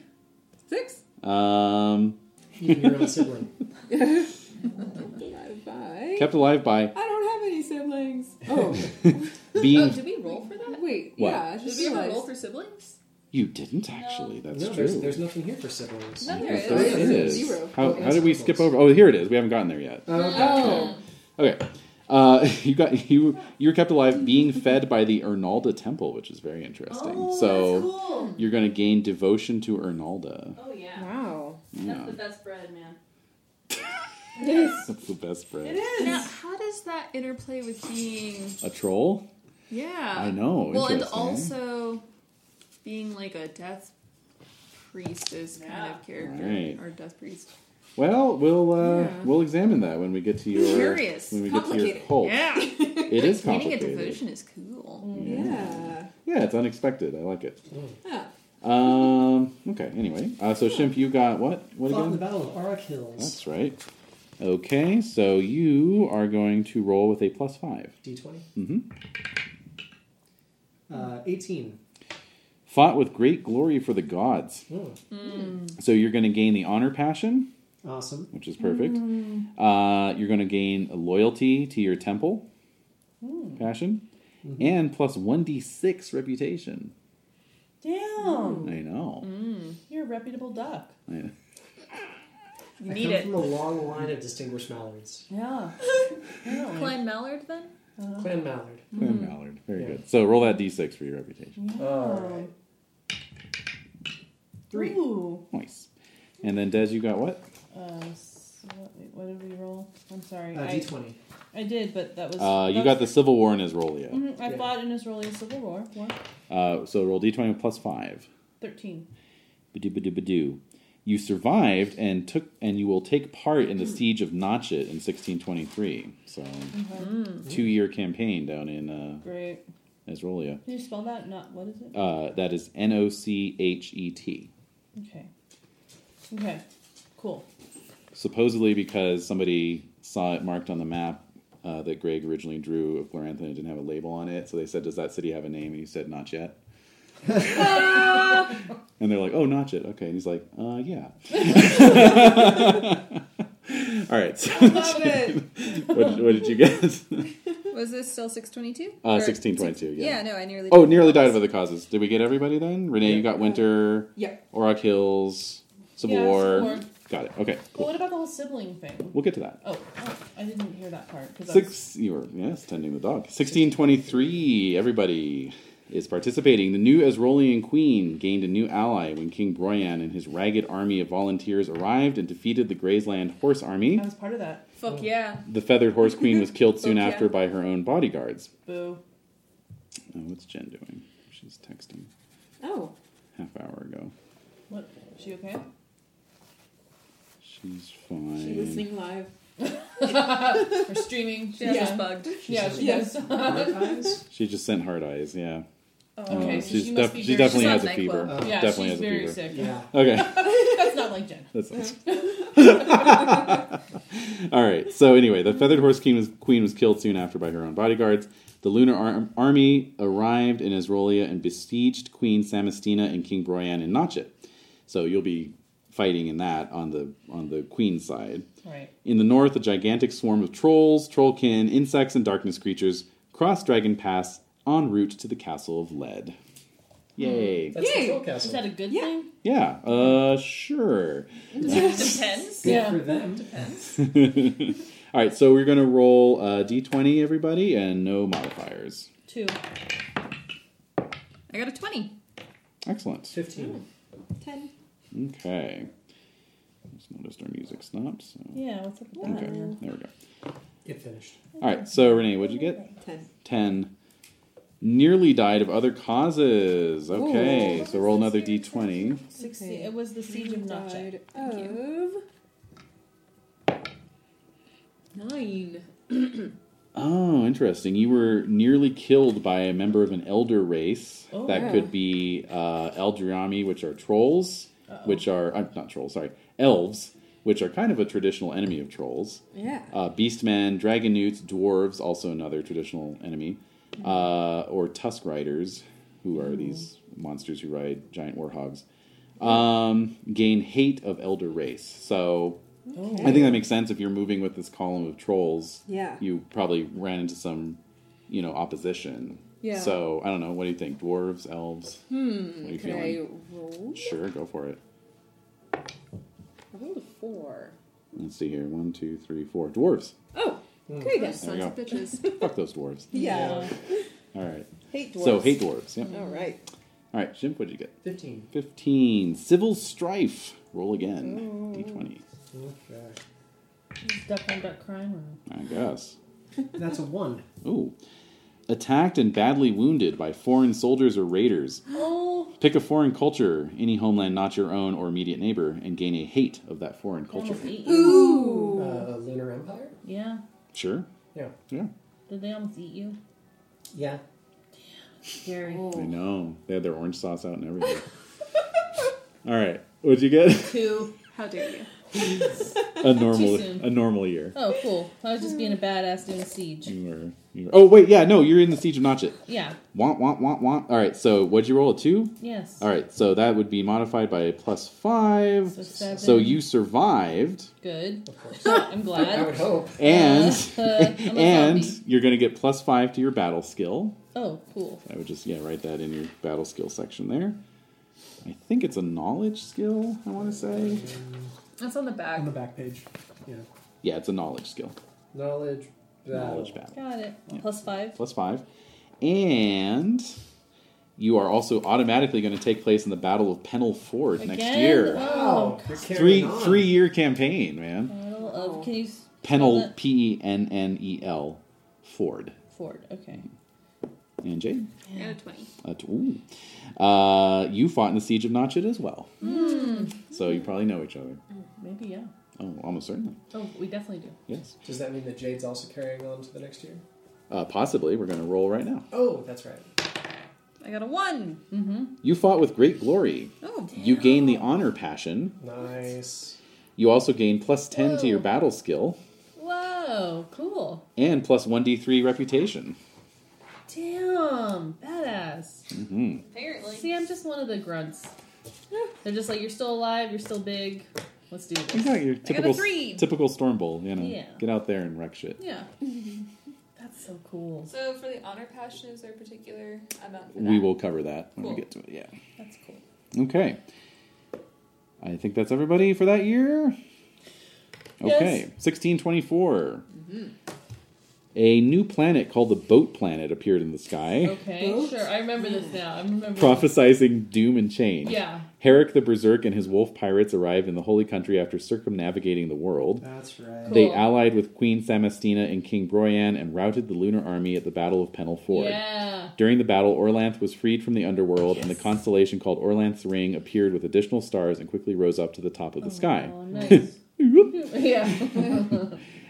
Speaker 5: Six.
Speaker 3: Oh.
Speaker 1: Um,
Speaker 4: Even your own sibling.
Speaker 5: Divided by.
Speaker 1: kept alive by
Speaker 5: I don't have any siblings. Oh,
Speaker 1: being.
Speaker 6: Oh, did we roll for that?
Speaker 5: wait.
Speaker 1: What?
Speaker 5: Yeah, I
Speaker 6: Did
Speaker 5: just
Speaker 6: we ever
Speaker 5: realized.
Speaker 6: roll for siblings?
Speaker 1: You didn't actually. That's
Speaker 4: no,
Speaker 1: true.
Speaker 4: there's, there's nothing here for siblings.
Speaker 6: No, there
Speaker 1: Yes,
Speaker 6: is.
Speaker 1: there
Speaker 5: There
Speaker 1: is.
Speaker 5: is. Zero.
Speaker 1: How,
Speaker 4: Oh,
Speaker 1: how did we
Speaker 4: it's
Speaker 1: skip
Speaker 4: bubbles.
Speaker 1: over? Oh, here it is. We haven't gotten there yet.
Speaker 5: Oh.
Speaker 1: Okay. Uh, you got you you were kept alive being fed by the Ernalda Temple, which is very interesting.
Speaker 6: Oh,
Speaker 1: so
Speaker 6: that's cool.
Speaker 1: you're going to gain devotion to Ernalda.
Speaker 6: Oh yeah.
Speaker 5: Wow.
Speaker 1: Yeah,
Speaker 15: That's the best bread, man.
Speaker 5: Yes.
Speaker 1: that's the best
Speaker 5: It
Speaker 1: bread.
Speaker 5: is.
Speaker 8: Now, how does that interplay with being?
Speaker 1: A troll?
Speaker 8: Yeah.
Speaker 1: I know.
Speaker 8: Well, and
Speaker 1: interesting.
Speaker 8: also being like a death priestess kind
Speaker 15: Yeah.
Speaker 8: of character
Speaker 1: Right.
Speaker 8: or death priest.
Speaker 1: Well, we'll uh,
Speaker 8: Yeah.
Speaker 1: we'll examine that when we get to your
Speaker 8: Curious.
Speaker 1: when we get to your
Speaker 5: Complicated.
Speaker 1: cult.
Speaker 8: Yeah.
Speaker 1: It is
Speaker 8: Gaining a
Speaker 1: complicated.
Speaker 8: devotion is cool.
Speaker 5: Yeah.
Speaker 1: Yeah, it's unexpected. I like it.
Speaker 5: Yeah.
Speaker 8: Mm.
Speaker 1: Um, okay. Anyway, uh, so Shimp, you got what? What
Speaker 4: Fought in
Speaker 1: again?
Speaker 4: the Battle of Arak Hills.
Speaker 1: That's right. Okay, so you are going to roll with a plus five.
Speaker 4: D20.
Speaker 1: Mhm.
Speaker 4: Uh, 18.
Speaker 1: Fought with great glory for the gods.
Speaker 4: Hmm.
Speaker 1: So you're going to gain the honor passion,
Speaker 4: Awesome.
Speaker 1: which is perfect. Uh, you're going to gain loyalty to your temple passion, and plus one d six reputation.
Speaker 3: Damn.
Speaker 1: I know.
Speaker 3: You're a reputable duck.
Speaker 1: I know.
Speaker 3: You
Speaker 4: I
Speaker 3: need
Speaker 4: come
Speaker 3: it.
Speaker 4: from a long line of distinguished mallards.
Speaker 3: Yeah.
Speaker 8: Klein Mallard then?
Speaker 3: Oh.
Speaker 4: Clan mallard.
Speaker 1: Clan Mallard. Very good. So roll that d6 for your reputation.
Speaker 3: Oh.
Speaker 4: All right.
Speaker 3: Three. Ooh.
Speaker 1: Nice. And then Des, you got what?
Speaker 3: Uh, s- what, what did we roll? I'm sorry.
Speaker 4: Uh,
Speaker 3: I-
Speaker 4: D20.
Speaker 3: I did, but that was.
Speaker 1: Uh, you
Speaker 3: that
Speaker 1: got the
Speaker 3: was-
Speaker 1: Civil War in Israelia.
Speaker 3: Mhm, I
Speaker 4: Yeah.
Speaker 3: fought in Israeli Civil War. One,
Speaker 1: Uh, so roll d20 plus five.
Speaker 3: 13.
Speaker 1: Badoo badoo badoo. You survived and took, and you will take part in the siege of Notchet in 1623. So, two-year campaign down in uh,
Speaker 3: Great.
Speaker 1: Israelia.
Speaker 3: Can you spell that? Not what is it?
Speaker 1: Uh, that is N O C H E T.
Speaker 3: Okay. Okay. Cool.
Speaker 1: supposedly because somebody saw it marked on the map uh, that Greg originally drew of Glorantha and it didn't have a label on it. So they said, "Does that city have a name?" And he said, "Not yet." and they're like, "Oh, not yet. Okay." And he's like, "Uh, yeah." All right. So
Speaker 8: Love it.
Speaker 1: what, did, what did you get?
Speaker 8: Was this still 622?
Speaker 1: Uh,
Speaker 8: Or-
Speaker 1: sixteen twenty-two. Yeah.
Speaker 8: Yeah, no, I nearly
Speaker 1: Oh,
Speaker 8: did.
Speaker 1: nearly died of other causes. Did we get everybody then? Renee, you got Winter.
Speaker 5: Yeah.
Speaker 1: Auroch Hills. Civil
Speaker 3: Yeah,
Speaker 1: War.
Speaker 3: Civil War.
Speaker 1: Got it. Okay.
Speaker 3: Well,
Speaker 1: Cool.
Speaker 3: what about the whole sibling thing?
Speaker 1: We'll get to that.
Speaker 3: Oh, oh I didn't hear that part. 'cause I was-
Speaker 1: Six, you were yes, tending the dog. Sixteen twenty-three. Everybody is participating. The new Azrolian queen gained a new ally when King Broyan and his ragged army of volunteers arrived and defeated the Graysland horse army.
Speaker 3: I was part of that.
Speaker 8: Fuck yeah.
Speaker 1: The feathered horse queen was
Speaker 3: Oh,
Speaker 1: killed soon
Speaker 8: Okay.
Speaker 1: after by her own bodyguards.
Speaker 3: Boo.
Speaker 1: Oh, what's Jen doing? She's texting
Speaker 5: Oh.
Speaker 1: half hour ago.
Speaker 3: What? She okay?
Speaker 1: She's fine.
Speaker 5: She listening live.
Speaker 3: Or streaming?
Speaker 8: She has
Speaker 3: Yeah.
Speaker 8: us bugged.
Speaker 3: Yeah, she
Speaker 5: Yes.
Speaker 3: does.
Speaker 4: Archives?
Speaker 1: She just sent hard eyes. Yeah.
Speaker 3: okay,
Speaker 1: Uh,
Speaker 5: Um,
Speaker 3: so
Speaker 1: she's
Speaker 3: she must
Speaker 1: def-
Speaker 3: be
Speaker 1: she
Speaker 3: very-
Speaker 1: definitely
Speaker 8: she's
Speaker 1: has
Speaker 8: on
Speaker 1: a fever.
Speaker 8: NyQuil.
Speaker 3: yeah,
Speaker 1: definitely
Speaker 3: she's
Speaker 1: has a
Speaker 3: very
Speaker 1: fever.
Speaker 3: sick.
Speaker 4: Yeah.
Speaker 1: Okay.
Speaker 3: That's not like Jen.
Speaker 1: That's All right. So anyway, the feathered horse queen was, queen was killed soon after by her own bodyguards. The lunar ar- army arrived in Israelia and besieged Queen Samostina and King Broyan in Notchet. So you'll be fighting in that on the on the queen's side.
Speaker 3: Right.
Speaker 1: In the north, a gigantic swarm of trolls, trollkin, insects, and darkness creatures crossed Dragon Pass en route to the Castle of Lead. Yay!
Speaker 16: That's
Speaker 5: Yay.
Speaker 16: the troll
Speaker 3: Is
Speaker 16: castle.
Speaker 3: that a good
Speaker 5: Yeah.
Speaker 3: thing?
Speaker 1: Yeah. Uh, sure.
Speaker 8: Depends.
Speaker 3: Yeah.
Speaker 4: For them.
Speaker 1: All right, so we're gonna roll uh, d20, everybody, and no modifiers.
Speaker 3: Two.
Speaker 8: I got a 20.
Speaker 1: Excellent.
Speaker 16: 15.
Speaker 5: Ten.
Speaker 1: Okay. Just noticed our music stopped. So.
Speaker 3: Yeah, what's up with
Speaker 1: Okay,
Speaker 3: that?
Speaker 1: there we go.
Speaker 16: It finished.
Speaker 1: All right, so Renee, what'd you get?
Speaker 5: Ten.
Speaker 1: Ten. Nearly died of other causes. Okay, so roll another d20.
Speaker 3: Sixteen.
Speaker 5: Okay.
Speaker 3: It was the siege of Notch.
Speaker 5: Died of nine.
Speaker 1: Oh, interesting. You were nearly killed by a member of an elder race.
Speaker 3: Oh.
Speaker 1: that could be uh, Eldrami, which are trolls, which are uh, not trolls, sorry, elves, which are kind of a traditional enemy of trolls.
Speaker 5: Yeah.
Speaker 1: Uh, beastmen, dragon newts, dwarves, also another traditional enemy, uh, or tusk riders, who are these monsters who ride giant warhogs. Um, gain hate of elder race. So I think that makes sense if you're moving with this column of trolls.
Speaker 5: Yeah.
Speaker 1: You probably ran into some, you know, opposition.
Speaker 5: Yeah.
Speaker 1: So I don't know. What do you think? Dwarves, elves? Hmm. What are you
Speaker 5: Can
Speaker 1: feeling?
Speaker 5: I roll?
Speaker 1: Sure, go for it.
Speaker 5: I rolled a four.
Speaker 1: Let's see here. One, two, three, four. Dwarves.
Speaker 5: Oh, okay then.
Speaker 1: There we
Speaker 8: Sons
Speaker 1: go.
Speaker 8: of bitches.
Speaker 1: Fuck those dwarves.
Speaker 5: Yeah.
Speaker 1: All right.
Speaker 5: Hate
Speaker 1: So hate dwarves. Yeah.
Speaker 5: All right.
Speaker 1: All right, Jim. What did you get?
Speaker 16: 15.
Speaker 1: Fifteen. Civil strife. Roll again. D twenty.
Speaker 4: Oh
Speaker 16: Okay.
Speaker 3: Is Duck on duck crime or
Speaker 1: I guess.
Speaker 16: That's a 1.
Speaker 1: Ooh. Attacked and badly wounded by foreign soldiers or raiders. Pick a foreign culture, any homeland not your own or immediate neighbor, and gain a hate of that foreign culture.
Speaker 3: almost eat you?
Speaker 5: Ooh.
Speaker 16: Uh, Lunar Empire?
Speaker 3: Yeah.
Speaker 1: Sure.
Speaker 16: Yeah.
Speaker 1: Yeah.
Speaker 3: Did they almost eat you?
Speaker 16: Yeah.
Speaker 3: Scary.
Speaker 1: I know. They had their orange sauce out and everything. All right. What'd you get?
Speaker 3: Two.
Speaker 8: How dare you?
Speaker 1: a normal
Speaker 3: Too soon.
Speaker 1: a normal year.
Speaker 3: Oh, cool. I was just being a badass doing a siege.
Speaker 1: You were, you were. Oh wait, yeah, no, you're in the siege of Notchet.
Speaker 3: Yeah.
Speaker 1: Want want want want. All right, so what'd you roll a two?
Speaker 3: Yes.
Speaker 1: All right, so that would be modified by a plus five.
Speaker 3: So seven.
Speaker 1: So you survived,
Speaker 3: Good. I'm glad.
Speaker 1: I would hope. and
Speaker 3: Uh, I'm a
Speaker 1: and
Speaker 3: zombie.
Speaker 1: you're gonna get plus five to your battle skill.
Speaker 3: Oh, cool.
Speaker 1: I would just yeah write that in your battle skill section there. I think it's a knowledge skill. I want to say.
Speaker 8: That's on the back.
Speaker 4: On the back page. Yeah.
Speaker 1: Yeah, it's a knowledge skill.
Speaker 4: Knowledge. Battle.
Speaker 1: Knowledge battle.
Speaker 3: Got it. Plus five.
Speaker 1: plus five, and you are also automatically going to take place in the Battle of Pennell Ford next
Speaker 3: Again?
Speaker 1: year.
Speaker 3: Wow.
Speaker 4: You're carrying
Speaker 1: Three
Speaker 4: on.
Speaker 1: three year campaign, man.
Speaker 3: Battle of can you s- spell
Speaker 1: Pennell
Speaker 3: that?
Speaker 1: P E N N E L Ford
Speaker 3: Ford. Okay.
Speaker 1: and Jade.
Speaker 17: I got a 20.
Speaker 1: Uh, t- ooh. Uh, you fought in the siege of Notchet as well, so you probably know each other.
Speaker 3: Maybe yeah.
Speaker 1: Oh, almost certainly.
Speaker 3: Oh, we definitely do.
Speaker 1: Yes,
Speaker 4: Does that mean that Jade's also carrying on to the next year?
Speaker 1: uh, possibly. We're going to roll right now.
Speaker 4: Oh, that's right.
Speaker 8: I got a one. Mm-hmm.
Speaker 1: You fought with great glory.
Speaker 8: Oh.
Speaker 1: You gain the honor passion.
Speaker 4: Nice.
Speaker 1: You also gain plus ten to your battle skill.
Speaker 3: Whoa, cool.
Speaker 1: and plus 1d3 reputation.
Speaker 3: Damn, badass.
Speaker 1: hmm
Speaker 17: Apparently.
Speaker 3: See, I'm just one of the grunts. They're just like, you're still alive, you're still big. Let's do this.
Speaker 1: Exactly, your
Speaker 3: I got a
Speaker 1: typical
Speaker 3: three.
Speaker 1: typical storm bowl. You know,
Speaker 3: Yeah.
Speaker 1: get out there and wreck shit.
Speaker 3: yeah. That's so cool.
Speaker 18: So for the honor passion, is there a particular amount? For
Speaker 1: We
Speaker 18: that?
Speaker 1: will cover that when
Speaker 18: Cool.
Speaker 1: we get to it. Yeah.
Speaker 3: That's cool.
Speaker 1: Okay. I think that's everybody for that year. Okay,
Speaker 3: Yes.
Speaker 1: 1624.
Speaker 3: Mm-hmm.
Speaker 1: A new planet called the Boat Planet appeared in the sky,
Speaker 3: Okay, sure. I remember this now. I remember.
Speaker 1: prophesizing doom and change.
Speaker 3: Oh. Yeah.
Speaker 1: Herrick the Berserk and his wolf pirates arrived in the Holy Country after circumnavigating the world.
Speaker 4: That's right.
Speaker 1: They
Speaker 3: Cool.
Speaker 1: allied with Queen Samastina and King Broyan and routed the lunar army at the Battle of Pennell Ford.
Speaker 3: Yeah.
Speaker 1: During the battle, Orlanth was freed from the underworld, and the constellation called Orlanth's Ring appeared with additional stars and quickly rose up to the top of the sky.
Speaker 3: Oh, nice. yeah.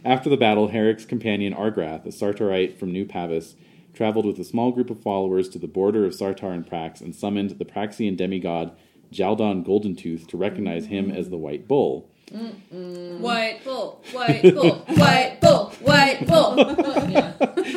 Speaker 1: After the battle, Herrick's companion Argrath, a Sartarite from New Pavis, traveled with a small group of followers to the border of Sartar and Prax and summoned the Praxian demigod Jaldon Goldentooth to recognize him as the White Bull.
Speaker 8: White bull, white bull, white bull, white bull.
Speaker 3: yeah.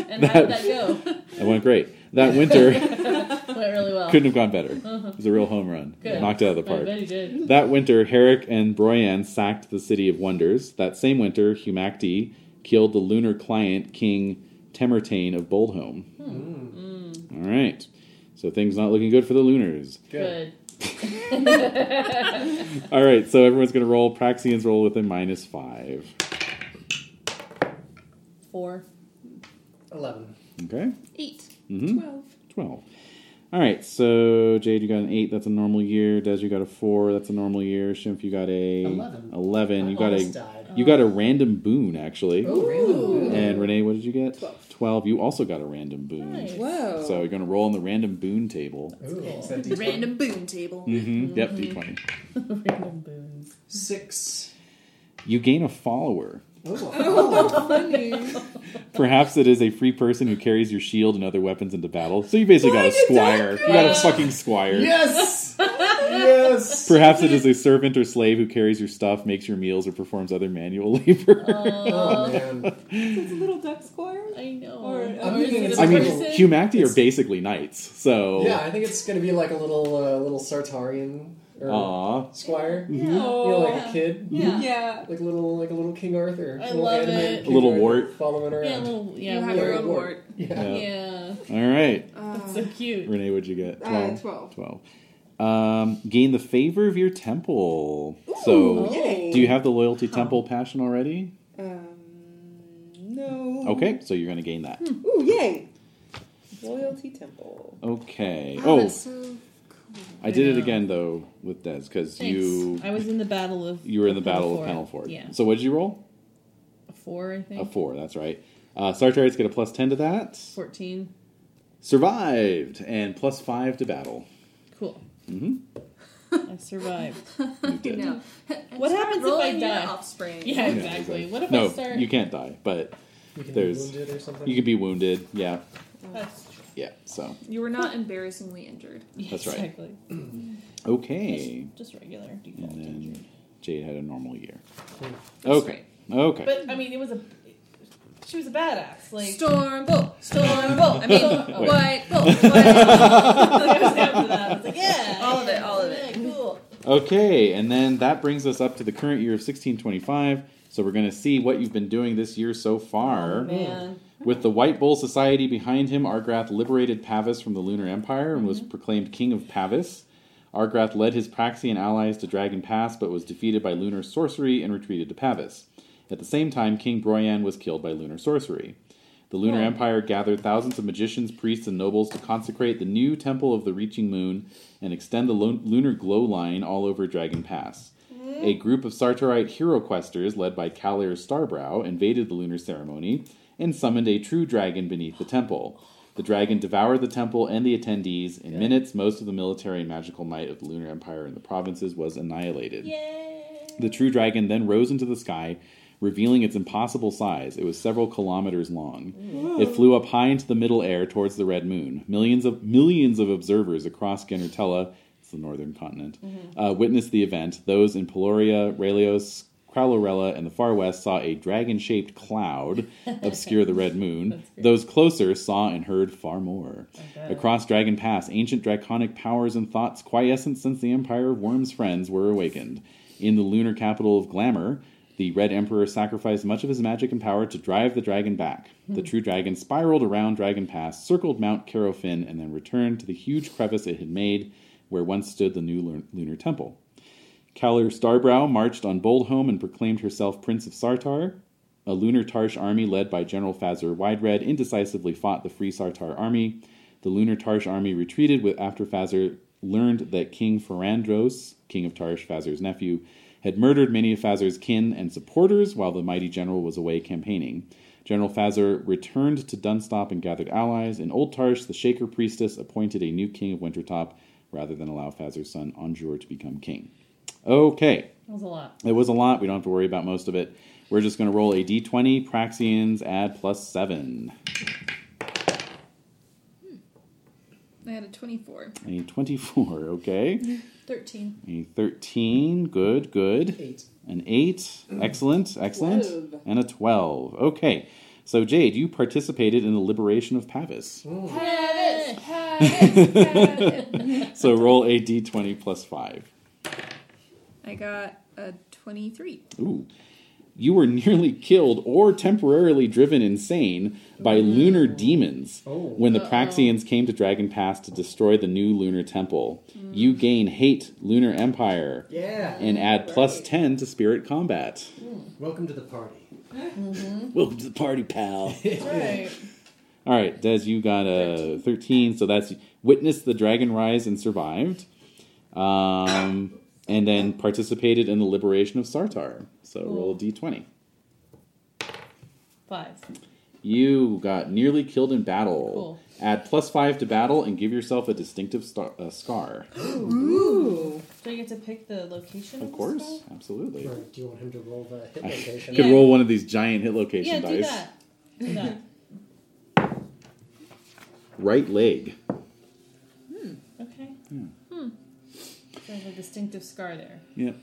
Speaker 3: And how did that go?
Speaker 1: That went great. That winter.
Speaker 3: Went really well.
Speaker 1: Couldn't have gone better. It was a real home run.
Speaker 3: Good.
Speaker 1: Knocked it out of the
Speaker 3: I
Speaker 1: park.
Speaker 3: bet he did.
Speaker 1: That winter, Herrick and Broyan sacked the City of Wonders. That same winter, Humacti killed the lunar client King Temertane of Boldholm.
Speaker 4: Mm.
Speaker 1: All right. So things not looking good for the Lunars.
Speaker 3: Good.
Speaker 1: All right. So everyone's going to roll. Praxian's roll with a minus five.
Speaker 3: Four.
Speaker 4: Eleven.
Speaker 1: Okay.
Speaker 3: Eight.
Speaker 1: Mhm.
Speaker 19: Twelve.
Speaker 1: 12. All right, so Jade, you got an 8. That's a normal year. Des, you got a 4. That's a normal year. Shimp, you got a
Speaker 4: Eleven.
Speaker 1: 11. You got a
Speaker 4: Almost died.
Speaker 1: you got a random boon actually.
Speaker 4: Oh, random.
Speaker 1: And Renee, what did you get? 12. You also got a random boon.
Speaker 3: Nice.
Speaker 5: Whoa.
Speaker 1: So you're going to roll on the random boon table.
Speaker 4: Ooh, is that D20?
Speaker 8: Random boon table.
Speaker 1: Mm-hmm. Yep, d20.
Speaker 3: Random boons.
Speaker 4: Six.
Speaker 1: You gain a follower.
Speaker 4: Oh,
Speaker 1: Perhaps it is a free person who carries your shield and other weapons into battle. So you basically got a squire. You got a fucking squire.
Speaker 4: yes, yes.
Speaker 1: Perhaps it is a servant or slave who carries your stuff, makes your meals, or performs other manual labor.
Speaker 4: Oh man.
Speaker 19: It's a little duck squire.
Speaker 3: I know.
Speaker 19: Or-
Speaker 4: I'm
Speaker 3: or is
Speaker 4: thinking
Speaker 3: it
Speaker 4: it's
Speaker 3: a
Speaker 1: I mean,
Speaker 3: person?
Speaker 1: Humacti are basically knights, so
Speaker 4: Yeah, I think it's gonna be like a little uh, little Sartarian or
Speaker 1: Aw.
Speaker 4: squire.
Speaker 19: Yeah.
Speaker 4: You know, like a kid.
Speaker 19: Yeah.
Speaker 5: Oh, Yeah.
Speaker 4: Like little like a little King Arthur.
Speaker 3: I
Speaker 4: little
Speaker 3: love
Speaker 4: animated
Speaker 3: it.
Speaker 4: King
Speaker 1: A little
Speaker 4: Arthur
Speaker 1: wart.
Speaker 4: following around.
Speaker 3: Yeah, a little, yeah,
Speaker 5: You have
Speaker 3: wart.
Speaker 5: your own
Speaker 4: wart.
Speaker 5: wart.
Speaker 4: Yeah.
Speaker 3: Yeah.
Speaker 1: All right,
Speaker 5: Uh,
Speaker 3: So cute.
Speaker 1: Renee, what'd you get?
Speaker 5: uh, Twelve.
Speaker 1: Twelve. Um, gain the favor of your temple. so,
Speaker 5: yay.
Speaker 1: do you have the loyalty temple passion already?
Speaker 5: Um, no.
Speaker 1: Okay, so you're going to gain that.
Speaker 5: Ooh, yay!
Speaker 19: Loyalty temple.
Speaker 1: Okay.
Speaker 8: Oh,
Speaker 1: Oh,
Speaker 8: that's so
Speaker 1: I did it again though with Des because
Speaker 3: Thanks.
Speaker 1: you
Speaker 3: I was in the battle of.
Speaker 1: you were in the battle of
Speaker 3: Penelford.
Speaker 1: Penelford.
Speaker 3: Yeah.
Speaker 1: So, what did you roll?
Speaker 3: A four, I think.
Speaker 1: A four. That's right. Uh, Sartarites get a plus ten to that.
Speaker 3: Fourteen.
Speaker 1: Survived and plus five to battle.
Speaker 3: Cool.
Speaker 1: Mhm.
Speaker 3: I survived.
Speaker 1: You did.
Speaker 8: No.
Speaker 3: What
Speaker 8: Start
Speaker 3: happens if I
Speaker 8: rolling your
Speaker 3: die?
Speaker 8: Offspring.
Speaker 3: Yeah,
Speaker 1: Yeah,
Speaker 3: exactly. What if
Speaker 1: no,
Speaker 3: I start?
Speaker 1: you can't die, but
Speaker 4: You can
Speaker 1: There's-
Speaker 4: be wounded or something.
Speaker 1: you can be wounded. Yeah,
Speaker 3: That's-
Speaker 1: yeah. So
Speaker 8: You were not embarrassingly injured.
Speaker 3: yeah,
Speaker 1: That's right.
Speaker 3: Exactly.
Speaker 1: okay,
Speaker 3: Just regular.
Speaker 1: and
Speaker 3: default injury.
Speaker 1: then
Speaker 6: Jade had a normal year.
Speaker 3: That's
Speaker 6: okay. Okay.
Speaker 3: But I mean, it was a. She was a badass. Like
Speaker 8: Storm Bolt, Storm Bolt. I mean,
Speaker 3: Wait.
Speaker 8: White Bolt. White
Speaker 3: I was down for that. I was like, yeah,
Speaker 8: all of it,
Speaker 3: yeah,
Speaker 8: all of it.
Speaker 3: yeah, cool.
Speaker 6: Okay, and then that brings us up to the current year of 1625. So we're going to see what you've been doing this year so far.
Speaker 3: Oh, man.
Speaker 6: With the White Bull Society behind him, Argrath liberated Pavis from the Lunar Empire and was proclaimed King of Pavis. Argrath led his Praxian allies to Dragon Pass, but was defeated by Lunar Sorcery and retreated to Pavis. At the same time, King Broyan was killed by Lunar Sorcery. The Lunar Empire gathered thousands of magicians, priests, and nobles to consecrate the new Temple of the Reaching Moon and extend the lo- lunar glow line all over Dragon Pass. A group of Sartorite hero questers, led by Kalir Starbrow, invaded the lunar ceremony and summoned a true dragon beneath the temple. The dragon devoured the temple and the attendees. In minutes, most of the military and magical might of the Lunar Empire and the provinces was annihilated. The true dragon then rose into the sky, revealing its impossible size. It was several kilometers long. It flew up high into the middle air towards the red moon. Millions of millions of observers across Genertella, it's the northern continent, uh, witnessed the event. Those in Peloria, Ralios, Crowlorella, and the far west saw a dragon-shaped cloud obscure the red moon. Those closer saw and heard far more.
Speaker 20: bet.
Speaker 6: Across Dragon Pass, ancient draconic powers and thoughts quiescent since the Empire of Worm's friends were awakened. In the lunar capital of Glamour, the Red Emperor sacrificed much of his magic and power to drive the dragon back. The
Speaker 20: Hmm.
Speaker 6: true dragon spiraled around Dragon Pass, circled Mount Carofin, and then returned to the huge crevice it had made where once stood the new lun- lunar temple. Kalir Starbrow marched on Boldholm and proclaimed herself Prince of Sartar. A lunar Tarsh army led by General Fazur Widered indecisively fought the Free Sartar army. The lunar Tarsh army retreated with, after Fazur learned that King Ferandros, king of Tarsh, Fazur's nephew, had murdered many of Fazur's kin and supporters while the mighty general was away campaigning. General Fazur returned to Dunstop and gathered allies. In Old Tarsh, the Shaker priestess appointed a new king of Wintertop rather than allow Fazur's son Anjur to become king. Okay.
Speaker 21: That was a lot.
Speaker 6: It was a lot. We don't have to worry about most of it. We're just going to roll a d20. Praxians add plus seven.
Speaker 8: I had a 24.
Speaker 6: A 24, okay.
Speaker 8: 13.
Speaker 6: A 13, good, good.
Speaker 8: Eight.
Speaker 6: An 8, excellent, excellent.
Speaker 8: Twelve.
Speaker 6: And a 12, okay. So, Jade, you participated in the liberation of Pavis.
Speaker 8: Pavis!
Speaker 6: so, roll a d20 plus 5.
Speaker 8: I got a 23.
Speaker 6: Ooh. You were nearly killed or temporarily driven insane by lunar demons when the Praxians came to Dragon Pass to destroy the new lunar temple. You gain hate lunar empire
Speaker 12: Yeah.
Speaker 6: and add plus 10 to spirit combat.
Speaker 12: Welcome to the party.
Speaker 6: Welcome to the party, pal.
Speaker 21: Right.
Speaker 6: All right, Des, you got a 13, so that's witnessed the dragon rise and survived, um, and then participated in the liberation of Sartar. So roll a d20.
Speaker 21: Five.
Speaker 6: You got nearly killed in battle.
Speaker 21: Cool.
Speaker 6: Add plus five to battle and give yourself a distinctive star, uh, scar.
Speaker 21: Ooh. Do I get to pick the location?
Speaker 6: Of course, absolutely.
Speaker 12: Right. Do you want him to roll the hit
Speaker 6: I
Speaker 12: location?
Speaker 6: could roll one of these giant hit location
Speaker 21: Yeah, do
Speaker 6: dice.
Speaker 21: that. Do that.
Speaker 6: Right leg.
Speaker 21: Okay.
Speaker 6: Hmm.
Speaker 21: Hmm. There's a distinctive scar there.
Speaker 6: Yep.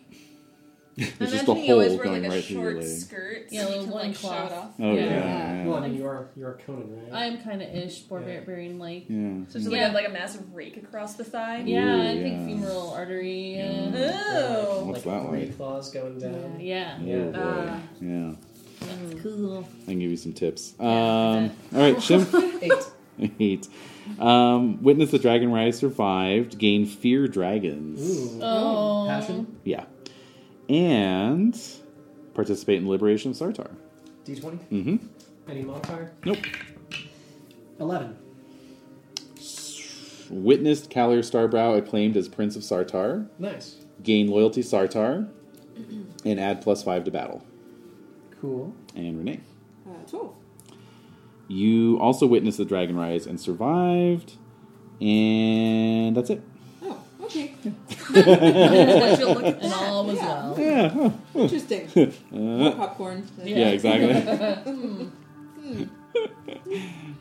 Speaker 6: There's
Speaker 9: I
Speaker 6: just a
Speaker 9: imagine you always
Speaker 6: hole
Speaker 9: wear,
Speaker 6: going
Speaker 9: like, a
Speaker 6: right through your
Speaker 9: short
Speaker 6: leg.
Speaker 9: skirt.
Speaker 21: Yeah, a
Speaker 9: so
Speaker 21: little
Speaker 9: you can, like,
Speaker 21: loincloth.
Speaker 9: shout off.
Speaker 6: Oh, yeah. yeah.
Speaker 12: Well, I mean, you are you are Conan, right?
Speaker 21: I'm kind of ish, barbarian like.
Speaker 6: Yeah.
Speaker 9: So it's like, a, like a massive rake across the thigh.
Speaker 21: Yeah, I
Speaker 6: Ooh,
Speaker 21: think
Speaker 6: yeah.
Speaker 21: femoral artery. Yeah.
Speaker 9: Ew.
Speaker 12: like
Speaker 6: What's that
Speaker 12: three
Speaker 6: like?
Speaker 12: claws going down.
Speaker 21: Yeah.
Speaker 6: Oh,
Speaker 4: uh,
Speaker 6: boy.
Speaker 21: Ah.
Speaker 6: yeah.
Speaker 21: That's cool.
Speaker 6: I can give you some tips. Um, all right, Shim. Eight. Eight. Um, witness the dragon rise survived. Gain fear dragons.
Speaker 12: Ooh.
Speaker 21: Oh.
Speaker 12: Passion.
Speaker 6: Yeah. And participate in the liberation of Sartar.
Speaker 12: D twenty.
Speaker 6: Mm-hmm.
Speaker 12: Any modifier?
Speaker 6: Nope.
Speaker 12: Eleven.
Speaker 6: Witnessed Kalir Starbrow acclaimed as Prince of Sartar.
Speaker 12: Nice.
Speaker 6: Gain loyalty Sartar. and add plus five to battle.
Speaker 12: Cool.
Speaker 6: And Renee.
Speaker 2: Uh, 12.
Speaker 6: You also witnessed the dragon rise and survived. And that's it.
Speaker 2: Oh, okay.
Speaker 21: and all was well.
Speaker 6: Yeah. huh.
Speaker 2: Interesting.
Speaker 6: Uh,
Speaker 2: More popcorn.
Speaker 6: Yeah, exactly.
Speaker 2: Hmm. Hmm.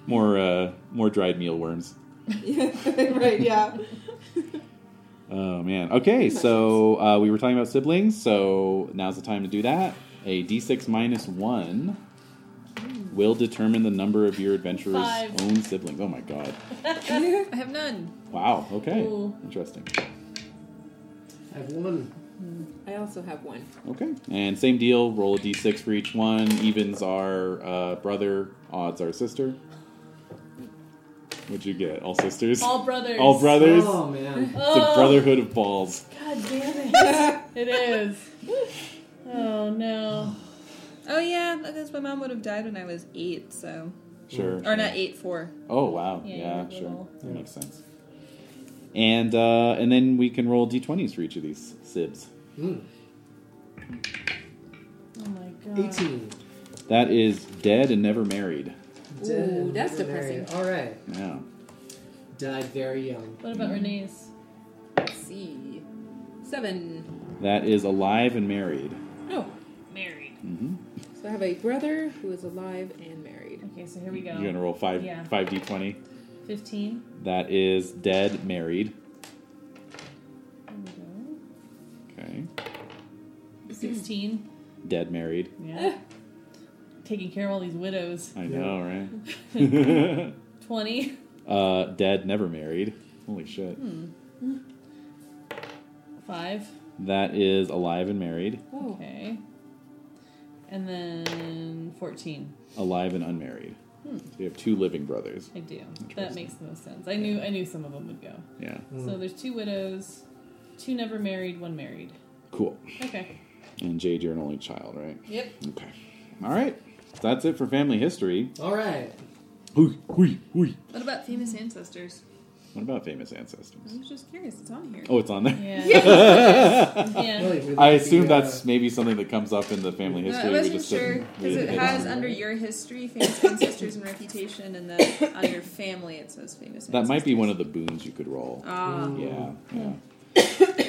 Speaker 6: more uh, more dried mealworms.
Speaker 2: Yeah, right, yeah.
Speaker 6: Oh man. Okay, so uh, we were talking about siblings, so now's the time to do that. A d6 minus one will determine the number of your adventurer's
Speaker 8: Five.
Speaker 6: own siblings. Oh my god.
Speaker 8: I have none.
Speaker 6: Wow. Okay.
Speaker 8: Ooh.
Speaker 6: Interesting.
Speaker 4: I have one.
Speaker 5: I also have one.
Speaker 6: Okay. And same deal. Roll a d6 for each one. Evens are uh, brother. Odds are sister. What'd you get? All sisters.
Speaker 3: All brothers.
Speaker 6: All brothers.
Speaker 3: Oh, man.
Speaker 6: It's a
Speaker 3: Oh.
Speaker 6: brotherhood of balls.
Speaker 3: God damn it. it is. Oh no.
Speaker 8: Oh yeah, because my mom would have died when I was eight, so
Speaker 6: Sure,
Speaker 8: or
Speaker 6: sure.
Speaker 8: not eight four.
Speaker 6: Oh wow.
Speaker 8: Yeah,
Speaker 6: Yeah.
Speaker 8: you're
Speaker 6: sure.
Speaker 8: little.
Speaker 6: That makes sense. And uh, and then we can roll d20s for each of these sibs.
Speaker 12: Hmm.
Speaker 3: Oh my god.
Speaker 4: 18.
Speaker 6: That is dead and never married.
Speaker 4: Dead.
Speaker 2: Ooh, that's
Speaker 4: Never
Speaker 2: depressing.
Speaker 4: married. All right.
Speaker 6: Yeah.
Speaker 4: Died very young.
Speaker 3: What about Renee's?
Speaker 2: Let's see. Seven.
Speaker 6: That is alive and married.
Speaker 2: Oh.
Speaker 3: Married.
Speaker 6: hmm
Speaker 2: So I have a brother who is alive and married.
Speaker 3: Okay, so here we go.
Speaker 6: You're gonna roll five
Speaker 3: Yeah.
Speaker 6: five d20.
Speaker 3: Fifteen.
Speaker 6: That is dead, married.
Speaker 3: There we
Speaker 6: Okay.
Speaker 3: go. Sixteen.
Speaker 6: Dead, married.
Speaker 3: Yeah. Taking care of all these widows.
Speaker 6: I know, right?
Speaker 3: Twenty.
Speaker 6: uh, dead, never married. Holy shit.
Speaker 3: Hmm. Five.
Speaker 6: That is alive and married.
Speaker 3: Okay. And then fourteen.
Speaker 6: Alive and unmarried.
Speaker 3: Hmm.
Speaker 6: So you have two living brothers.
Speaker 3: I do. That makes the most sense. I knew I knew some of them would go.
Speaker 6: Yeah.
Speaker 3: So there's two widows, two never married, one married.
Speaker 6: Cool.
Speaker 3: Okay.
Speaker 6: And Jade, you're an only child, right?
Speaker 3: Yep.
Speaker 6: Okay. All right. That's it for family history.
Speaker 4: All right.
Speaker 6: Hui, hui, hui.
Speaker 8: What about famous ancestors?
Speaker 6: What about famous ancestors?
Speaker 8: I was just curious. It's on here.
Speaker 6: Oh, it's on there.
Speaker 8: Yeah.
Speaker 4: Yeah.
Speaker 6: I assume
Speaker 4: Yeah.
Speaker 6: that's maybe something that comes up in the family
Speaker 8: No,
Speaker 6: history.
Speaker 8: Uh, I
Speaker 6: We
Speaker 8: wasn't
Speaker 6: just
Speaker 8: sure
Speaker 6: didn't- we
Speaker 8: because it
Speaker 6: didn't-
Speaker 8: has under your history famous ancestors and reputation, and then on your family it says famous.
Speaker 6: That might be one of the boons you could roll.
Speaker 8: Ah.
Speaker 6: Yeah. yeah.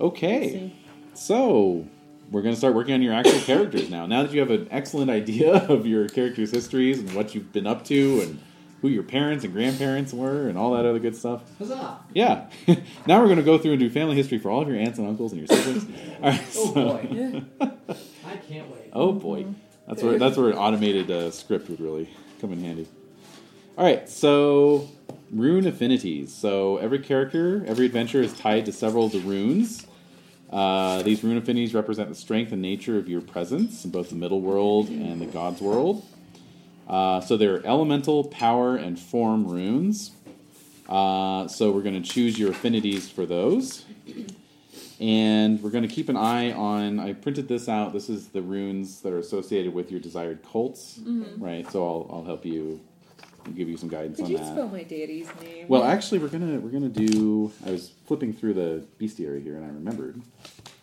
Speaker 6: okay. So we're going to start working on your actual characters now. Now that you have an excellent idea of your characters' histories and what you've been up to and who your parents and grandparents were and all that other good stuff.
Speaker 4: Huzzah.
Speaker 6: Yeah. now we're going to go through and do family history for all of your aunts and uncles and your siblings. all right,
Speaker 4: Oh,
Speaker 6: so-
Speaker 4: boy. I can't wait.
Speaker 6: Oh boy, that's where that's where an automated uh, script would really come in handy. All right, so rune affinities. So every character, every adventure is tied to several of the runes. Uh, these rune affinities represent the strength and nature of your presence in both the middle world and the gods world. Uh, so there are elemental, power, and form runes. Uh, so we're going to choose your affinities for those. And we're going to keep an eye on. I printed this out. This is the runes that are associated with your desired cults,
Speaker 5: Mhm.
Speaker 6: right? So I'll, I'll help you, give you some guidance
Speaker 5: Could
Speaker 6: on
Speaker 5: you
Speaker 6: that.
Speaker 5: spell my deity's name?
Speaker 6: Well, actually, we're gonna we're gonna do. I was flipping through the bestiary here, and I remembered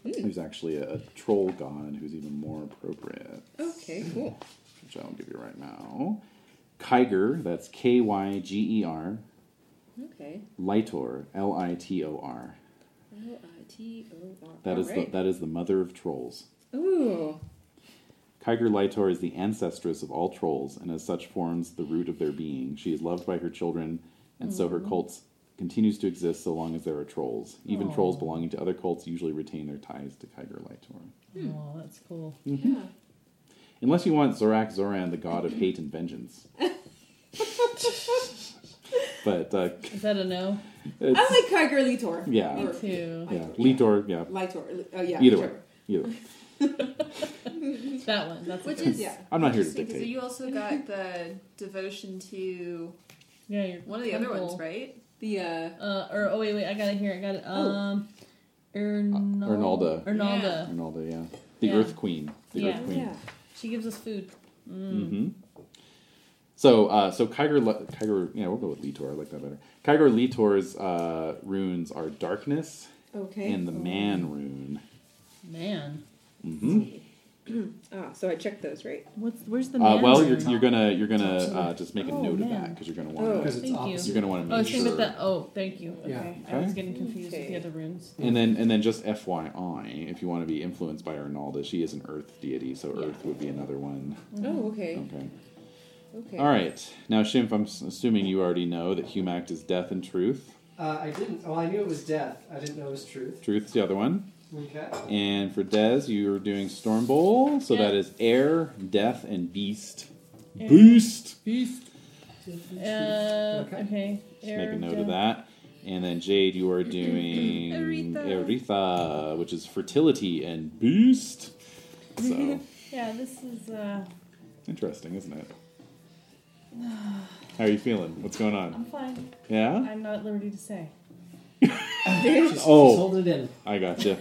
Speaker 5: Hmm.
Speaker 6: there's actually a, a troll god who's even more appropriate,
Speaker 5: Okay, cool.
Speaker 6: which I'll give you right now. Kyger, that's K Y G E R.
Speaker 5: Okay.
Speaker 6: Litor, L I T O R.
Speaker 5: L I T O R.
Speaker 6: That is
Speaker 5: Alright.
Speaker 6: the that is the mother of trolls.
Speaker 5: Ooh.
Speaker 6: Kyger Lytor is the ancestress of all trolls, and as such forms the root of their being. She is loved by her children, and so her
Speaker 1: Aw.
Speaker 6: cult continues to exist so long as there are trolls. Even
Speaker 3: Aw.
Speaker 6: trolls belonging to other cults usually retain their ties to Kyger Lytor.
Speaker 3: Oh, that's cool.
Speaker 6: Mhm. Unless you want Zorak Zoran, the god of hate and vengeance. but, uh,
Speaker 3: Is that a no?
Speaker 6: It's-
Speaker 2: I like Kyger Litor.
Speaker 6: yeah.
Speaker 2: Or-
Speaker 5: Oh
Speaker 6: Yeah, Litor, yeah.
Speaker 2: Litor. Oh, yeah.
Speaker 6: Either way.
Speaker 2: whichever.
Speaker 6: Either way.
Speaker 3: that one. That's
Speaker 8: Which
Speaker 3: okay.
Speaker 8: is
Speaker 6: I'm not here to
Speaker 8: interesting, 'cause
Speaker 6: dictate.
Speaker 8: You also got the devotion to
Speaker 3: yeah, your
Speaker 8: one of the other
Speaker 3: temple.
Speaker 8: ones, right?
Speaker 2: The uh,
Speaker 3: uh, or oh wait, wait, I got it here. I got it.
Speaker 8: Oh.
Speaker 3: Um, Ernal-
Speaker 6: Arnalda.
Speaker 3: Arnalda.
Speaker 6: Arnalda, yeah. The
Speaker 3: Yeah.
Speaker 6: Earth Queen. The Earth Queen.
Speaker 3: She gives us food. Mm.
Speaker 6: hmm So, uh, so Kyger, Le- Kyger, yeah, we'll go with Litor. I like that better. Kyger Litor's uh, runes are darkness
Speaker 5: Okay.
Speaker 6: and the man rune.
Speaker 3: Man.
Speaker 6: hmm
Speaker 5: ah, so I checked those, right?
Speaker 3: What's where's the
Speaker 6: Uh,
Speaker 3: man
Speaker 6: well,
Speaker 3: rune?
Speaker 6: you're, you're gonna you're gonna
Speaker 3: Talk to
Speaker 6: uh,
Speaker 3: the-
Speaker 6: just make a
Speaker 3: Oh,
Speaker 6: note of
Speaker 3: man.
Speaker 6: that because you're gonna
Speaker 3: Oh,
Speaker 6: want
Speaker 3: thank you.
Speaker 6: You're gonna want to
Speaker 3: Oh,
Speaker 6: make
Speaker 3: same
Speaker 6: sure.
Speaker 3: with that. Oh, thank you. Okay,
Speaker 4: Yeah.
Speaker 3: I was
Speaker 6: Okay.
Speaker 3: getting confused
Speaker 5: Okay.
Speaker 3: with the other runes.
Speaker 6: And then and then just FYI, if you want to be influenced by Arnalda, she is an Earth deity, so Earth would be another one.
Speaker 5: Oh, okay.
Speaker 6: Okay.
Speaker 5: Okay.
Speaker 6: All right. Now, Shimp, I'm s- assuming you already know that Humact is death and truth.
Speaker 4: Uh, I didn't. Well, I knew it was death. I didn't know it was truth.
Speaker 6: Truth's the other one.
Speaker 4: Okay.
Speaker 6: And for Dez, you are doing Storm Bowl, so that is air, death, and beast.
Speaker 3: Air.
Speaker 6: Beast.
Speaker 3: Beast. Uh, okay.
Speaker 6: Just make a note of that. And then Jade, you are doing
Speaker 3: Aretha.
Speaker 6: Aretha, which is fertility and beast. So
Speaker 3: yeah, this is. Uh,
Speaker 6: interesting, isn't it? How are you feeling? What's going on?
Speaker 3: I'm fine.
Speaker 6: Yeah.
Speaker 3: I'm not at liberty to say.
Speaker 6: oh,
Speaker 22: holding it in.
Speaker 6: I got gotcha. you.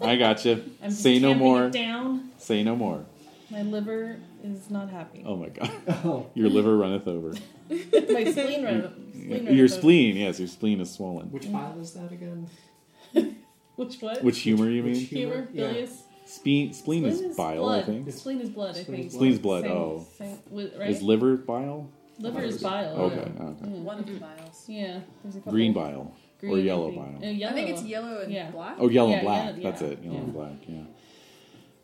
Speaker 6: I got gotcha. you.
Speaker 3: I'm just
Speaker 6: Say no
Speaker 3: tamping
Speaker 6: more.
Speaker 3: It down.
Speaker 6: Say no more.
Speaker 3: My liver is not happy.
Speaker 6: Oh my god. Your liver runneth over.
Speaker 3: my spleen. Run, spleen
Speaker 6: your
Speaker 3: runneth over.
Speaker 6: spleen, yes, your spleen is swollen.
Speaker 4: Which file is that again?
Speaker 3: Which what?
Speaker 6: Which humor you mean?
Speaker 3: Humor. Bilious.
Speaker 6: Spleen, spleen is bile,
Speaker 3: blood.
Speaker 6: I think.
Speaker 3: Spleen is blood. I think.
Speaker 6: Spleen's blood.
Speaker 3: Same-
Speaker 6: oh,
Speaker 3: same- with- right?
Speaker 6: is liver bile?
Speaker 3: Liver is bile.
Speaker 6: Okay,
Speaker 3: yeah.
Speaker 6: okay.
Speaker 3: Mm.
Speaker 23: One of
Speaker 8: Mm-hmm.
Speaker 23: the vials.
Speaker 3: Yeah. There's a couple.
Speaker 6: Green bile
Speaker 3: Green,
Speaker 6: or
Speaker 3: I
Speaker 6: yellow
Speaker 3: think.
Speaker 6: bile?
Speaker 3: Uh, yellow.
Speaker 23: I think it's yellow and black.
Speaker 6: Oh, yellow and
Speaker 3: Yeah,
Speaker 6: black.
Speaker 3: yeah,
Speaker 6: That's
Speaker 3: yeah.
Speaker 6: it. Yellow and black. Yeah.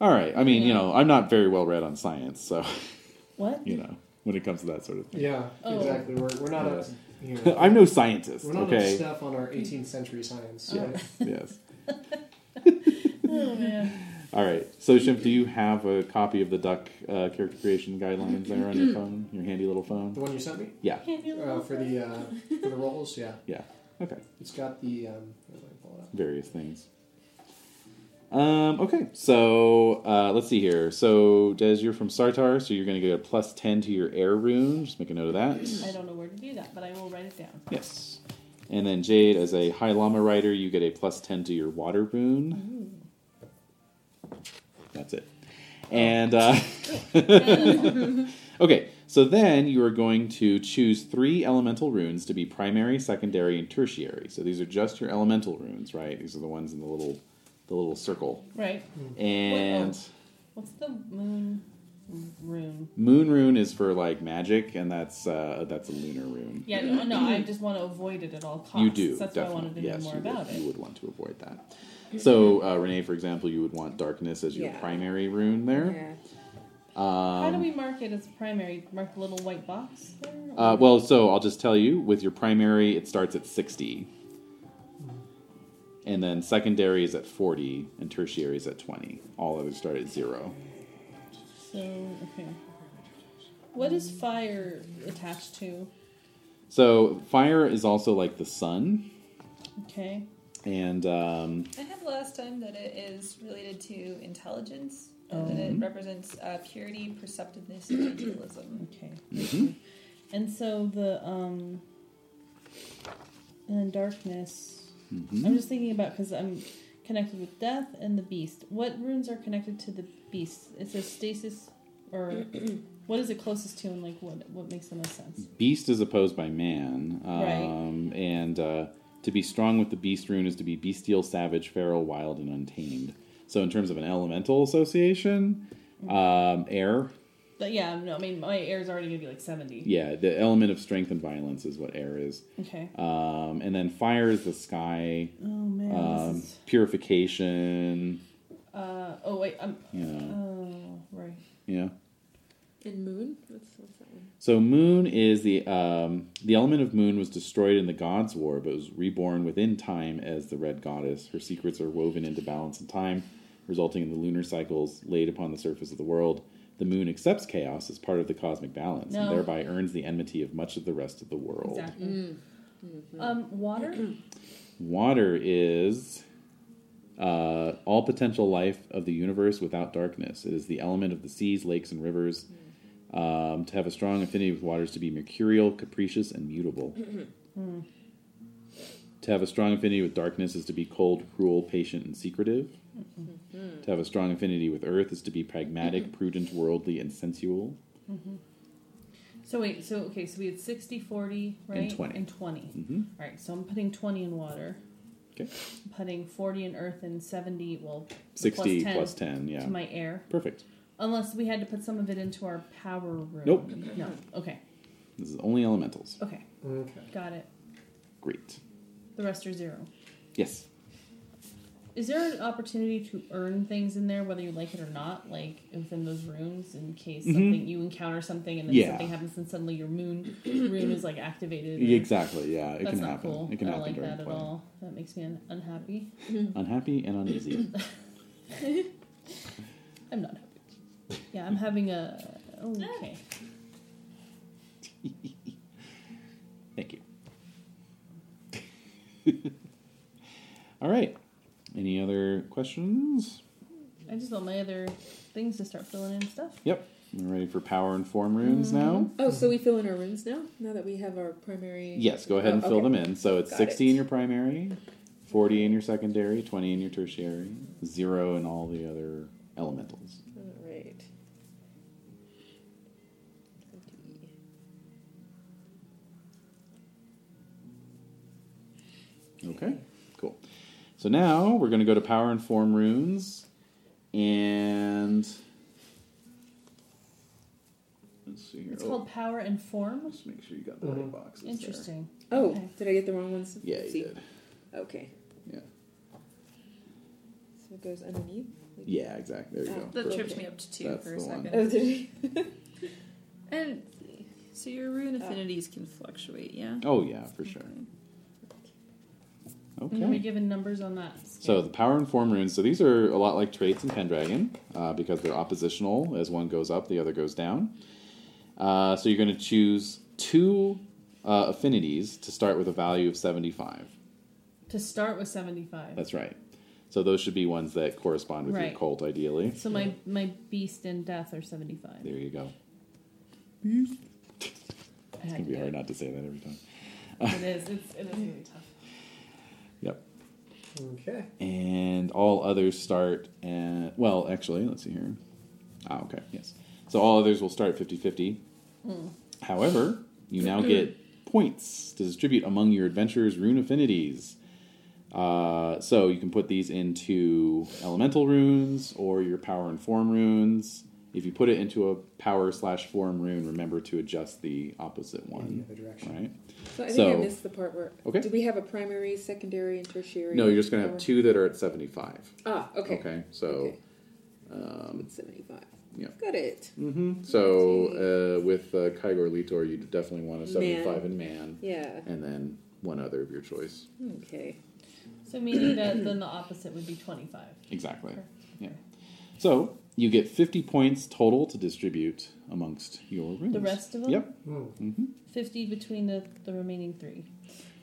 Speaker 6: All right. I mean, you know, I'm not very well read on science, so
Speaker 3: What?
Speaker 6: you know, when it comes to that sort of thing.
Speaker 4: Yeah,
Speaker 3: Oh.
Speaker 4: exactly. We're, we're not up
Speaker 6: Yeah.
Speaker 4: here.
Speaker 6: I'm no scientist.
Speaker 4: We're not up
Speaker 6: okay.
Speaker 4: stuff on our 18th century science.
Speaker 6: Yeah.
Speaker 4: right?
Speaker 6: yes.
Speaker 3: Oh man.
Speaker 6: All right. So, Shimp, do you have a copy of the duck uh, character creation guidelines there on your phone, your handy little
Speaker 4: The
Speaker 6: phone?
Speaker 4: one you sent me?
Speaker 6: Yeah.
Speaker 4: Uh, for the uh, for the rolls, yeah.
Speaker 6: Yeah. Okay.
Speaker 4: It's got the. Um, where do I pull it up?
Speaker 6: Various things. Um, okay, so uh, let's see here. So, Des, you're from Sartar, so you're going to get a plus 10 to your air rune. Just make a note of that.
Speaker 3: I don't know where to do that, but I will write it down.
Speaker 6: Yes. And then Jade, as a High Llama rider, you get a plus 10 to your water boon. That's it. And, uh, okay, so then you are going to choose three elemental runes to be primary, secondary, and tertiary. So these are just your elemental runes, right? These are the ones in the little, the little circle.
Speaker 3: Right.
Speaker 6: And
Speaker 3: What's the moon rune?
Speaker 6: moon rune is for like magic, and that's uh, that's a lunar rune.
Speaker 3: Yeah, no, no, I just want to avoid it at all costs.
Speaker 6: You do.
Speaker 3: That's
Speaker 6: definitely.
Speaker 3: why I wanted to
Speaker 6: yes,
Speaker 3: know more
Speaker 6: you
Speaker 3: about
Speaker 6: would,
Speaker 3: it.
Speaker 6: You would want to avoid that. So, uh, Renee, for example, you would want darkness as your
Speaker 5: Yeah.
Speaker 6: primary rune there. Um,
Speaker 3: How do we mark it as primary? Mark the little white box there?
Speaker 6: uh, well, so I'll just tell you with your primary, it starts at 60. And then secondary is at 40, and tertiary is at 20. All others start at zero.
Speaker 3: so, okay. What is fire attached to?
Speaker 6: So, fire is also like the sun.
Speaker 3: Okay.
Speaker 6: And um,
Speaker 8: I had last time that it is related to intelligence and that it
Speaker 3: Oh.
Speaker 6: Um.
Speaker 8: represents uh, purity, perceptiveness, and idealism.
Speaker 3: Okay.
Speaker 6: mhm.
Speaker 3: And so the, um, and then darkness.
Speaker 6: Mhm.
Speaker 3: I'm just thinking about because I'm connected with death and the beast. What runes are connected to the beast? It says stasis, or what is it closest to, and like what what makes the most sense?
Speaker 6: beast is opposed by man. Um, And uh, to be strong with the beast rune is to be bestial, savage, feral, wild, and untamed. So, in terms of an elemental association, um, air,
Speaker 3: But yeah, no, I mean my air's already gonna be like seventy.
Speaker 6: yeah, the element of strength and violence is what air is.
Speaker 3: Okay.
Speaker 6: Um, and then fire is the sky,
Speaker 3: Oh man,
Speaker 6: um,
Speaker 3: this is.
Speaker 6: purification,
Speaker 3: Uh, oh wait, I'm.
Speaker 6: you know,
Speaker 3: Oh right.
Speaker 6: yeah.
Speaker 5: And moon? What's, what's that one?
Speaker 6: So moon is the um, the element of moon was destroyed in the gods' war, but was reborn within time as the red goddess. Her secrets are woven into balance and time, resulting in the lunar cycles laid upon the surface of the world. The moon accepts chaos as part of the cosmic balance,
Speaker 3: No.
Speaker 6: and thereby earns the enmity of much of the rest of the world.
Speaker 3: Exactly. Um, water.
Speaker 6: Water is uh, all potential life of the universe without darkness. It is the element of the seas, lakes, and rivers. Um, to have a strong affinity with water is to be mercurial, capricious, and mutable. To have a strong affinity with darkness is to be cold, cruel, patient, and secretive. To have a strong affinity with earth is to be pragmatic, prudent, worldly, and sensual.
Speaker 3: So wait, so okay, so we had 60, 40, right?
Speaker 6: 20.
Speaker 3: And 20.
Speaker 6: Mhm.
Speaker 3: All right, so I'm putting 20 in water.
Speaker 6: Okay.
Speaker 3: I'm putting 40 in earth and 70, well, plus
Speaker 6: 60 plus 10, yeah.
Speaker 3: To my air.
Speaker 6: Perfect.
Speaker 3: Unless we had to put some of it into our power room.
Speaker 6: Nope.
Speaker 3: No. Okay.
Speaker 6: This is only elementals.
Speaker 3: Okay.
Speaker 4: Okay.
Speaker 3: Got it.
Speaker 6: Great.
Speaker 3: The rest are zero.
Speaker 6: Yes.
Speaker 3: Is there an opportunity to earn things in there, whether you like it or not, like within those rooms, in case
Speaker 6: Mhm.
Speaker 3: something you encounter something and then
Speaker 6: Yeah.
Speaker 3: something happens and suddenly your moon rune is like activated?
Speaker 6: Yeah, exactly, yeah, it
Speaker 3: That's
Speaker 6: can
Speaker 3: not
Speaker 6: happen.
Speaker 3: Cool.
Speaker 6: It can
Speaker 3: I don't
Speaker 6: happen
Speaker 3: like
Speaker 6: during
Speaker 3: that at
Speaker 6: play.
Speaker 3: all. That makes me un- unhappy.
Speaker 6: Unhappy and uneasy.
Speaker 3: I'm not happy. Yeah, I'm having a oh, okay.
Speaker 6: Thank you. all right. Any other questions?
Speaker 3: I just want my other things to start filling in stuff.
Speaker 6: Yep. We're ready for power and form rooms
Speaker 3: Mm-hmm.
Speaker 6: now.
Speaker 5: Oh, so we fill in our rooms now? Now that we have our primary.
Speaker 6: Yes, go ahead and
Speaker 5: Oh,
Speaker 6: fill
Speaker 5: okay.
Speaker 6: them in. So it's
Speaker 5: Got
Speaker 6: 60 in your primary, 40 in your secondary, 20 in your tertiary, 0 in all the other elementals.
Speaker 5: All right.
Speaker 6: Okay, cool. So now we're going to go to power and form runes, and let's see here.
Speaker 3: It's
Speaker 6: Oh,
Speaker 3: called power and form.
Speaker 6: Just make sure you got the right boxes. there.
Speaker 3: Interesting.
Speaker 5: Oh,
Speaker 3: Okay.
Speaker 5: did I get the wrong ones?
Speaker 6: Yeah, you
Speaker 5: See?
Speaker 6: did.
Speaker 5: Okay.
Speaker 6: Yeah.
Speaker 5: So it goes underneath?
Speaker 6: Yeah, exactly. There you go.
Speaker 8: That
Speaker 6: Perfect.
Speaker 8: tripped me up to two
Speaker 6: That's
Speaker 8: for a
Speaker 6: the one.
Speaker 8: second.
Speaker 5: Oh, did we?
Speaker 8: And Uh. so your rune
Speaker 5: Oh.
Speaker 8: affinities can fluctuate, yeah?
Speaker 6: Oh yeah, for sure.
Speaker 3: And are we
Speaker 6: Okay.
Speaker 3: given numbers on that?
Speaker 6: So the power and form runes. So these are a lot like traits in Pendragon uh, because they're oppositional. As one goes up, the other goes down. Uh, so you're going to choose two uh, affinities to start with a value of 75.
Speaker 3: To start with seventy-five.
Speaker 6: That's right. So those should be ones that correspond with
Speaker 3: Right.
Speaker 6: your cult, ideally.
Speaker 3: So my my beast and death are seventy-five.
Speaker 6: There you go.
Speaker 3: I
Speaker 6: It's
Speaker 3: had
Speaker 6: going to
Speaker 3: to
Speaker 6: be
Speaker 3: do
Speaker 6: hard not to say that every time.
Speaker 3: it. it is. It's, it is really tough.
Speaker 6: Yep.
Speaker 4: Okay.
Speaker 6: and all others start at well actually let's see here ah okay yes so all others will start 50-50
Speaker 3: Mm.
Speaker 6: however you now get points to distribute among your adventurers rune affinities uh, so you can put these into elemental runes or your power and form runes if you put it into a power slash form rune remember to adjust the opposite one
Speaker 4: the other direction.
Speaker 6: right
Speaker 5: So I think I missed the part where.
Speaker 6: Okay.
Speaker 5: Do we have a primary, secondary, and tertiary?
Speaker 6: no you're just going to have
Speaker 5: Or-
Speaker 6: two that are at 75
Speaker 5: Ah, okay.
Speaker 6: Okay, so, um,
Speaker 5: 75.
Speaker 6: yeah.
Speaker 5: Got it.
Speaker 6: Mm-hmm. So uh, with uh, Kygor Litor, you definitely want a 75 in man.
Speaker 5: Yeah.
Speaker 6: And then one other of your choice.
Speaker 5: Okay.
Speaker 3: So meaning that then the opposite would be twenty-five.
Speaker 6: Exactly. Yeah. So you get 50 points total to distribute amongst your rooms.
Speaker 3: The rest of them.
Speaker 6: Yep.
Speaker 4: Hmm.
Speaker 6: Mm-hmm.
Speaker 3: Fifty between the the remaining three,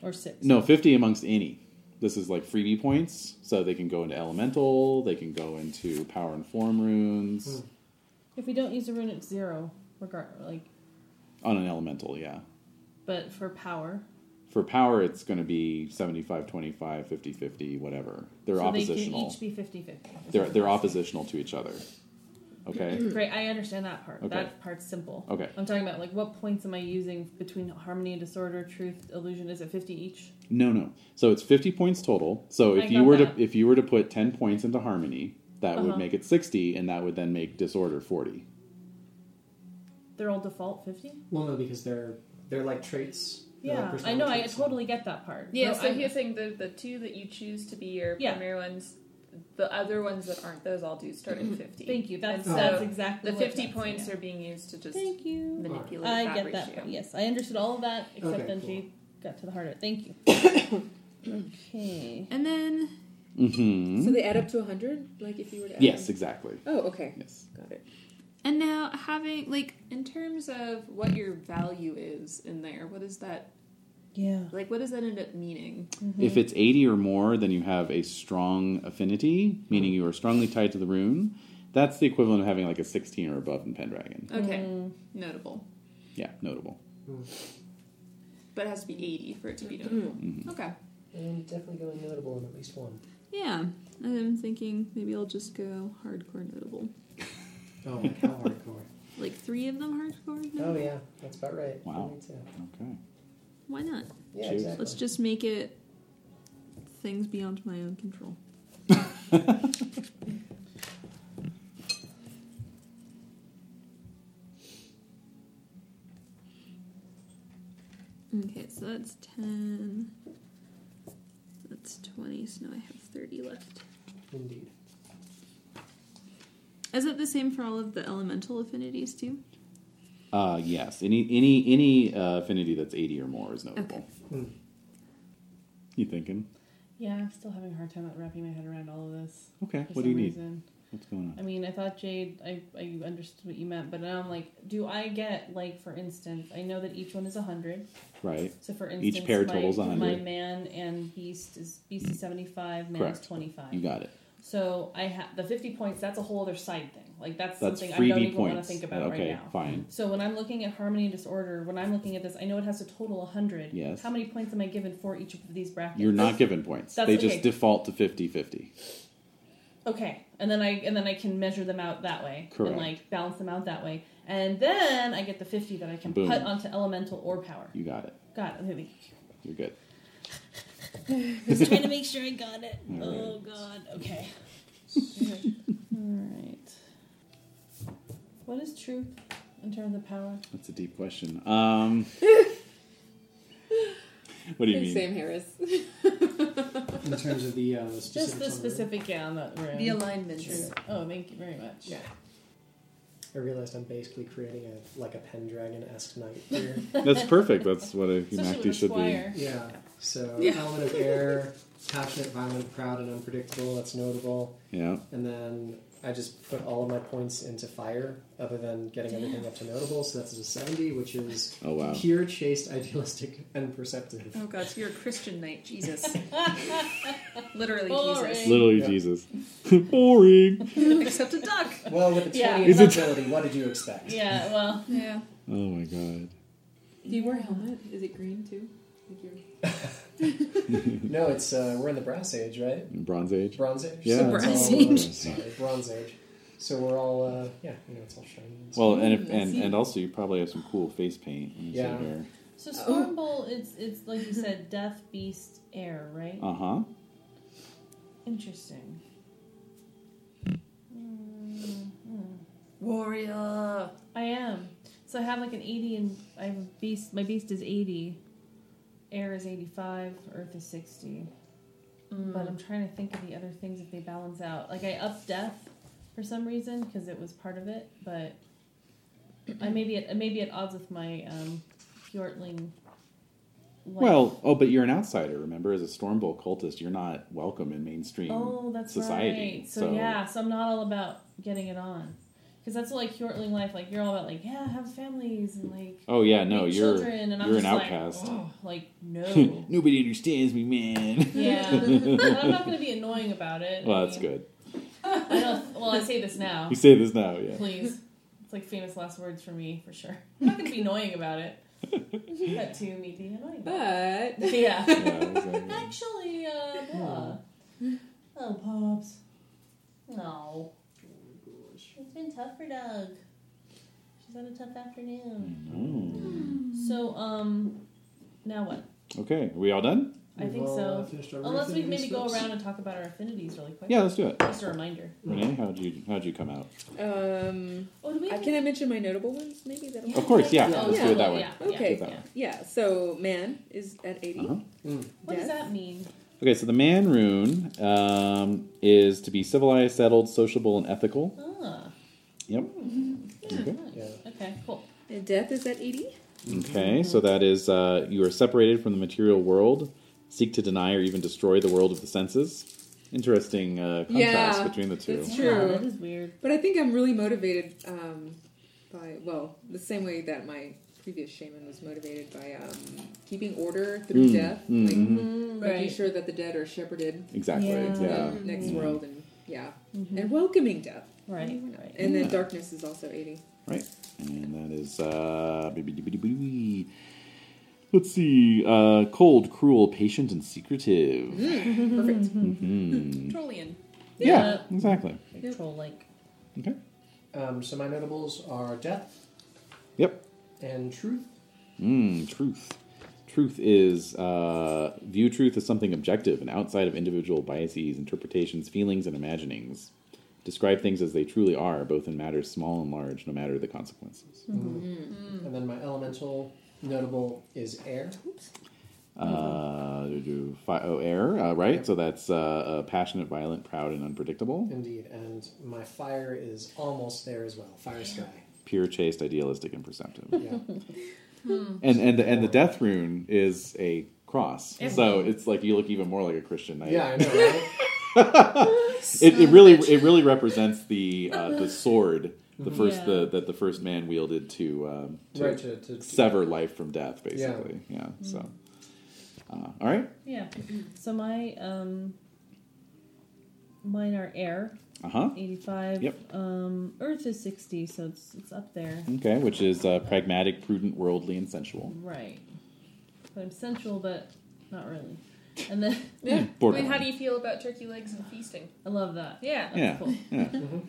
Speaker 3: or six.
Speaker 6: No, 50 amongst any. This is like freebie points, so they can go into elemental, they can go into power and form runes.
Speaker 3: If we don't use the rune, it's zero. Regard like, Hmm.
Speaker 6: On an elemental, yeah.
Speaker 3: but for power,
Speaker 6: For power, it's going to be 75, 25, 50, 50, whatever. They're
Speaker 3: so
Speaker 6: oppositional.
Speaker 3: They can each be 50-50.
Speaker 6: They're they're oppositional to each other. Okay.
Speaker 3: Great, I understand that part.
Speaker 6: Okay.
Speaker 3: That part's simple.
Speaker 6: Okay.
Speaker 3: I'm talking about like what points am I using between harmony and disorder, truth, illusion? Is it 50 each?
Speaker 6: No, no. So it's fifty points total. So
Speaker 3: I
Speaker 6: if
Speaker 3: got
Speaker 6: you were
Speaker 3: that.
Speaker 6: to if you were to put ten points into harmony, that would
Speaker 3: Uh-huh.
Speaker 6: make it sixty, and that would then make disorder forty.
Speaker 3: They're all default 50?
Speaker 4: Well, no, because they're they're like traits. uh, They're like
Speaker 3: Yeah, I know. I
Speaker 4: personality traits.
Speaker 3: totally get that part.
Speaker 8: Yeah,
Speaker 3: No,
Speaker 8: so
Speaker 3: I'm-
Speaker 8: here's the thing the, the two that you choose to be your
Speaker 3: Yeah.
Speaker 8: primary ones, the other ones that aren't those all do start at 50.
Speaker 3: Mm-hmm. Thank you. That's,
Speaker 8: And so
Speaker 3: that's exactly
Speaker 8: The
Speaker 3: what
Speaker 8: 50
Speaker 3: that's-
Speaker 8: points
Speaker 3: yeah.
Speaker 8: are being used to just
Speaker 3: Thank you.
Speaker 8: manipulate
Speaker 3: I
Speaker 8: that
Speaker 3: get
Speaker 8: ratio.
Speaker 3: that. part, Yes, I understood all of that except
Speaker 8: Okay,
Speaker 3: then
Speaker 8: cool.
Speaker 3: she got to the heart of it. Thank you. okay.
Speaker 5: And then.
Speaker 6: Mm-hmm.
Speaker 5: So they add up to 100? Like if you were to add
Speaker 6: yes,
Speaker 5: them?
Speaker 6: exactly.
Speaker 5: Oh, okay.
Speaker 6: Yes.
Speaker 5: Got it.
Speaker 8: And now, having, like, in terms of what your value is in there, what is that?
Speaker 3: Yeah.
Speaker 8: Like, what does that end up meaning?
Speaker 3: Mm-hmm.
Speaker 6: If it's eighty or more, then you have a strong affinity, meaning you are strongly tied to the rune. That's the equivalent of having like a sixteen or above in Pendragon.
Speaker 8: Okay. Notable.
Speaker 6: Yeah, notable.
Speaker 8: But it has to be 80 for it to be notable. Okay.
Speaker 4: I'm definitely going notable in at least one.
Speaker 8: Yeah. I'm thinking maybe I'll just go hardcore notable.
Speaker 4: Oh, like how hardcore.
Speaker 8: Like three of them hardcore?
Speaker 4: Oh yeah, that's about right. for
Speaker 6: Wow.
Speaker 4: me too.
Speaker 6: Okay.
Speaker 8: Why not?
Speaker 4: Yeah,
Speaker 6: Cheers.
Speaker 4: exactly.
Speaker 8: Let's just make it things beyond my own control. okay, so that's 10. That's It's 20, so now I have 30 left.
Speaker 4: Indeed.
Speaker 8: Is it the same for all of the elemental affinities, too?
Speaker 6: Uh, yes. Any any any uh, affinity that's eighty or more is notable.
Speaker 8: Okay.
Speaker 6: You thinking?
Speaker 3: Yeah, I'm still having a hard time at wrapping my head around all of this.
Speaker 6: Okay,
Speaker 3: for
Speaker 6: what do you
Speaker 3: some
Speaker 6: need?
Speaker 3: reason.
Speaker 6: What's going on?
Speaker 3: I mean, I thought Jade, I, I understood what you meant, but now I'm like, do I get, like, for instance, I know that each one is 100.
Speaker 6: Right.
Speaker 3: So for
Speaker 6: Each
Speaker 3: instance,
Speaker 6: pair
Speaker 3: my,
Speaker 6: totals 100.
Speaker 3: My man and beast is, beast is 75, man
Speaker 6: Correct.
Speaker 3: is 25.
Speaker 6: You got it.
Speaker 3: So I have the 50 points, that's a whole other side thing. Like, that's,
Speaker 6: That's
Speaker 3: something I don't
Speaker 6: freebie
Speaker 3: even want to
Speaker 6: points.
Speaker 3: think about
Speaker 6: Okay,
Speaker 3: right now.
Speaker 6: fine.
Speaker 3: So when I'm looking at harmony and disorder, when I'm looking at this, I know it has a total 100.
Speaker 6: Yes.
Speaker 3: How many points am I given for each of these brackets?
Speaker 6: You're not given points.
Speaker 3: That's
Speaker 6: they
Speaker 3: okay.
Speaker 6: just default to 50-50.
Speaker 3: Okay, and then I and then I can measure them out that way,
Speaker 6: Correct.
Speaker 3: and like balance them out that way, and then I get the fifty that I can
Speaker 6: Boom.
Speaker 3: put onto elemental or power.
Speaker 6: You got it.
Speaker 3: God, I'm maybe
Speaker 6: You're good.
Speaker 3: just trying to make sure I got it.
Speaker 6: All right.
Speaker 3: Oh God, okay. All right. What is truth in terms of power?
Speaker 6: That's a deep question. Um, what do you mean?
Speaker 3: Harris.
Speaker 24: in terms of the uh,
Speaker 3: Just
Speaker 24: specific
Speaker 3: the
Speaker 24: genre.
Speaker 3: specific yeah, on that room.
Speaker 25: The alignments.
Speaker 3: Truth. Oh, thank you very much.
Speaker 24: Yeah.
Speaker 4: I realized I'm basically creating a like a Pendragon esque knight here.
Speaker 6: That's perfect. That's what a humanity
Speaker 4: with a
Speaker 6: should be.
Speaker 4: squire. Yeah. So
Speaker 24: Yeah.
Speaker 4: element of air, passionate, violent, proud, and unpredictable. That's notable.
Speaker 6: Yeah.
Speaker 4: And then I just put all of my points into fire, other than getting everything up to notable. So that's a seventy, which is
Speaker 6: Oh, wow.
Speaker 4: pure, chaste, idealistic, and perceptive.
Speaker 25: Oh god, so you're a Christian knight, Jesus. Literally Jesus.
Speaker 6: Literally Jesus. Boring.
Speaker 25: Except a duck.
Speaker 4: Well, with the
Speaker 3: Yeah.
Speaker 4: twenty
Speaker 3: Is
Speaker 4: is
Speaker 3: it-
Speaker 4: what did you expect?
Speaker 3: Yeah. Well.
Speaker 25: Yeah.
Speaker 6: Oh my god.
Speaker 5: Do you wear a helmet? Is it green too? Like your
Speaker 4: No, it's uh, we're in the Brass Age, right?
Speaker 6: Bronze Age.
Speaker 4: Bronze Age.
Speaker 6: Yeah.
Speaker 4: So it's
Speaker 6: Bronze
Speaker 4: all, uh,
Speaker 6: Age.
Speaker 4: sorry, Bronze Age. So we're all uh, yeah, you know, it's all shiny.
Speaker 6: Well, and if,
Speaker 4: Ooh, I
Speaker 6: and
Speaker 4: see.
Speaker 6: and also you probably have some cool face paint. when you sit
Speaker 4: Yeah.
Speaker 6: there.
Speaker 3: So Stormbolt, it's it's like you said, death, beast, air, right?
Speaker 6: Uh huh.
Speaker 3: Interesting.
Speaker 25: Warrior.
Speaker 3: I am. So I have like an eighty, and I have a beast. My beast is eighty. Air is eighty-five. Earth is sixty. But I'm trying to think of the other things if they balance out. Like I up death for some reason because it was part of it, but I may be at, maybe at odds with my um, Hjortling. life.
Speaker 6: Well, oh, but you're an outsider. Remember, as a Stormbolt cultist, you're not welcome in mainstream
Speaker 3: Oh, that's
Speaker 6: society.
Speaker 3: right. So, yeah, so I'm not all about getting it on. Because that's like Hjortling life. Like you're all about like yeah, have families and like.
Speaker 6: Oh, yeah, no,
Speaker 3: make
Speaker 6: you're-
Speaker 3: children, and I'm
Speaker 6: you're an
Speaker 3: just like,
Speaker 6: outcast.
Speaker 3: "Ugh," Like, no.
Speaker 6: Nobody understands me, man.
Speaker 3: yeah, but I'm not gonna be annoying about it.
Speaker 6: well, that's good.
Speaker 3: I don't, well, I say this now.
Speaker 6: You say this now, yeah.
Speaker 3: Please, it's like famous last words for me for sure. I'm not gonna be annoying about it. but to me being annoying. But yeah.
Speaker 6: Yeah, exactly.
Speaker 3: Actually, uh, blah.
Speaker 6: Hmm.
Speaker 3: Oh, pops. No. It's been tough for Doug. She's had a tough afternoon.
Speaker 6: Mm-hmm.
Speaker 3: So, um, now what?
Speaker 6: Hmm. Okay, are we all done?
Speaker 3: I think
Speaker 4: Well,
Speaker 3: so.
Speaker 4: uh, finished our
Speaker 3: Unless we
Speaker 4: afternoon
Speaker 3: maybe go
Speaker 4: steps.
Speaker 3: around and talk about our affinities really quick.
Speaker 6: Yeah, let's do it.
Speaker 3: Just a reminder.
Speaker 6: Renee, how'd you how'd you come out?
Speaker 5: Um, I- can I mention my notable ones? Maybe that'll.
Speaker 6: Of course,
Speaker 3: Oh,
Speaker 6: yeah. Yeah. Let's do it that way.
Speaker 5: Yeah.
Speaker 6: Let's do it
Speaker 5: Okay.
Speaker 6: that way.
Speaker 5: Yeah. So man is at 80
Speaker 6: Uh-huh.
Speaker 5: Hmm.
Speaker 3: What does that mean?
Speaker 6: Okay, so the man rune um, is to be civilized, settled, sociable, and ethical.
Speaker 3: Ah.
Speaker 6: Yep.
Speaker 3: Mm-hmm.
Speaker 5: Okay.
Speaker 3: Cool.
Speaker 5: And death is at 80.
Speaker 6: Okay, so that is uh, you are separated from the material world, seek to deny or even destroy the world of the senses. Interesting uh, contrast between the two.
Speaker 5: It's true.
Speaker 3: that is weird.
Speaker 5: But I think I'm really motivated um, by well, the same way that my previous shaman was motivated by um, keeping order through
Speaker 6: Mm,
Speaker 5: death,
Speaker 6: mm,
Speaker 5: like making
Speaker 6: mhm.
Speaker 3: Right.
Speaker 5: sure that the dead are shepherded
Speaker 6: Exactly, Yeah.
Speaker 5: to the
Speaker 6: yeah.
Speaker 5: next
Speaker 6: Mhm.
Speaker 5: world, and yeah,
Speaker 3: Mhm.
Speaker 5: and welcoming death.
Speaker 3: Right, Mm-hmm. right.
Speaker 5: And
Speaker 6: Yeah.
Speaker 5: then darkness is also 80.
Speaker 6: Right, and that is uh, let's see, uh, cold, cruel, patient, and secretive.
Speaker 5: Perfect.
Speaker 6: Mhm.
Speaker 25: Trollian.
Speaker 6: Yeah, exactly.
Speaker 3: Troll like.
Speaker 4: Um, so my notables are death
Speaker 6: Yep.
Speaker 4: and truth.
Speaker 6: Mm, truth. Truth is uh, view truth as something objective and outside of individual biases, interpretations, feelings, and imaginings. Describe things as they truly are, both in matters small and large, no matter the consequences.
Speaker 3: Hmm.
Speaker 4: And then my elemental notable is air.
Speaker 6: Uh, do- do fi- oh, air, uh, right? So that's uh, uh, passionate, violent, proud, and unpredictable.
Speaker 4: Indeed, and my fire is almost there as well. Fire sky.
Speaker 6: Pure, chaste, idealistic, and perceptive.
Speaker 4: Yeah.
Speaker 6: And and the, and the death rune is a cross,
Speaker 4: It's-
Speaker 6: so it's like you look even more like a Christian knight.
Speaker 4: Yeah, I know, right?
Speaker 6: it, it really it really represents the uh, the sword the
Speaker 4: Mhm.
Speaker 6: first
Speaker 4: Yeah.
Speaker 6: the, that the first man wielded to, um, to,
Speaker 4: Right, to- to-
Speaker 6: sever life from death
Speaker 4: Yeah.
Speaker 6: basically yeah,
Speaker 3: Mhm.
Speaker 6: so uh, all right
Speaker 3: Yeah. So my um mine are air.
Speaker 6: Uh-huh.
Speaker 3: Eighty five.
Speaker 6: Yep.
Speaker 3: Um Earth is sixty, so it's it's up there.
Speaker 6: okay which is uh, pragmatic prudent worldly and sensual
Speaker 3: Right. But I'm sensual but not really. And then
Speaker 6: borderline.
Speaker 8: do you feel about turkey legs and feasting?
Speaker 3: I love that.
Speaker 8: Yeah.
Speaker 3: That's
Speaker 6: Yeah,
Speaker 3: cool.
Speaker 6: yeah.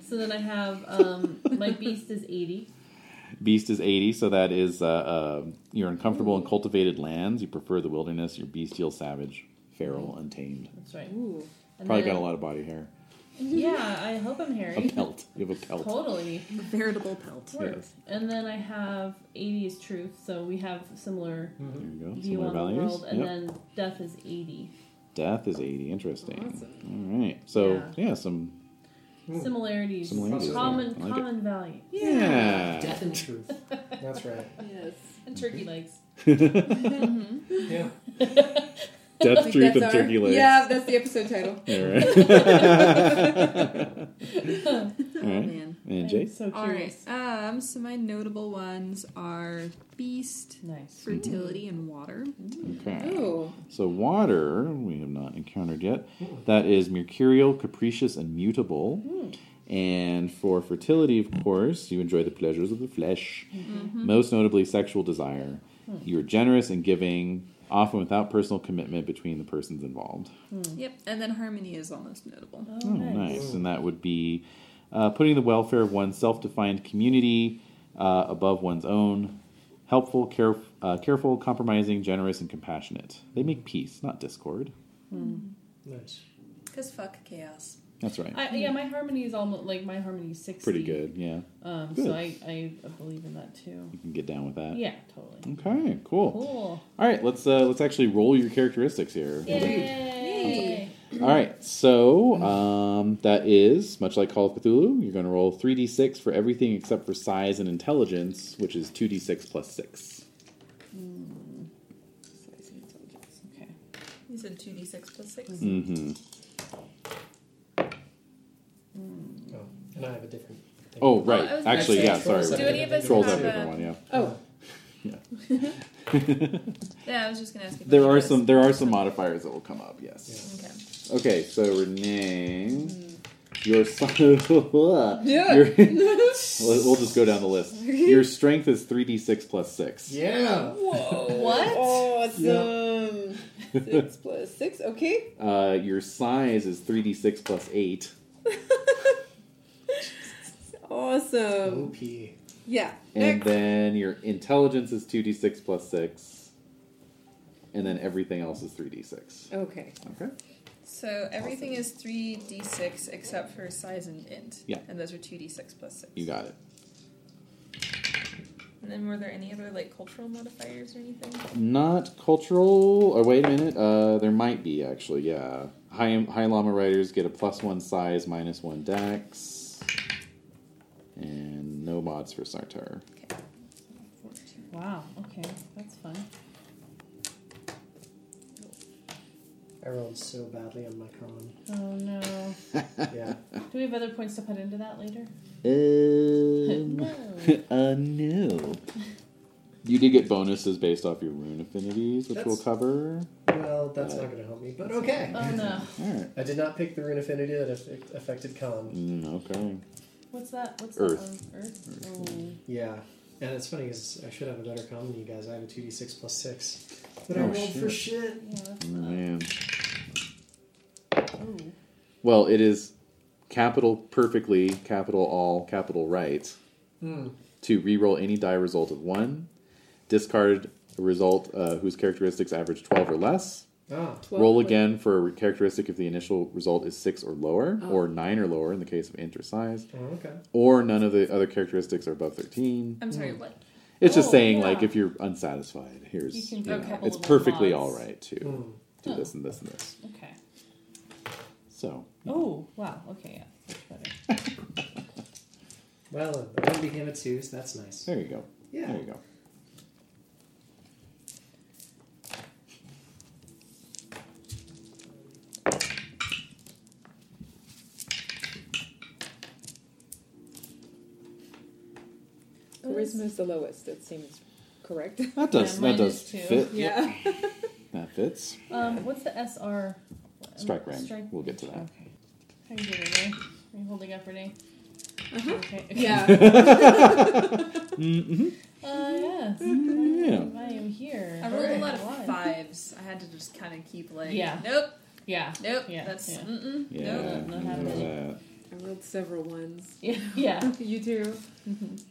Speaker 3: So then I have um my beast is eighty.
Speaker 6: beast is 80 so that is uh, uh, you're uncomfortable in cultivated lands you prefer the wilderness you're bestial savage
Speaker 3: Mm.
Speaker 6: feral untamed
Speaker 3: That's right. Ooh.
Speaker 6: probably got a lot of body hair
Speaker 3: Yeah, I hope I'm hairy.
Speaker 6: a pelt you have a pelt
Speaker 3: Totally. A veritable pelt.
Speaker 6: Yes.
Speaker 3: And then I have 80 is truth, so we have similar
Speaker 6: Mhm. There you go,
Speaker 3: view
Speaker 6: similar
Speaker 3: on
Speaker 6: values.
Speaker 3: the world. And
Speaker 6: Yep.
Speaker 3: then death is 80.
Speaker 6: Death is 80. Interesting.
Speaker 3: Uh-huh.
Speaker 6: All right. So, yeah, some.
Speaker 3: Hmm. Similarities.
Speaker 6: Similarities.
Speaker 3: Common,
Speaker 6: I like it.
Speaker 3: common value.
Speaker 6: Yeah. Yeah. Death
Speaker 4: and truth. That's right.
Speaker 3: Yes. And turkey legs.
Speaker 4: Yeah.
Speaker 6: Death,
Speaker 5: Like,
Speaker 6: truth,
Speaker 5: that's
Speaker 6: and
Speaker 5: our-
Speaker 6: turkey legs.
Speaker 5: Yeah, that's the episode title.
Speaker 6: All right.
Speaker 26: Oh,
Speaker 6: All right.
Speaker 26: man.
Speaker 6: And Jay?
Speaker 26: All right. Um, so my notable ones are beast,
Speaker 3: nice.
Speaker 26: fertility, and water.
Speaker 8: Mm-hmm.
Speaker 6: Okay.
Speaker 5: Oh.
Speaker 26: Ooh.
Speaker 6: So, water, we have not encountered yet. That is mercurial, capricious, and mutable.
Speaker 5: Hmm.
Speaker 6: And for fertility, of course, you enjoy the pleasures of the flesh,
Speaker 5: Mm-hmm.
Speaker 6: Mm-hmm.
Speaker 27: Mhm.
Speaker 6: most notably sexual desire.
Speaker 26: Hmm.
Speaker 6: You're generous and giving, often without personal commitment between the persons involved.
Speaker 26: Yep. And then harmony is almost notable.
Speaker 6: Oh, nice. And that would be uh, putting the welfare of one's self defined community uh, above one's own. Helpful, care, uh, careful, compromising, generous, and compassionate. They make peace, not discord.
Speaker 4: Nice.
Speaker 28: Because fuck chaos.
Speaker 6: That's right.
Speaker 3: I, yeah, my harmony is almost like my harmony is 60.
Speaker 6: Pretty good, yeah.
Speaker 3: Um,
Speaker 6: Good.
Speaker 3: So I, I believe in that too.
Speaker 6: You can get down with that.
Speaker 3: Yeah, totally.
Speaker 6: Okay, cool.
Speaker 3: Cool.
Speaker 6: All right, let's uh, let's actually roll your characteristics here.
Speaker 3: Yay.
Speaker 6: All right, so um, that is much like Call of Cthulhu. You're going to roll three d six for everything except for size and intelligence, which is two d six plus six.
Speaker 3: Mm. Size and intelligence. Okay.
Speaker 8: You said 2d6 plus 6.
Speaker 6: Mm-hmm.
Speaker 4: Oh, and I have a different. Thing.
Speaker 6: Oh right, actually, yeah. Sorry, right.
Speaker 8: Do any of us
Speaker 6: Trolls
Speaker 8: have
Speaker 6: have a different
Speaker 8: a-
Speaker 6: one? Yeah.
Speaker 8: Oh.
Speaker 6: yeah.
Speaker 8: Yeah, I was just gonna ask. If
Speaker 6: there
Speaker 8: any
Speaker 6: are
Speaker 8: of us-
Speaker 6: some there are some modifiers that will come up. Yes.
Speaker 8: Okay.
Speaker 6: Okay, so Renee, your so
Speaker 4: Yeah.
Speaker 6: your- we'll we'll just go down the list. Your strength is three d six plus six.
Speaker 4: Yeah.
Speaker 5: Whoa.
Speaker 4: What?
Speaker 5: Awesome. Six plus six. Okay.
Speaker 6: Uh, your size is three d six plus eight.
Speaker 5: Awesome.
Speaker 4: OP.
Speaker 5: Yeah.
Speaker 6: And then your intelligence is 2d6 plus 6. And then everything else is 3d6.
Speaker 5: Okay.
Speaker 6: Okay.
Speaker 8: So everything is 3d6 except for size and int.
Speaker 6: Yeah.
Speaker 8: And those are 2d6 plus 6.
Speaker 6: You got it.
Speaker 8: And then were there any other like cultural modifiers or anything?
Speaker 6: Not cultural. Oh, wait a minute. Uh, there might be, actually, yeah. High, high Llama Riders get a plus 1 size, minus 1 dex. And no mods for Sartar.
Speaker 3: Wow. Okay. That's fun.
Speaker 4: I rolled so badly on my con.
Speaker 3: Oh no.
Speaker 4: Yeah.
Speaker 3: Do we have other points to put into that later?
Speaker 6: Um,
Speaker 3: No.
Speaker 6: uh, no. You did get bonuses based off your rune affinities, which we'll
Speaker 4: That's-
Speaker 6: cover.
Speaker 4: Well, that's
Speaker 6: Uh,
Speaker 4: not going to help me, but okay.
Speaker 3: Oh no.
Speaker 6: All right.
Speaker 4: I did not pick the rune affinity that aff- affected con.
Speaker 6: Mm, okay.
Speaker 3: What's that? What's
Speaker 6: Earth.
Speaker 3: that one? Earth. Oh,
Speaker 4: Yeah, and it's funny because I should have a better con than you guys. I have a two d six plus six, but I
Speaker 6: Oh,
Speaker 4: rolled for
Speaker 6: shit.
Speaker 4: shit.
Speaker 6: Man.
Speaker 3: Oh. Ooh.
Speaker 6: Well, it is capital perfectly, capital all, capital right.
Speaker 4: Hmm.
Speaker 6: To re-roll any die result of one, discard a result uh, whose characteristics average twelve or less.
Speaker 4: Ah.
Speaker 5: 12
Speaker 6: roll
Speaker 5: or-
Speaker 6: again for a characteristic if the initial result is six or lower,
Speaker 5: Oh.
Speaker 6: or nine or lower in the case of int or size,
Speaker 4: Oh, okay.
Speaker 6: or none of the other characteristics are above thirteen.
Speaker 8: I'm sorry, what?
Speaker 6: It's just
Speaker 3: Oh,
Speaker 6: saying
Speaker 3: yeah.
Speaker 6: like if you're unsatisfied, here's
Speaker 3: You can
Speaker 6: you
Speaker 3: do a
Speaker 6: know,
Speaker 3: couple
Speaker 6: it's
Speaker 3: of
Speaker 6: perfectly
Speaker 3: applause.
Speaker 6: all right to
Speaker 4: Hmm.
Speaker 3: Mm.
Speaker 6: do
Speaker 3: Oh.
Speaker 6: this and this and this.
Speaker 3: Okay.
Speaker 6: So
Speaker 3: Oh wow. Okay. Yeah. Much better.
Speaker 4: Well, and the one became a two, so that's nice.
Speaker 6: There you go.
Speaker 4: Yeah.
Speaker 6: There you go.
Speaker 5: Charisma is the lowest. That seems correct.
Speaker 6: That does- Yeah, that mine does is two. fit.
Speaker 5: Yeah.
Speaker 6: Yep. That fits.
Speaker 3: Um, what's the SR? Oh,
Speaker 6: Strike range. We'll get to that.
Speaker 3: Okay. How you doing, Renee? Are you holding up, Renee?
Speaker 5: Uh-huh.
Speaker 3: Okay.
Speaker 5: Yeah.
Speaker 6: Mhm.
Speaker 3: Uh, yes.
Speaker 6: Yeah.
Speaker 3: I am here.
Speaker 8: I rolled a
Speaker 3: Alright,
Speaker 8: lot of
Speaker 3: why?
Speaker 8: fives. I had to just kind of keep like,
Speaker 3: Yeah.
Speaker 8: nope,
Speaker 3: Yeah.
Speaker 8: nope.
Speaker 3: Yeah.
Speaker 8: That's
Speaker 3: Yeah.
Speaker 8: mm-mm,
Speaker 6: Yeah. Uh,
Speaker 8: nope,
Speaker 6: I
Speaker 8: not
Speaker 6: know
Speaker 8: happening.
Speaker 6: that.
Speaker 5: I rolled several ones.
Speaker 3: Yeah. Yeah.
Speaker 5: you too.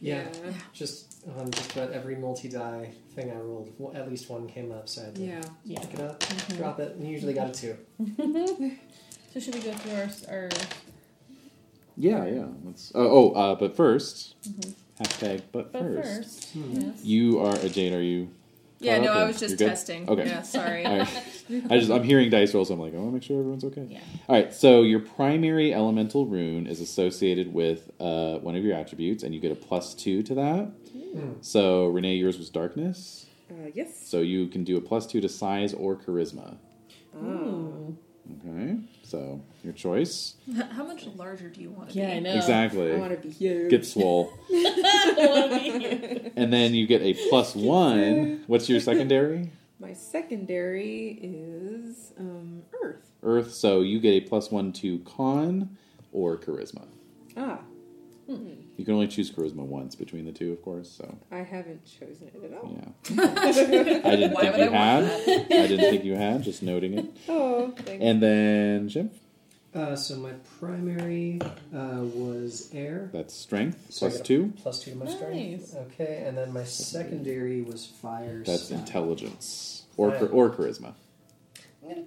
Speaker 4: Yeah.
Speaker 5: Yeah.
Speaker 4: Just on just about every multi die thing I rolled, well, at least one came up, so I had to
Speaker 5: Yeah.
Speaker 3: Yeah.
Speaker 4: pick it up, drop it, and usually got a two.
Speaker 3: So should we go through our our?
Speaker 6: Yeah, yeah. Let's. Oh, oh uh, but 1st
Speaker 3: Mhm.
Speaker 6: hashtag. But,
Speaker 3: But
Speaker 6: first, Hmm.
Speaker 3: first, yes.
Speaker 6: you are a Jade. Are you?
Speaker 8: Yeah,
Speaker 6: caught
Speaker 8: no,
Speaker 6: up,
Speaker 8: I
Speaker 6: or
Speaker 8: was just
Speaker 6: Oh, you're good?
Speaker 8: testing.
Speaker 6: Okay.
Speaker 8: Yeah, sorry.
Speaker 6: All right. I just I'm hearing dice rolls. So I'm like, I want to make sure everyone's okay.
Speaker 3: Yeah.
Speaker 6: All right. So your primary elemental rune is associated with uh, one of your attributes, and you get a plus two to that. So Renee, yours was darkness.
Speaker 5: Uh, yes.
Speaker 6: So you can do a plus two to size or charisma.
Speaker 5: Ooh.
Speaker 6: Okay. So your choice.
Speaker 8: How much larger do you want to
Speaker 3: Yeah,
Speaker 8: be?
Speaker 3: I know.
Speaker 6: Exactly.
Speaker 5: I want to be huge.
Speaker 6: Get swole. and then you get a plus one. What's your secondary?
Speaker 5: My secondary is um, Earth.
Speaker 6: Earth. So you get a plus one to con or charisma.
Speaker 5: Ah,
Speaker 6: You can only choose charisma once between the two, of course. So
Speaker 5: I haven't chosen it at all.
Speaker 6: yeah, I didn't
Speaker 5: Why
Speaker 6: think
Speaker 5: would
Speaker 6: you
Speaker 5: I
Speaker 6: had.
Speaker 5: want that?
Speaker 6: I didn't think you had. Just noting it.
Speaker 5: Oh, thank
Speaker 6: And then Jim,
Speaker 4: Uh, so my primary uh, was air.
Speaker 6: that's strength
Speaker 4: So I
Speaker 6: plus
Speaker 4: got a
Speaker 6: two.
Speaker 4: Plus two to my strength. Okay, and then my secondary was fire.
Speaker 6: That's
Speaker 4: so-
Speaker 6: intelligence or
Speaker 4: Right.
Speaker 6: char- or charisma.
Speaker 4: I'm gonna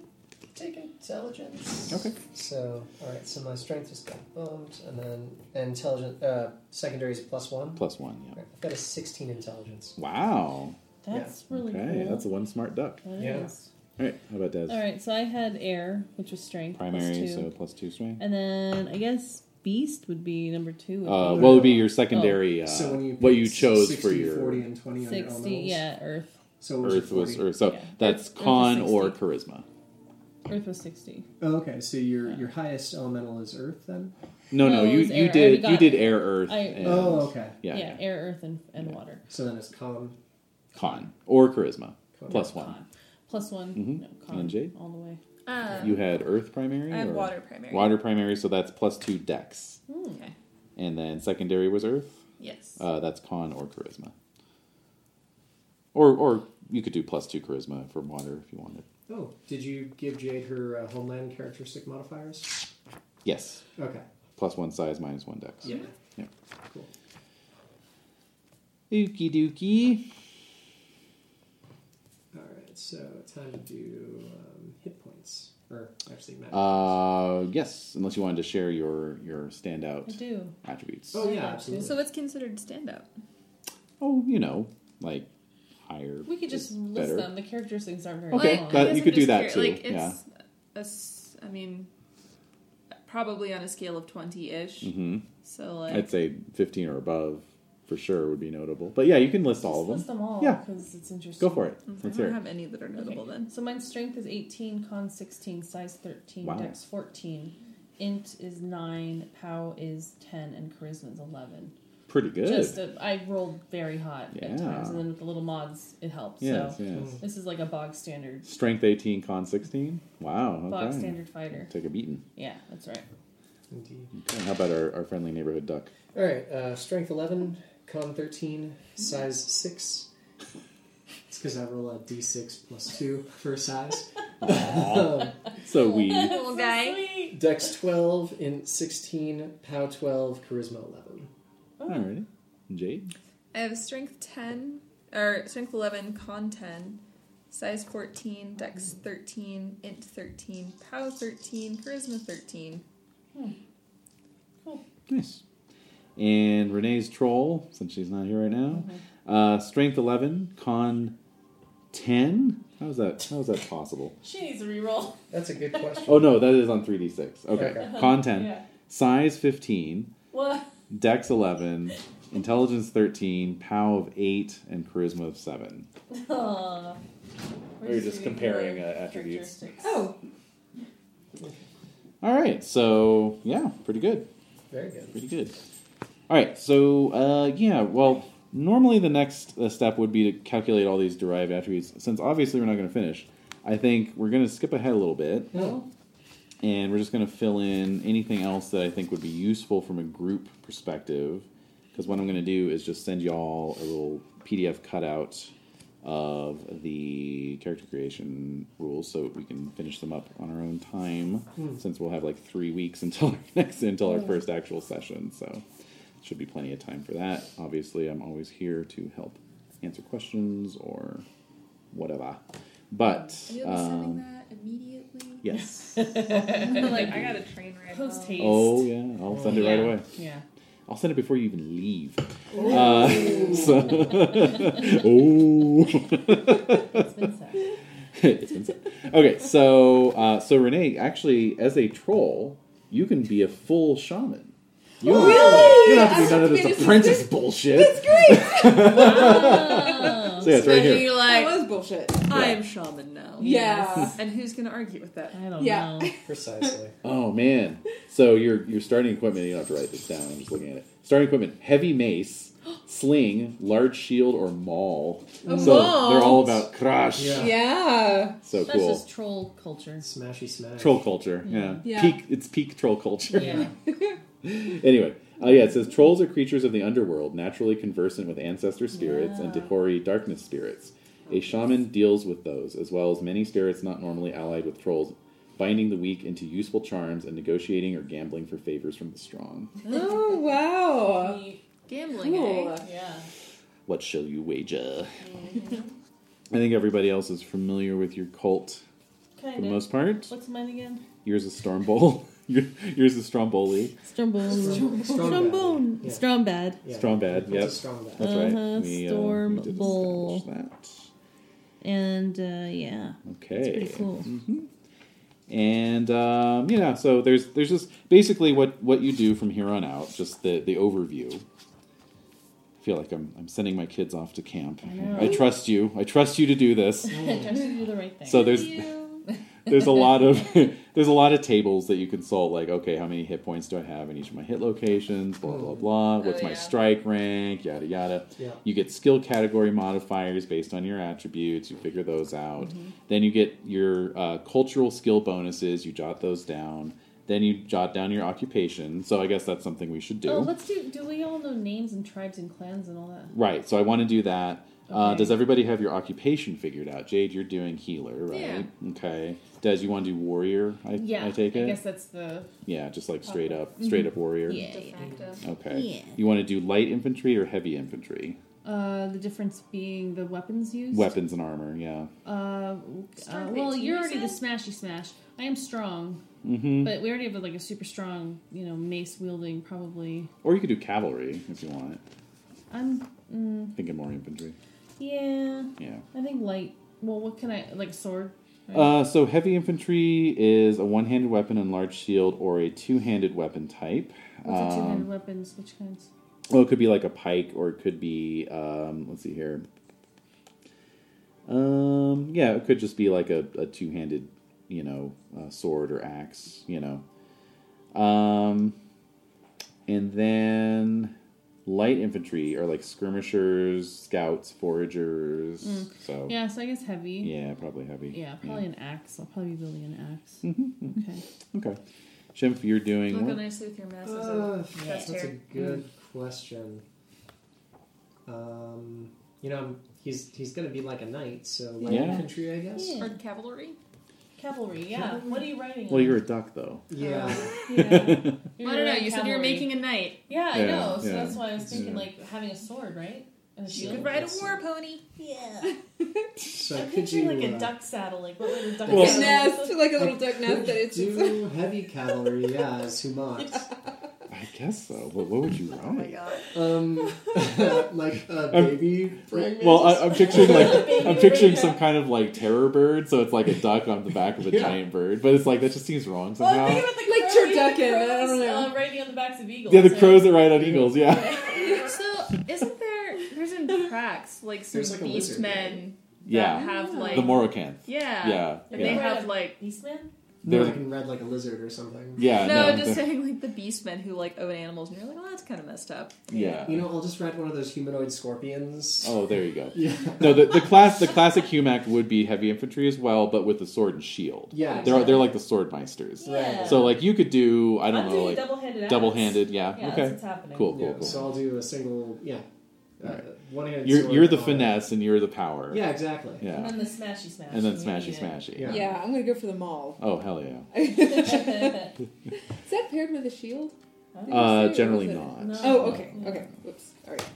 Speaker 4: take intelligence. Okay. So, all right. So my strength just got bumped, and then and intelligence uh, secondary is a plus one.
Speaker 6: Plus one. Yeah.
Speaker 4: All right, I've got a sixteen intelligence.
Speaker 6: Wow.
Speaker 3: That's really
Speaker 6: Okay,
Speaker 3: cool.
Speaker 6: that's one smart duck.
Speaker 3: That
Speaker 4: Yeah.
Speaker 3: is.
Speaker 6: All right. How about Des?
Speaker 3: All right. So I had air, which was strength. plus
Speaker 6: Primary,
Speaker 3: two.
Speaker 6: so plus two strength.
Speaker 3: And then I guess beast would be number two.
Speaker 6: Uh, what would be your secondary?
Speaker 3: Oh.
Speaker 6: Uh,
Speaker 4: So when you
Speaker 6: what you
Speaker 4: picked
Speaker 6: chose
Speaker 4: 60,
Speaker 6: for your
Speaker 4: 40, and twenty on your
Speaker 3: Sixty.
Speaker 4: elementals.
Speaker 3: Yeah. Earth.
Speaker 4: So what
Speaker 6: Earth
Speaker 4: your
Speaker 6: was
Speaker 4: 40?
Speaker 6: Earth. So
Speaker 3: Yeah.
Speaker 6: that's
Speaker 3: Earth was
Speaker 6: con or charisma.
Speaker 3: Earth was sixty.
Speaker 4: Oh, okay, so your your highest elemental is earth then.
Speaker 6: No, no,
Speaker 3: No, it
Speaker 6: you,
Speaker 3: was
Speaker 6: you
Speaker 3: air. I already
Speaker 6: did you
Speaker 3: got
Speaker 6: did
Speaker 3: it.
Speaker 6: air, earth.
Speaker 3: I-
Speaker 6: and-
Speaker 4: Oh, okay.
Speaker 6: Yeah,
Speaker 3: yeah, air, earth, and, and water.
Speaker 4: So then it's calm.
Speaker 6: Con or charisma plus one.
Speaker 3: Plus one.
Speaker 6: Mhm.
Speaker 3: No, con.
Speaker 6: And Jade?
Speaker 3: All the way.
Speaker 8: Uh,
Speaker 6: You had earth primary.
Speaker 8: I had
Speaker 6: or-
Speaker 8: water primary.
Speaker 6: Water primary, so that's plus two dex,
Speaker 3: Hmm,
Speaker 8: Okay.
Speaker 6: and then secondary was earth.
Speaker 8: Yes.
Speaker 6: Uh, that's con or charisma. Or or you could do plus two charisma for water if you wanted.
Speaker 4: Oh, did you give Jade her uh, homeland characteristic modifiers?
Speaker 6: Yes,
Speaker 4: Okay.
Speaker 6: plus one size, minus one dex.
Speaker 4: Yeah.
Speaker 6: Yeah.
Speaker 4: Cool.
Speaker 6: Ookie dookie.
Speaker 4: All right. So time to do um, hit points, or actually magic.
Speaker 6: Uh, yes, unless you wanted to share your your standout
Speaker 8: I do.
Speaker 6: attributes.
Speaker 4: Oh, yeah, absolutely.
Speaker 8: So what's considered standout?
Speaker 6: Oh, you know, like higher.
Speaker 8: We could
Speaker 6: is
Speaker 8: just list
Speaker 6: better.
Speaker 3: Them. The characteristics aren't very
Speaker 6: Okay,
Speaker 3: long.
Speaker 6: that-
Speaker 8: guess I'm
Speaker 6: you could
Speaker 8: just
Speaker 6: do that
Speaker 8: curi-
Speaker 6: too,
Speaker 8: Like it's, a s- I mean, probably on a scale of twenty-ish.
Speaker 6: hmm
Speaker 8: So like,
Speaker 6: I'd say fifteen or above for sure would be notable. But yeah, you can list all of them.
Speaker 3: List them all.
Speaker 6: Yeah,
Speaker 3: Because it's interesting.
Speaker 6: go for it. Let's hear it.
Speaker 8: any that are notable
Speaker 3: then. So mine's strength is 18, con 16, size 13,
Speaker 6: Wow.
Speaker 3: dex 14, int is 9, pow is 10, and charisma is 11.
Speaker 6: Pretty good.
Speaker 3: Just a, I rolled very hot
Speaker 6: Yeah.
Speaker 3: at times, and then with the little mods, it helped.
Speaker 6: Yes,
Speaker 3: so
Speaker 6: yes.
Speaker 3: this is like a bog standard,
Speaker 6: Strength eighteen, con sixteen. Wow. Okay.
Speaker 3: bog standard fighter.
Speaker 6: Take a beating.
Speaker 3: Yeah, that's right.
Speaker 4: Indeed.
Speaker 6: Okay, how about our, our friendly neighborhood duck?
Speaker 4: All right. Uh, strength eleven, con thirteen, size six. It's because I roll a d6 plus two for size.
Speaker 6: Aw. So we
Speaker 8: Little guy.
Speaker 4: Dex twelve, in sixteen, pow twelve, charisma eleven.
Speaker 6: Alrighty. Jade?
Speaker 8: I have strength ten or strength eleven, con ten, size fourteen, dex thirteen, int thirteen, pow thirteen, charisma thirteen.
Speaker 6: Nice. And Renee's troll, since she's not here right now,
Speaker 3: Mm-hmm.
Speaker 6: Uh, strength 11, con 10? How is that, how is that possible?
Speaker 29: She needs a reroll.
Speaker 4: That's a good question.
Speaker 6: Oh, no, that is on 3d6. Okay.
Speaker 29: Okay.
Speaker 6: Con 10.
Speaker 29: Yeah.
Speaker 6: Size 15,
Speaker 29: What?
Speaker 6: dex 11, intelligence 13, pow of 8, and charisma of 7.
Speaker 29: Aw. We're
Speaker 6: Or you're just
Speaker 29: doing
Speaker 6: comparing uh,
Speaker 29: her
Speaker 6: attributes.
Speaker 29: characteristics. Oh.
Speaker 6: All right, so yeah, pretty good.
Speaker 4: Very good.
Speaker 6: Pretty good. All right, so uh, yeah, well, normally the next uh, step would be to calculate all these derived attributes. Since obviously we're not going to finish, I think we're going to skip ahead a little bit,
Speaker 4: Oh,
Speaker 6: and we're just going to fill in anything else that I think would be useful from a group perspective. Because what I'm going to do is just send y'all a little PDF cutout of the character creation rules, so we can finish them up on our own time.
Speaker 4: Hmm.
Speaker 6: Since we'll have like three weeks until our next until our
Speaker 4: Yeah.
Speaker 6: first actual session, so should be plenty of time for that. Obviously, I'm always here to help answer questions or whatever. But
Speaker 5: You'll be sending
Speaker 6: um,
Speaker 5: that immediately.
Speaker 6: yes.
Speaker 5: like I got a train ride.
Speaker 29: Post haste.
Speaker 6: Oh yeah, I'll send it right
Speaker 29: Yeah,
Speaker 6: away.
Speaker 29: yeah.
Speaker 6: I'll send it before you even leave.
Speaker 29: Ooh.
Speaker 6: Uh, so- oh.
Speaker 29: It's been said.
Speaker 6: It's been said. Okay, so uh, so Renee, actually, as a troll, you can be a full shaman. You don't,
Speaker 30: Really?
Speaker 6: you don't have to
Speaker 30: I
Speaker 6: do none of
Speaker 30: didn't
Speaker 6: this
Speaker 30: finish
Speaker 6: apprentice
Speaker 30: this.
Speaker 6: bullshit.
Speaker 30: That's great.
Speaker 6: So yeah, it's right here.
Speaker 31: You're like,
Speaker 8: that was bullshit.
Speaker 31: I am shaman now.
Speaker 8: Yeah.
Speaker 31: Yes. and who's going to argue with that?
Speaker 3: I don't
Speaker 8: Yeah. know.
Speaker 4: Precisely.
Speaker 6: Oh man! So your your starting equipment. You don't have to write this down. I'm just looking at it. Starting equipment: heavy mace, sling, large shield, or maul.
Speaker 8: A
Speaker 6: so
Speaker 8: maul.
Speaker 6: they're all about crush.
Speaker 4: Yeah.
Speaker 8: Yeah.
Speaker 6: So
Speaker 3: That's
Speaker 6: cool.
Speaker 3: just troll culture.
Speaker 4: Smashy smash.
Speaker 6: Troll culture. Yeah.
Speaker 8: Yeah.
Speaker 6: Peak. It's peak troll culture.
Speaker 3: Yeah.
Speaker 6: anyway. Oh yeah, it says trolls are creatures of the underworld, naturally conversant with ancestor spirits and Dehori darkness spirits. A shaman deals with those, as well as many spirits not normally allied with trolls, binding the weak into useful charms and negotiating or gambling for favors from the strong.
Speaker 8: Oh wow.
Speaker 5: Gambling.
Speaker 8: Cool.
Speaker 5: eh?
Speaker 29: Yeah.
Speaker 6: What shall you wager? I think everybody else is familiar with your cult
Speaker 3: Kinda.
Speaker 6: for the most part.
Speaker 3: What's mine again?
Speaker 6: Yours is Stormbowl. Your- Yours is Stromboli.
Speaker 3: Strombone.
Speaker 4: Strong
Speaker 3: Strombone.
Speaker 4: bad. Yeah.
Speaker 3: Strombad.
Speaker 4: Yeah.
Speaker 6: Strombad,
Speaker 4: It's a
Speaker 6: yep.
Speaker 4: Strombad.
Speaker 6: That's right.
Speaker 3: Uh-huh,
Speaker 6: We, uh,
Speaker 3: Storm
Speaker 6: we did
Speaker 3: Bowl.
Speaker 6: establish that.
Speaker 3: And uh, yeah.
Speaker 6: Okay.
Speaker 3: It's pretty cool.
Speaker 6: Mm. And um, yeah, so there's there's just basically what what you do from here on out, just the the overview. I feel like I'm I'm sending my kids off to camp.
Speaker 3: I know.
Speaker 6: trust you. I trust you to do this.
Speaker 3: Just to do the right thing.
Speaker 6: So there's there's a lot of there's a lot of tables that you consult like okay how many hit points do I have in each of my hit locations blah blah
Speaker 3: Hmm.
Speaker 6: blah
Speaker 3: Oh,
Speaker 6: what's my
Speaker 32: yeah.
Speaker 6: strike rank yada yada
Speaker 4: Yeah.
Speaker 6: you get skill category modifiers based on your attributes you figure those out
Speaker 3: Mm-hmm.
Speaker 6: then you get your uh, cultural skill bonuses you jot those down then you jot down your occupation so I guess that's something we should do
Speaker 3: Oh, let's do. Do we all know names and tribes and clans and all that?
Speaker 6: right so I want to do that uh,
Speaker 3: Okay.
Speaker 6: does everybody have your occupation figured out Jade you're doing healer right okay Des you want to do warrior I,
Speaker 3: yeah.
Speaker 6: I take it
Speaker 3: I guess that's the.
Speaker 6: Yeah, just like straight up, straight up warrior.
Speaker 3: Uh-huh. Mm-hmm. Yeah.
Speaker 33: De facto.
Speaker 6: Okay.
Speaker 3: Yeah.
Speaker 6: You want to do light infantry or heavy infantry?
Speaker 3: Uh, the difference being the weapons used.
Speaker 6: Weapons and armor. Yeah.
Speaker 3: Uh, uh,
Speaker 33: Strength
Speaker 3: well,
Speaker 33: 18,
Speaker 3: you're
Speaker 33: you
Speaker 3: already the
Speaker 33: said?
Speaker 3: smashy smash. I am strong,
Speaker 6: Mm-hmm.
Speaker 3: but we already have like a super strong, you know, mace wielding probably.
Speaker 6: Or you could do cavalry if you want.
Speaker 3: Mm-hmm. I'm, mm,
Speaker 6: Thinking more infantry.
Speaker 3: yeah,
Speaker 6: Yeah.
Speaker 3: I think light. Well, what can I like sword? right?
Speaker 6: Uh, so heavy infantry is a one-handed weapon and large shield, or a two-handed weapon type.
Speaker 3: What's a two-handed
Speaker 6: Um,
Speaker 3: weapons? Which kinds?
Speaker 6: well, it could be like a pike, or it could be um, let's see here. Um, yeah, it could just be like a, a two-handed, you know, uh, sword or axe, you know. Um, and then light infantry are like skirmishers, scouts, foragers.
Speaker 3: Mm.
Speaker 6: So
Speaker 3: Yeah, so I guess heavy.
Speaker 6: yeah, probably heavy.
Speaker 3: Yeah, probably an axe. I'll probably be wielding an axe.
Speaker 6: Mhm.
Speaker 3: Okay.
Speaker 6: Okay, Shimp, you're doing
Speaker 5: It'll go
Speaker 6: what?
Speaker 5: nicely with your masses.
Speaker 4: Uh,
Speaker 5: of
Speaker 4: that's,
Speaker 5: chest
Speaker 4: that's a Mm.
Speaker 5: hair.
Speaker 4: good question. Um, you know, I'm- he's he's gonna be like a knight, so light
Speaker 6: Yeah.
Speaker 4: infantry, I guess.
Speaker 3: Yeah.
Speaker 5: Or cavalry.
Speaker 3: Cavalry. Yeah. What are you riding?
Speaker 6: Well,
Speaker 3: on?
Speaker 6: you're a duck though.
Speaker 4: Yeah.
Speaker 3: Yeah.
Speaker 5: I don't know. You said you were
Speaker 3: Cavalry.
Speaker 5: making a knight.
Speaker 3: Yeah, I
Speaker 6: Yeah,
Speaker 3: know. So
Speaker 6: yeah.
Speaker 3: that's why I was thinking
Speaker 6: Yeah.
Speaker 3: like having a sword, right? And a
Speaker 5: You
Speaker 3: shield.
Speaker 5: could ride a
Speaker 4: Yes.
Speaker 5: war pony.
Speaker 3: Yeah.
Speaker 4: So
Speaker 3: I'm
Speaker 4: could
Speaker 3: picturing
Speaker 4: you
Speaker 3: like a
Speaker 4: uh,
Speaker 3: duck saddle. Like what would a duck
Speaker 6: Well-
Speaker 8: A
Speaker 3: saddle?
Speaker 8: nest, like a little duck
Speaker 4: could
Speaker 8: nest that it's
Speaker 4: do heavy cavalry, yeah, as Humat.
Speaker 6: I I guess so. But what would you write?
Speaker 4: Um, like a
Speaker 6: I'm-
Speaker 4: baby. praying
Speaker 6: Um, well,
Speaker 4: mantis?
Speaker 6: I, I'm picturing like I'm picturing some kind of like terror bird, so it's like a duck on the back of a
Speaker 4: Yeah.
Speaker 6: giant bird. But it's like that just seems wrong somehow.
Speaker 3: like
Speaker 2: turducken, I don't know.
Speaker 3: Uh, writing on the backs of eagles.
Speaker 6: yeah, the
Speaker 3: so-
Speaker 6: crows that ride on eagles. Yeah,
Speaker 8: so isn't there there's in Prax like some
Speaker 4: There's, like, a
Speaker 8: beast
Speaker 4: lizard,
Speaker 8: men
Speaker 6: yeah.
Speaker 8: that have like
Speaker 6: the Morocanth.
Speaker 8: Yeah.
Speaker 6: yeah,
Speaker 8: And they
Speaker 6: yeah.
Speaker 8: have like
Speaker 3: Beastmen?
Speaker 4: More
Speaker 6: They're-
Speaker 4: like in red, like a lizard or something.
Speaker 6: Yeah,
Speaker 8: no,
Speaker 6: no,
Speaker 8: just
Speaker 6: the-
Speaker 8: saying like the beast men who like own animals and you're like, oh that's kinda messed up.
Speaker 6: yeah.
Speaker 4: You know, I'll just ride one of those humanoid scorpions.
Speaker 6: Oh, there you go.
Speaker 4: Yeah.
Speaker 6: No, the, the class the classic humac would be heavy infantry as well, but with the sword and shield.
Speaker 4: Yeah.
Speaker 6: they're they're like the sword meisters.
Speaker 4: Yeah.
Speaker 6: So like you could do I don't
Speaker 3: I'm
Speaker 6: know
Speaker 3: doing
Speaker 6: like
Speaker 3: double-handed axe.
Speaker 6: double-handed, Yeah.
Speaker 3: Yeah, that's
Speaker 6: okay.
Speaker 3: what's happening.
Speaker 6: Cool. Cool.
Speaker 4: Yeah,
Speaker 6: cool.
Speaker 4: So I'll do a single, yeah, uh, one handed.
Speaker 6: you're you're the finesse and you're the power.
Speaker 4: Yeah, exactly.
Speaker 6: Yeah.
Speaker 3: And then the smashy smash.
Speaker 6: And then
Speaker 3: you
Speaker 6: smashy
Speaker 3: need it.
Speaker 6: smashy.
Speaker 2: Yeah. I'm gonna go for the maul.
Speaker 6: Oh hell yeah.
Speaker 2: Is that paired with a shield? Did you
Speaker 6: Uh,
Speaker 2: say, or was
Speaker 6: generally
Speaker 2: it-
Speaker 6: not.
Speaker 2: Oh, okay, okay. Whoops. All right.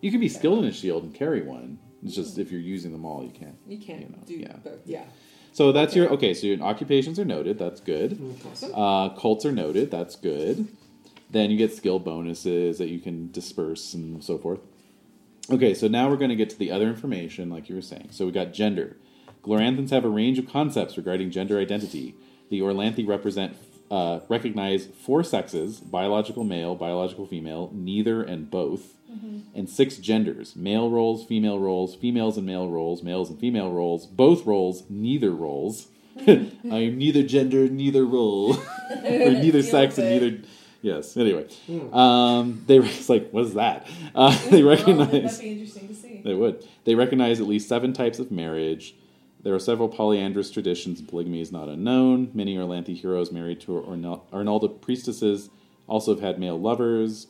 Speaker 6: You could be skilled in a shield and carry one. It's just if you're using them all, you can't.
Speaker 2: You can't do both. Yeah.
Speaker 6: So that's your okay. So your occupations are noted. That's good.
Speaker 2: Awesome.
Speaker 6: Uh, cults are noted. That's good. Then you get skill bonuses that you can disperse and so forth. Okay, so now we're going to get to the other information, like you were saying. So we got gender. Gloranthans have a range of concepts regarding gender identity. The Orlanthi represent uh, recognize four sexes: biological male, biological female, neither, and both and six genders male roles, female roles, females and male roles, males and female roles, both roles, neither roles. I am neither gender, neither role, or neither sex, and neither. Yes, anyway.
Speaker 3: Hmm.
Speaker 6: Um, they were it's like, what is that? Uh, they
Speaker 3: Well,
Speaker 6: recognize.
Speaker 3: Oh, that'd be interesting to see.
Speaker 6: They would. They recognize at least seven types of marriage. There are several polyandrous traditions. Polygamy is not unknown. Many Orlanthi heroes married to Arnal- Arnalda priestesses also have had male lovers,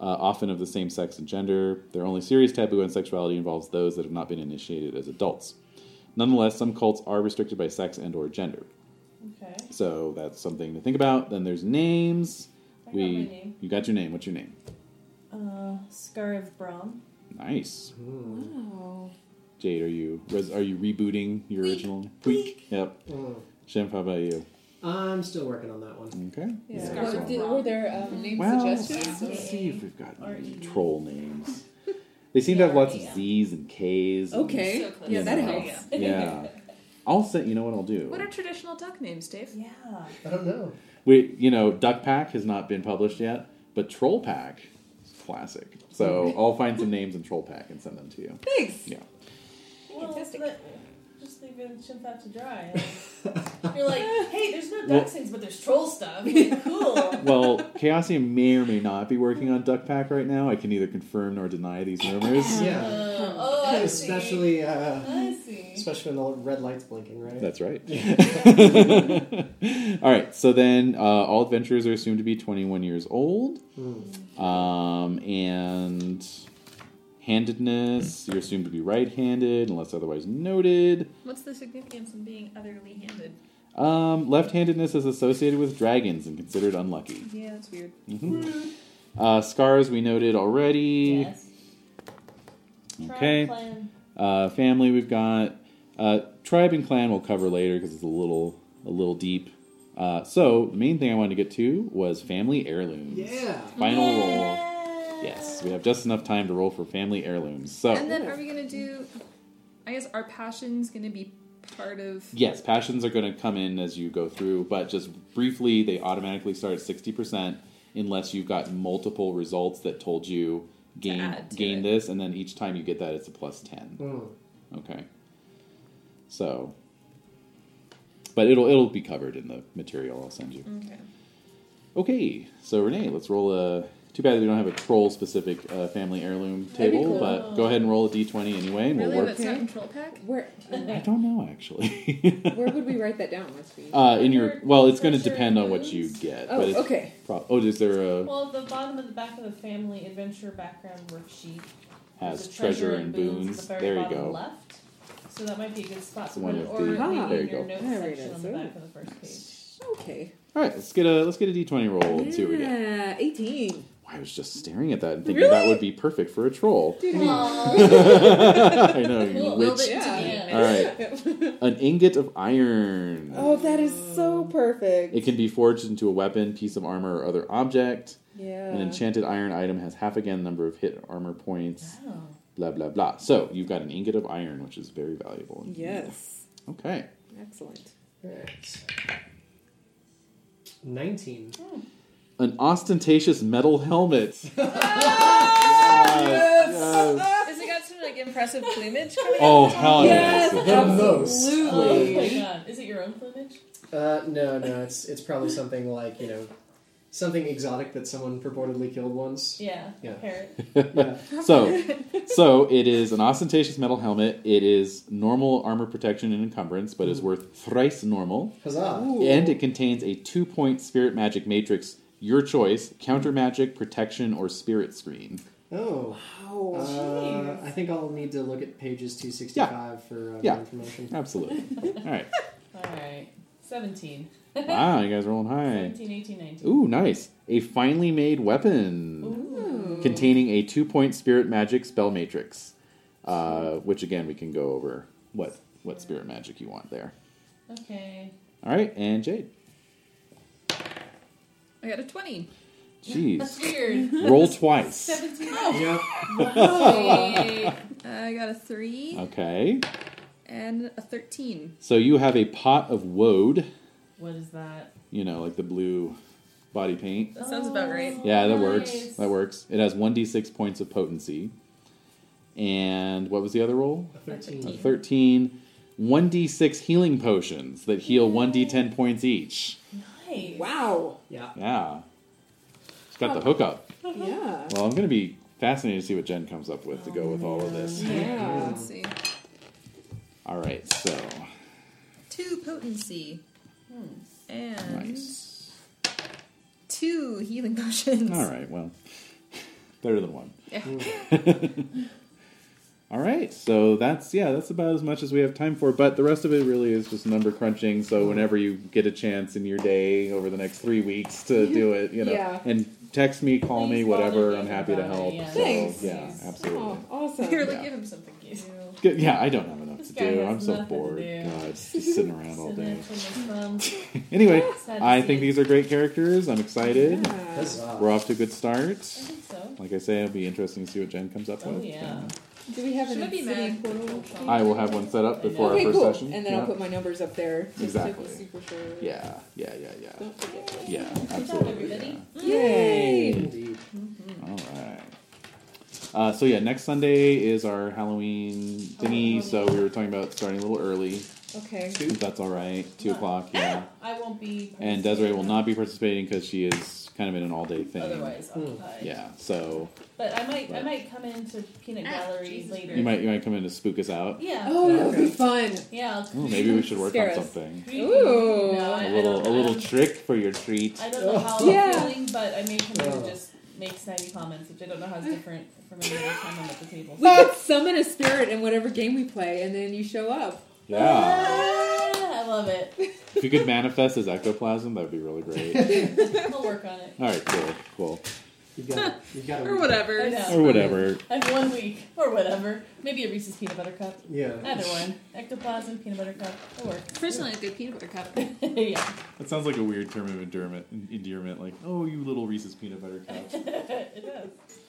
Speaker 6: uh, often of the same sex and gender. Their only serious taboo on sexuality involves those that have not been initiated as adults. Nonetheless, some cults are restricted by sex and/or gender.
Speaker 3: Okay.
Speaker 6: So that's something to think about. Then there's names.
Speaker 3: I got
Speaker 6: we
Speaker 3: my name.
Speaker 6: you got your name. What's your name?
Speaker 3: Uh, Scar of Brom.
Speaker 6: Nice.
Speaker 8: Oh,
Speaker 3: Wow.
Speaker 6: Jade, are you res- are you rebooting your original? Week. Yep.
Speaker 4: Mm.
Speaker 6: Shem, how about you?
Speaker 4: I'm still working on that one.
Speaker 6: Okay.
Speaker 2: Yeah.
Speaker 6: Nice
Speaker 2: Were,
Speaker 6: one.
Speaker 2: did, were there um, name
Speaker 6: Well,
Speaker 2: suggestions?
Speaker 6: let's see if we've got
Speaker 2: Or
Speaker 6: any
Speaker 2: E.
Speaker 6: troll names. They seem to have lots of Z's and K's. and-
Speaker 2: Okay. So close. Yeah,
Speaker 6: you
Speaker 2: that
Speaker 6: know.
Speaker 2: helps.
Speaker 6: Yeah. I'll send. You know what I'll do?
Speaker 8: What are traditional duck names, Dave?
Speaker 3: Yeah.
Speaker 12: I don't know.
Speaker 6: We, you know, Duck Pack has not been published yet, but Troll Pack is classic. So I'll find some names in Troll Pack and send them to you.
Speaker 2: Thanks.
Speaker 6: Yeah.
Speaker 3: Well, let- just leaving Chimp out to dry. You're like, hey, there's no
Speaker 6: Well-
Speaker 3: dachshunds, but there's troll stuff. cool.
Speaker 6: Well, Chaosium may or may not be working on Duck Pack right now. I can neither confirm nor deny these rumors.
Speaker 4: Yeah.
Speaker 3: oh, I see.
Speaker 4: especially, Uh,
Speaker 3: I see.
Speaker 4: Especially when the red light's blinking, right?
Speaker 6: That's right.
Speaker 4: Yeah.
Speaker 6: all right. So then, uh, all adventurers are assumed to be 21 years old, um, and handedness. You're assumed to be right-handed unless otherwise noted.
Speaker 8: What's the significance in being otherly handed?
Speaker 6: Um, left-handedness is associated with dragons and considered unlucky.
Speaker 8: Yeah, that's weird.
Speaker 6: Mhm. Uh, scars we noted already.
Speaker 3: Yes.
Speaker 6: Okay.
Speaker 3: Tribe, clan.
Speaker 6: Uh, family we've got. Uh, tribe and clan we'll cover later because it's a little a little deep. Uh, so the main thing I wanted to get to was family heirlooms.
Speaker 4: Yeah.
Speaker 6: Final roll. Yes, we have just enough time to roll for family heirlooms. So
Speaker 8: and then are we gonna do I guess our passion's gonna be part of
Speaker 6: yes, passions are going to come in as you go through, but just briefly, they automatically start at sixty percent unless you've got multiple results that told you gain
Speaker 8: add to
Speaker 6: gain this, and then each time you get that, it's a plus ten.
Speaker 4: Mm.
Speaker 6: Okay. So, but it'll it'll be covered in the material I'll send you.
Speaker 3: Mm.
Speaker 8: Okay.
Speaker 6: Okay, so Renee, let's roll a. Too bad that we don't have a troll specific uh, family heirloom
Speaker 2: That'd be
Speaker 6: table,
Speaker 2: cool.
Speaker 6: but go ahead and roll a d20 anyway, and
Speaker 8: Really
Speaker 6: we'll
Speaker 8: but
Speaker 6: work.
Speaker 8: it's not control pack?
Speaker 2: Where
Speaker 6: I don't know actually.
Speaker 2: where would we write that down? Must be-
Speaker 6: Uh, in your well, it's going to
Speaker 3: Pressure
Speaker 6: depend on what you get.
Speaker 2: Oh,
Speaker 6: but it's
Speaker 2: okay.
Speaker 6: Pro- oh, is there a
Speaker 3: Well, at the bottom of the back of the family adventure background worksheet
Speaker 6: Has
Speaker 3: there's a
Speaker 6: treasure and
Speaker 3: at
Speaker 6: boons.
Speaker 3: the very
Speaker 6: There you
Speaker 3: bottom
Speaker 6: go.
Speaker 3: Left. So that might be a good spot
Speaker 6: It's
Speaker 3: to
Speaker 6: one
Speaker 3: put it,
Speaker 6: of
Speaker 3: or
Speaker 6: the- Ah,
Speaker 3: maybe
Speaker 6: there
Speaker 3: in
Speaker 6: you
Speaker 3: your
Speaker 6: go.
Speaker 3: notes
Speaker 2: There it
Speaker 3: section
Speaker 2: is.
Speaker 3: on the back
Speaker 2: Oh.
Speaker 3: of the first page.
Speaker 2: Okay.
Speaker 6: all right? Let's get a let's get a d20 roll and see what we get.
Speaker 2: Yeah, eighteen.
Speaker 6: I was just staring at that and thinking that would be perfect for a troll.
Speaker 2: Dude,
Speaker 6: I know, you
Speaker 2: Cool.
Speaker 6: witch.
Speaker 2: Well, but yeah.
Speaker 6: All right. An ingot of iron.
Speaker 5: Oh, that is so perfect.
Speaker 6: It can be forged into a weapon, piece of armor, or other object.
Speaker 5: Yeah.
Speaker 6: An enchanted iron item has half again the number of hit armor points.
Speaker 5: Oh.
Speaker 6: Blah blah blah. So you've got an ingot of iron, which is very valuable. indeed.
Speaker 2: Yes.
Speaker 6: Okay.
Speaker 2: Excellent.
Speaker 12: Right. 19.
Speaker 6: An ostentatious metal helmet. Uh, Yes.
Speaker 9: Has it got some like impressive plumage coming
Speaker 6: Oh,
Speaker 9: out?
Speaker 6: hell yes.
Speaker 12: Yes, The most.
Speaker 3: Oh my
Speaker 12: absolutely.
Speaker 3: god. Is it your own plumage?
Speaker 4: Uh, no, no, it's it's probably something like you know, something exotic that someone purportedly killed once.
Speaker 3: Yeah.
Speaker 4: Yeah.
Speaker 3: Parrot.
Speaker 6: so, so it is an ostentatious metal helmet. It is normal armor protection and encumbrance, but
Speaker 5: Mm.
Speaker 6: is worth thrice normal.
Speaker 4: Huzzah.
Speaker 5: Ooh.
Speaker 6: And it contains a two-point spirit magic matrix, your choice: counter magic, protection, or spirit screen.
Speaker 4: Oh.
Speaker 5: Wow.
Speaker 4: Uh,
Speaker 5: Jeez.
Speaker 4: I think I'll need to look at pages two sixty five for uh,
Speaker 6: Yeah.
Speaker 4: more information.
Speaker 6: Absolutely. All right.
Speaker 3: All right. 17.
Speaker 6: Wow, you guys are rolling high.
Speaker 3: 17, 18, 19.
Speaker 6: Ooh, nice. A finely made weapon containing a two point spirit magic spell matrix, uh, which again, we can go over what, what spirit magic you want there.
Speaker 3: Okay.
Speaker 6: All right, and Jade.
Speaker 8: I got a 20.
Speaker 6: Jeez.
Speaker 8: That's weird.
Speaker 6: Roll twice.
Speaker 8: 17.
Speaker 6: Yeah.
Speaker 8: I got a 3
Speaker 6: Okay.
Speaker 8: and a 13.
Speaker 6: So you have a pot of woad,
Speaker 3: What is that?
Speaker 6: you know, like the blue body paint.
Speaker 8: That sounds about right.
Speaker 6: Yeah, that
Speaker 3: Nice.
Speaker 6: works. That works. It has 1d6 points of potency. And what was the other roll? Uh,
Speaker 4: A 13.
Speaker 6: A 13. 1d6 healing potions that heal 1d10 points each.
Speaker 3: Nice.
Speaker 5: Wow.
Speaker 4: Yeah.
Speaker 6: Yeah. It's got the hookup.
Speaker 5: Yeah.
Speaker 6: Well, I'm going to be fascinated to see what Jen comes up with to go with all of this.
Speaker 5: Oh,
Speaker 8: Yeah. Let's see.
Speaker 6: All right, so.
Speaker 8: Two potency. Hmm. And
Speaker 6: Nice.
Speaker 8: two healing potions.
Speaker 6: All right, well. Better than one.
Speaker 8: Yeah.
Speaker 6: All right, so that's yeah, that's about as much as we have time for. But the rest of it really is just number crunching. So whenever you get a chance in your day over the next three weeks to do it, you know,
Speaker 2: Yeah.
Speaker 6: and text me, call me,
Speaker 2: Please
Speaker 6: whatever.
Speaker 2: bother
Speaker 6: I'm
Speaker 2: me
Speaker 6: happy to
Speaker 2: about it,
Speaker 6: help.
Speaker 2: yeah.
Speaker 6: So,
Speaker 2: Thanks.
Speaker 6: Yeah, absolutely.
Speaker 2: Oh, awesome.
Speaker 8: Here, like,
Speaker 6: Yeah.
Speaker 8: give him something cute.
Speaker 6: Good. Yeah, I don't have enough
Speaker 3: This
Speaker 6: to
Speaker 3: guy
Speaker 6: do.
Speaker 3: has
Speaker 6: I'm so
Speaker 3: nothing to
Speaker 6: bored.
Speaker 3: do.
Speaker 6: God, just sitting around all
Speaker 3: So
Speaker 6: day.
Speaker 3: that's when they come.
Speaker 6: anyway,
Speaker 3: Sad to
Speaker 6: I
Speaker 3: see
Speaker 6: think
Speaker 3: it.
Speaker 6: these are great characters. I'm excited.
Speaker 4: Huzzah.
Speaker 6: We're off to a good start.
Speaker 3: think so.
Speaker 6: Like I say, it'll be interesting to see what Jen comes up
Speaker 3: Oh,
Speaker 6: with.
Speaker 3: yeah.
Speaker 2: Do we have
Speaker 8: Should
Speaker 2: an
Speaker 8: I be
Speaker 2: obsidian
Speaker 8: mad?
Speaker 2: portal?
Speaker 6: I will have one set up before
Speaker 2: okay,
Speaker 6: our first
Speaker 2: cool.
Speaker 6: session.
Speaker 2: And then
Speaker 6: Yeah.
Speaker 2: I'll put my numbers up there. Just
Speaker 6: Exactly.
Speaker 2: To be super sure.
Speaker 6: Yeah, yeah, yeah, yeah.
Speaker 2: Don't forget.
Speaker 6: Yeah,
Speaker 3: Good job,
Speaker 6: absolutely.
Speaker 3: everybody.
Speaker 2: Yay!
Speaker 4: Indeed.
Speaker 6: All right. Uh, so yeah, next Sunday is our Halloween thingy. so we were talking about starting a little early.
Speaker 2: Okay.
Speaker 6: If that's all right. Two o'clock. Yeah.
Speaker 3: I won't be.
Speaker 6: And Desiree will not be participating because she is kind of in an all-day thing.
Speaker 3: Otherwise, occupied.
Speaker 6: Yeah. So
Speaker 3: But I might, I
Speaker 6: Right.
Speaker 3: might come into Peanut
Speaker 8: Ah,
Speaker 3: Gallery later.
Speaker 6: you might you might come in to spook us out.
Speaker 3: Yeah.
Speaker 2: Oh, that would be fun.
Speaker 3: Yeah. I'll
Speaker 6: Ooh, maybe we should work
Speaker 3: scare
Speaker 6: on
Speaker 3: us.
Speaker 6: something.
Speaker 2: Ooh.
Speaker 3: No, I,
Speaker 6: A
Speaker 3: I
Speaker 6: little
Speaker 3: don't,
Speaker 6: a little Oh,
Speaker 3: I'm-
Speaker 6: trick for your treat.
Speaker 3: I don't know how
Speaker 2: Yeah.
Speaker 3: I'm feeling, but I may come in and
Speaker 6: Oh.
Speaker 4: Ugh.
Speaker 3: just make snidey comments, which I don't know how it's different from any other time I'm at the table.
Speaker 2: We could summon a spirit in whatever game we play, and then you show up.
Speaker 6: Yeah.
Speaker 3: Ah, I love it.
Speaker 6: if you could manifest as ectoplasm, that would be really great.
Speaker 3: We'll work on it.
Speaker 6: All right. Cool. Cool.
Speaker 4: You've got, you've got a
Speaker 8: Or whatever.
Speaker 3: I know.
Speaker 6: Or whatever.
Speaker 3: I have one week, or whatever. Maybe a Reese's peanut butter cup.
Speaker 4: Yeah.
Speaker 3: Either one. Ectoplasm, peanut butter cup. It'll work.
Speaker 8: Personally, a good peanut butter cup.
Speaker 3: yeah.
Speaker 6: That sounds like a weird term of endearment. Endearment, like oh, you little Reese's peanut butter cup.
Speaker 3: it does.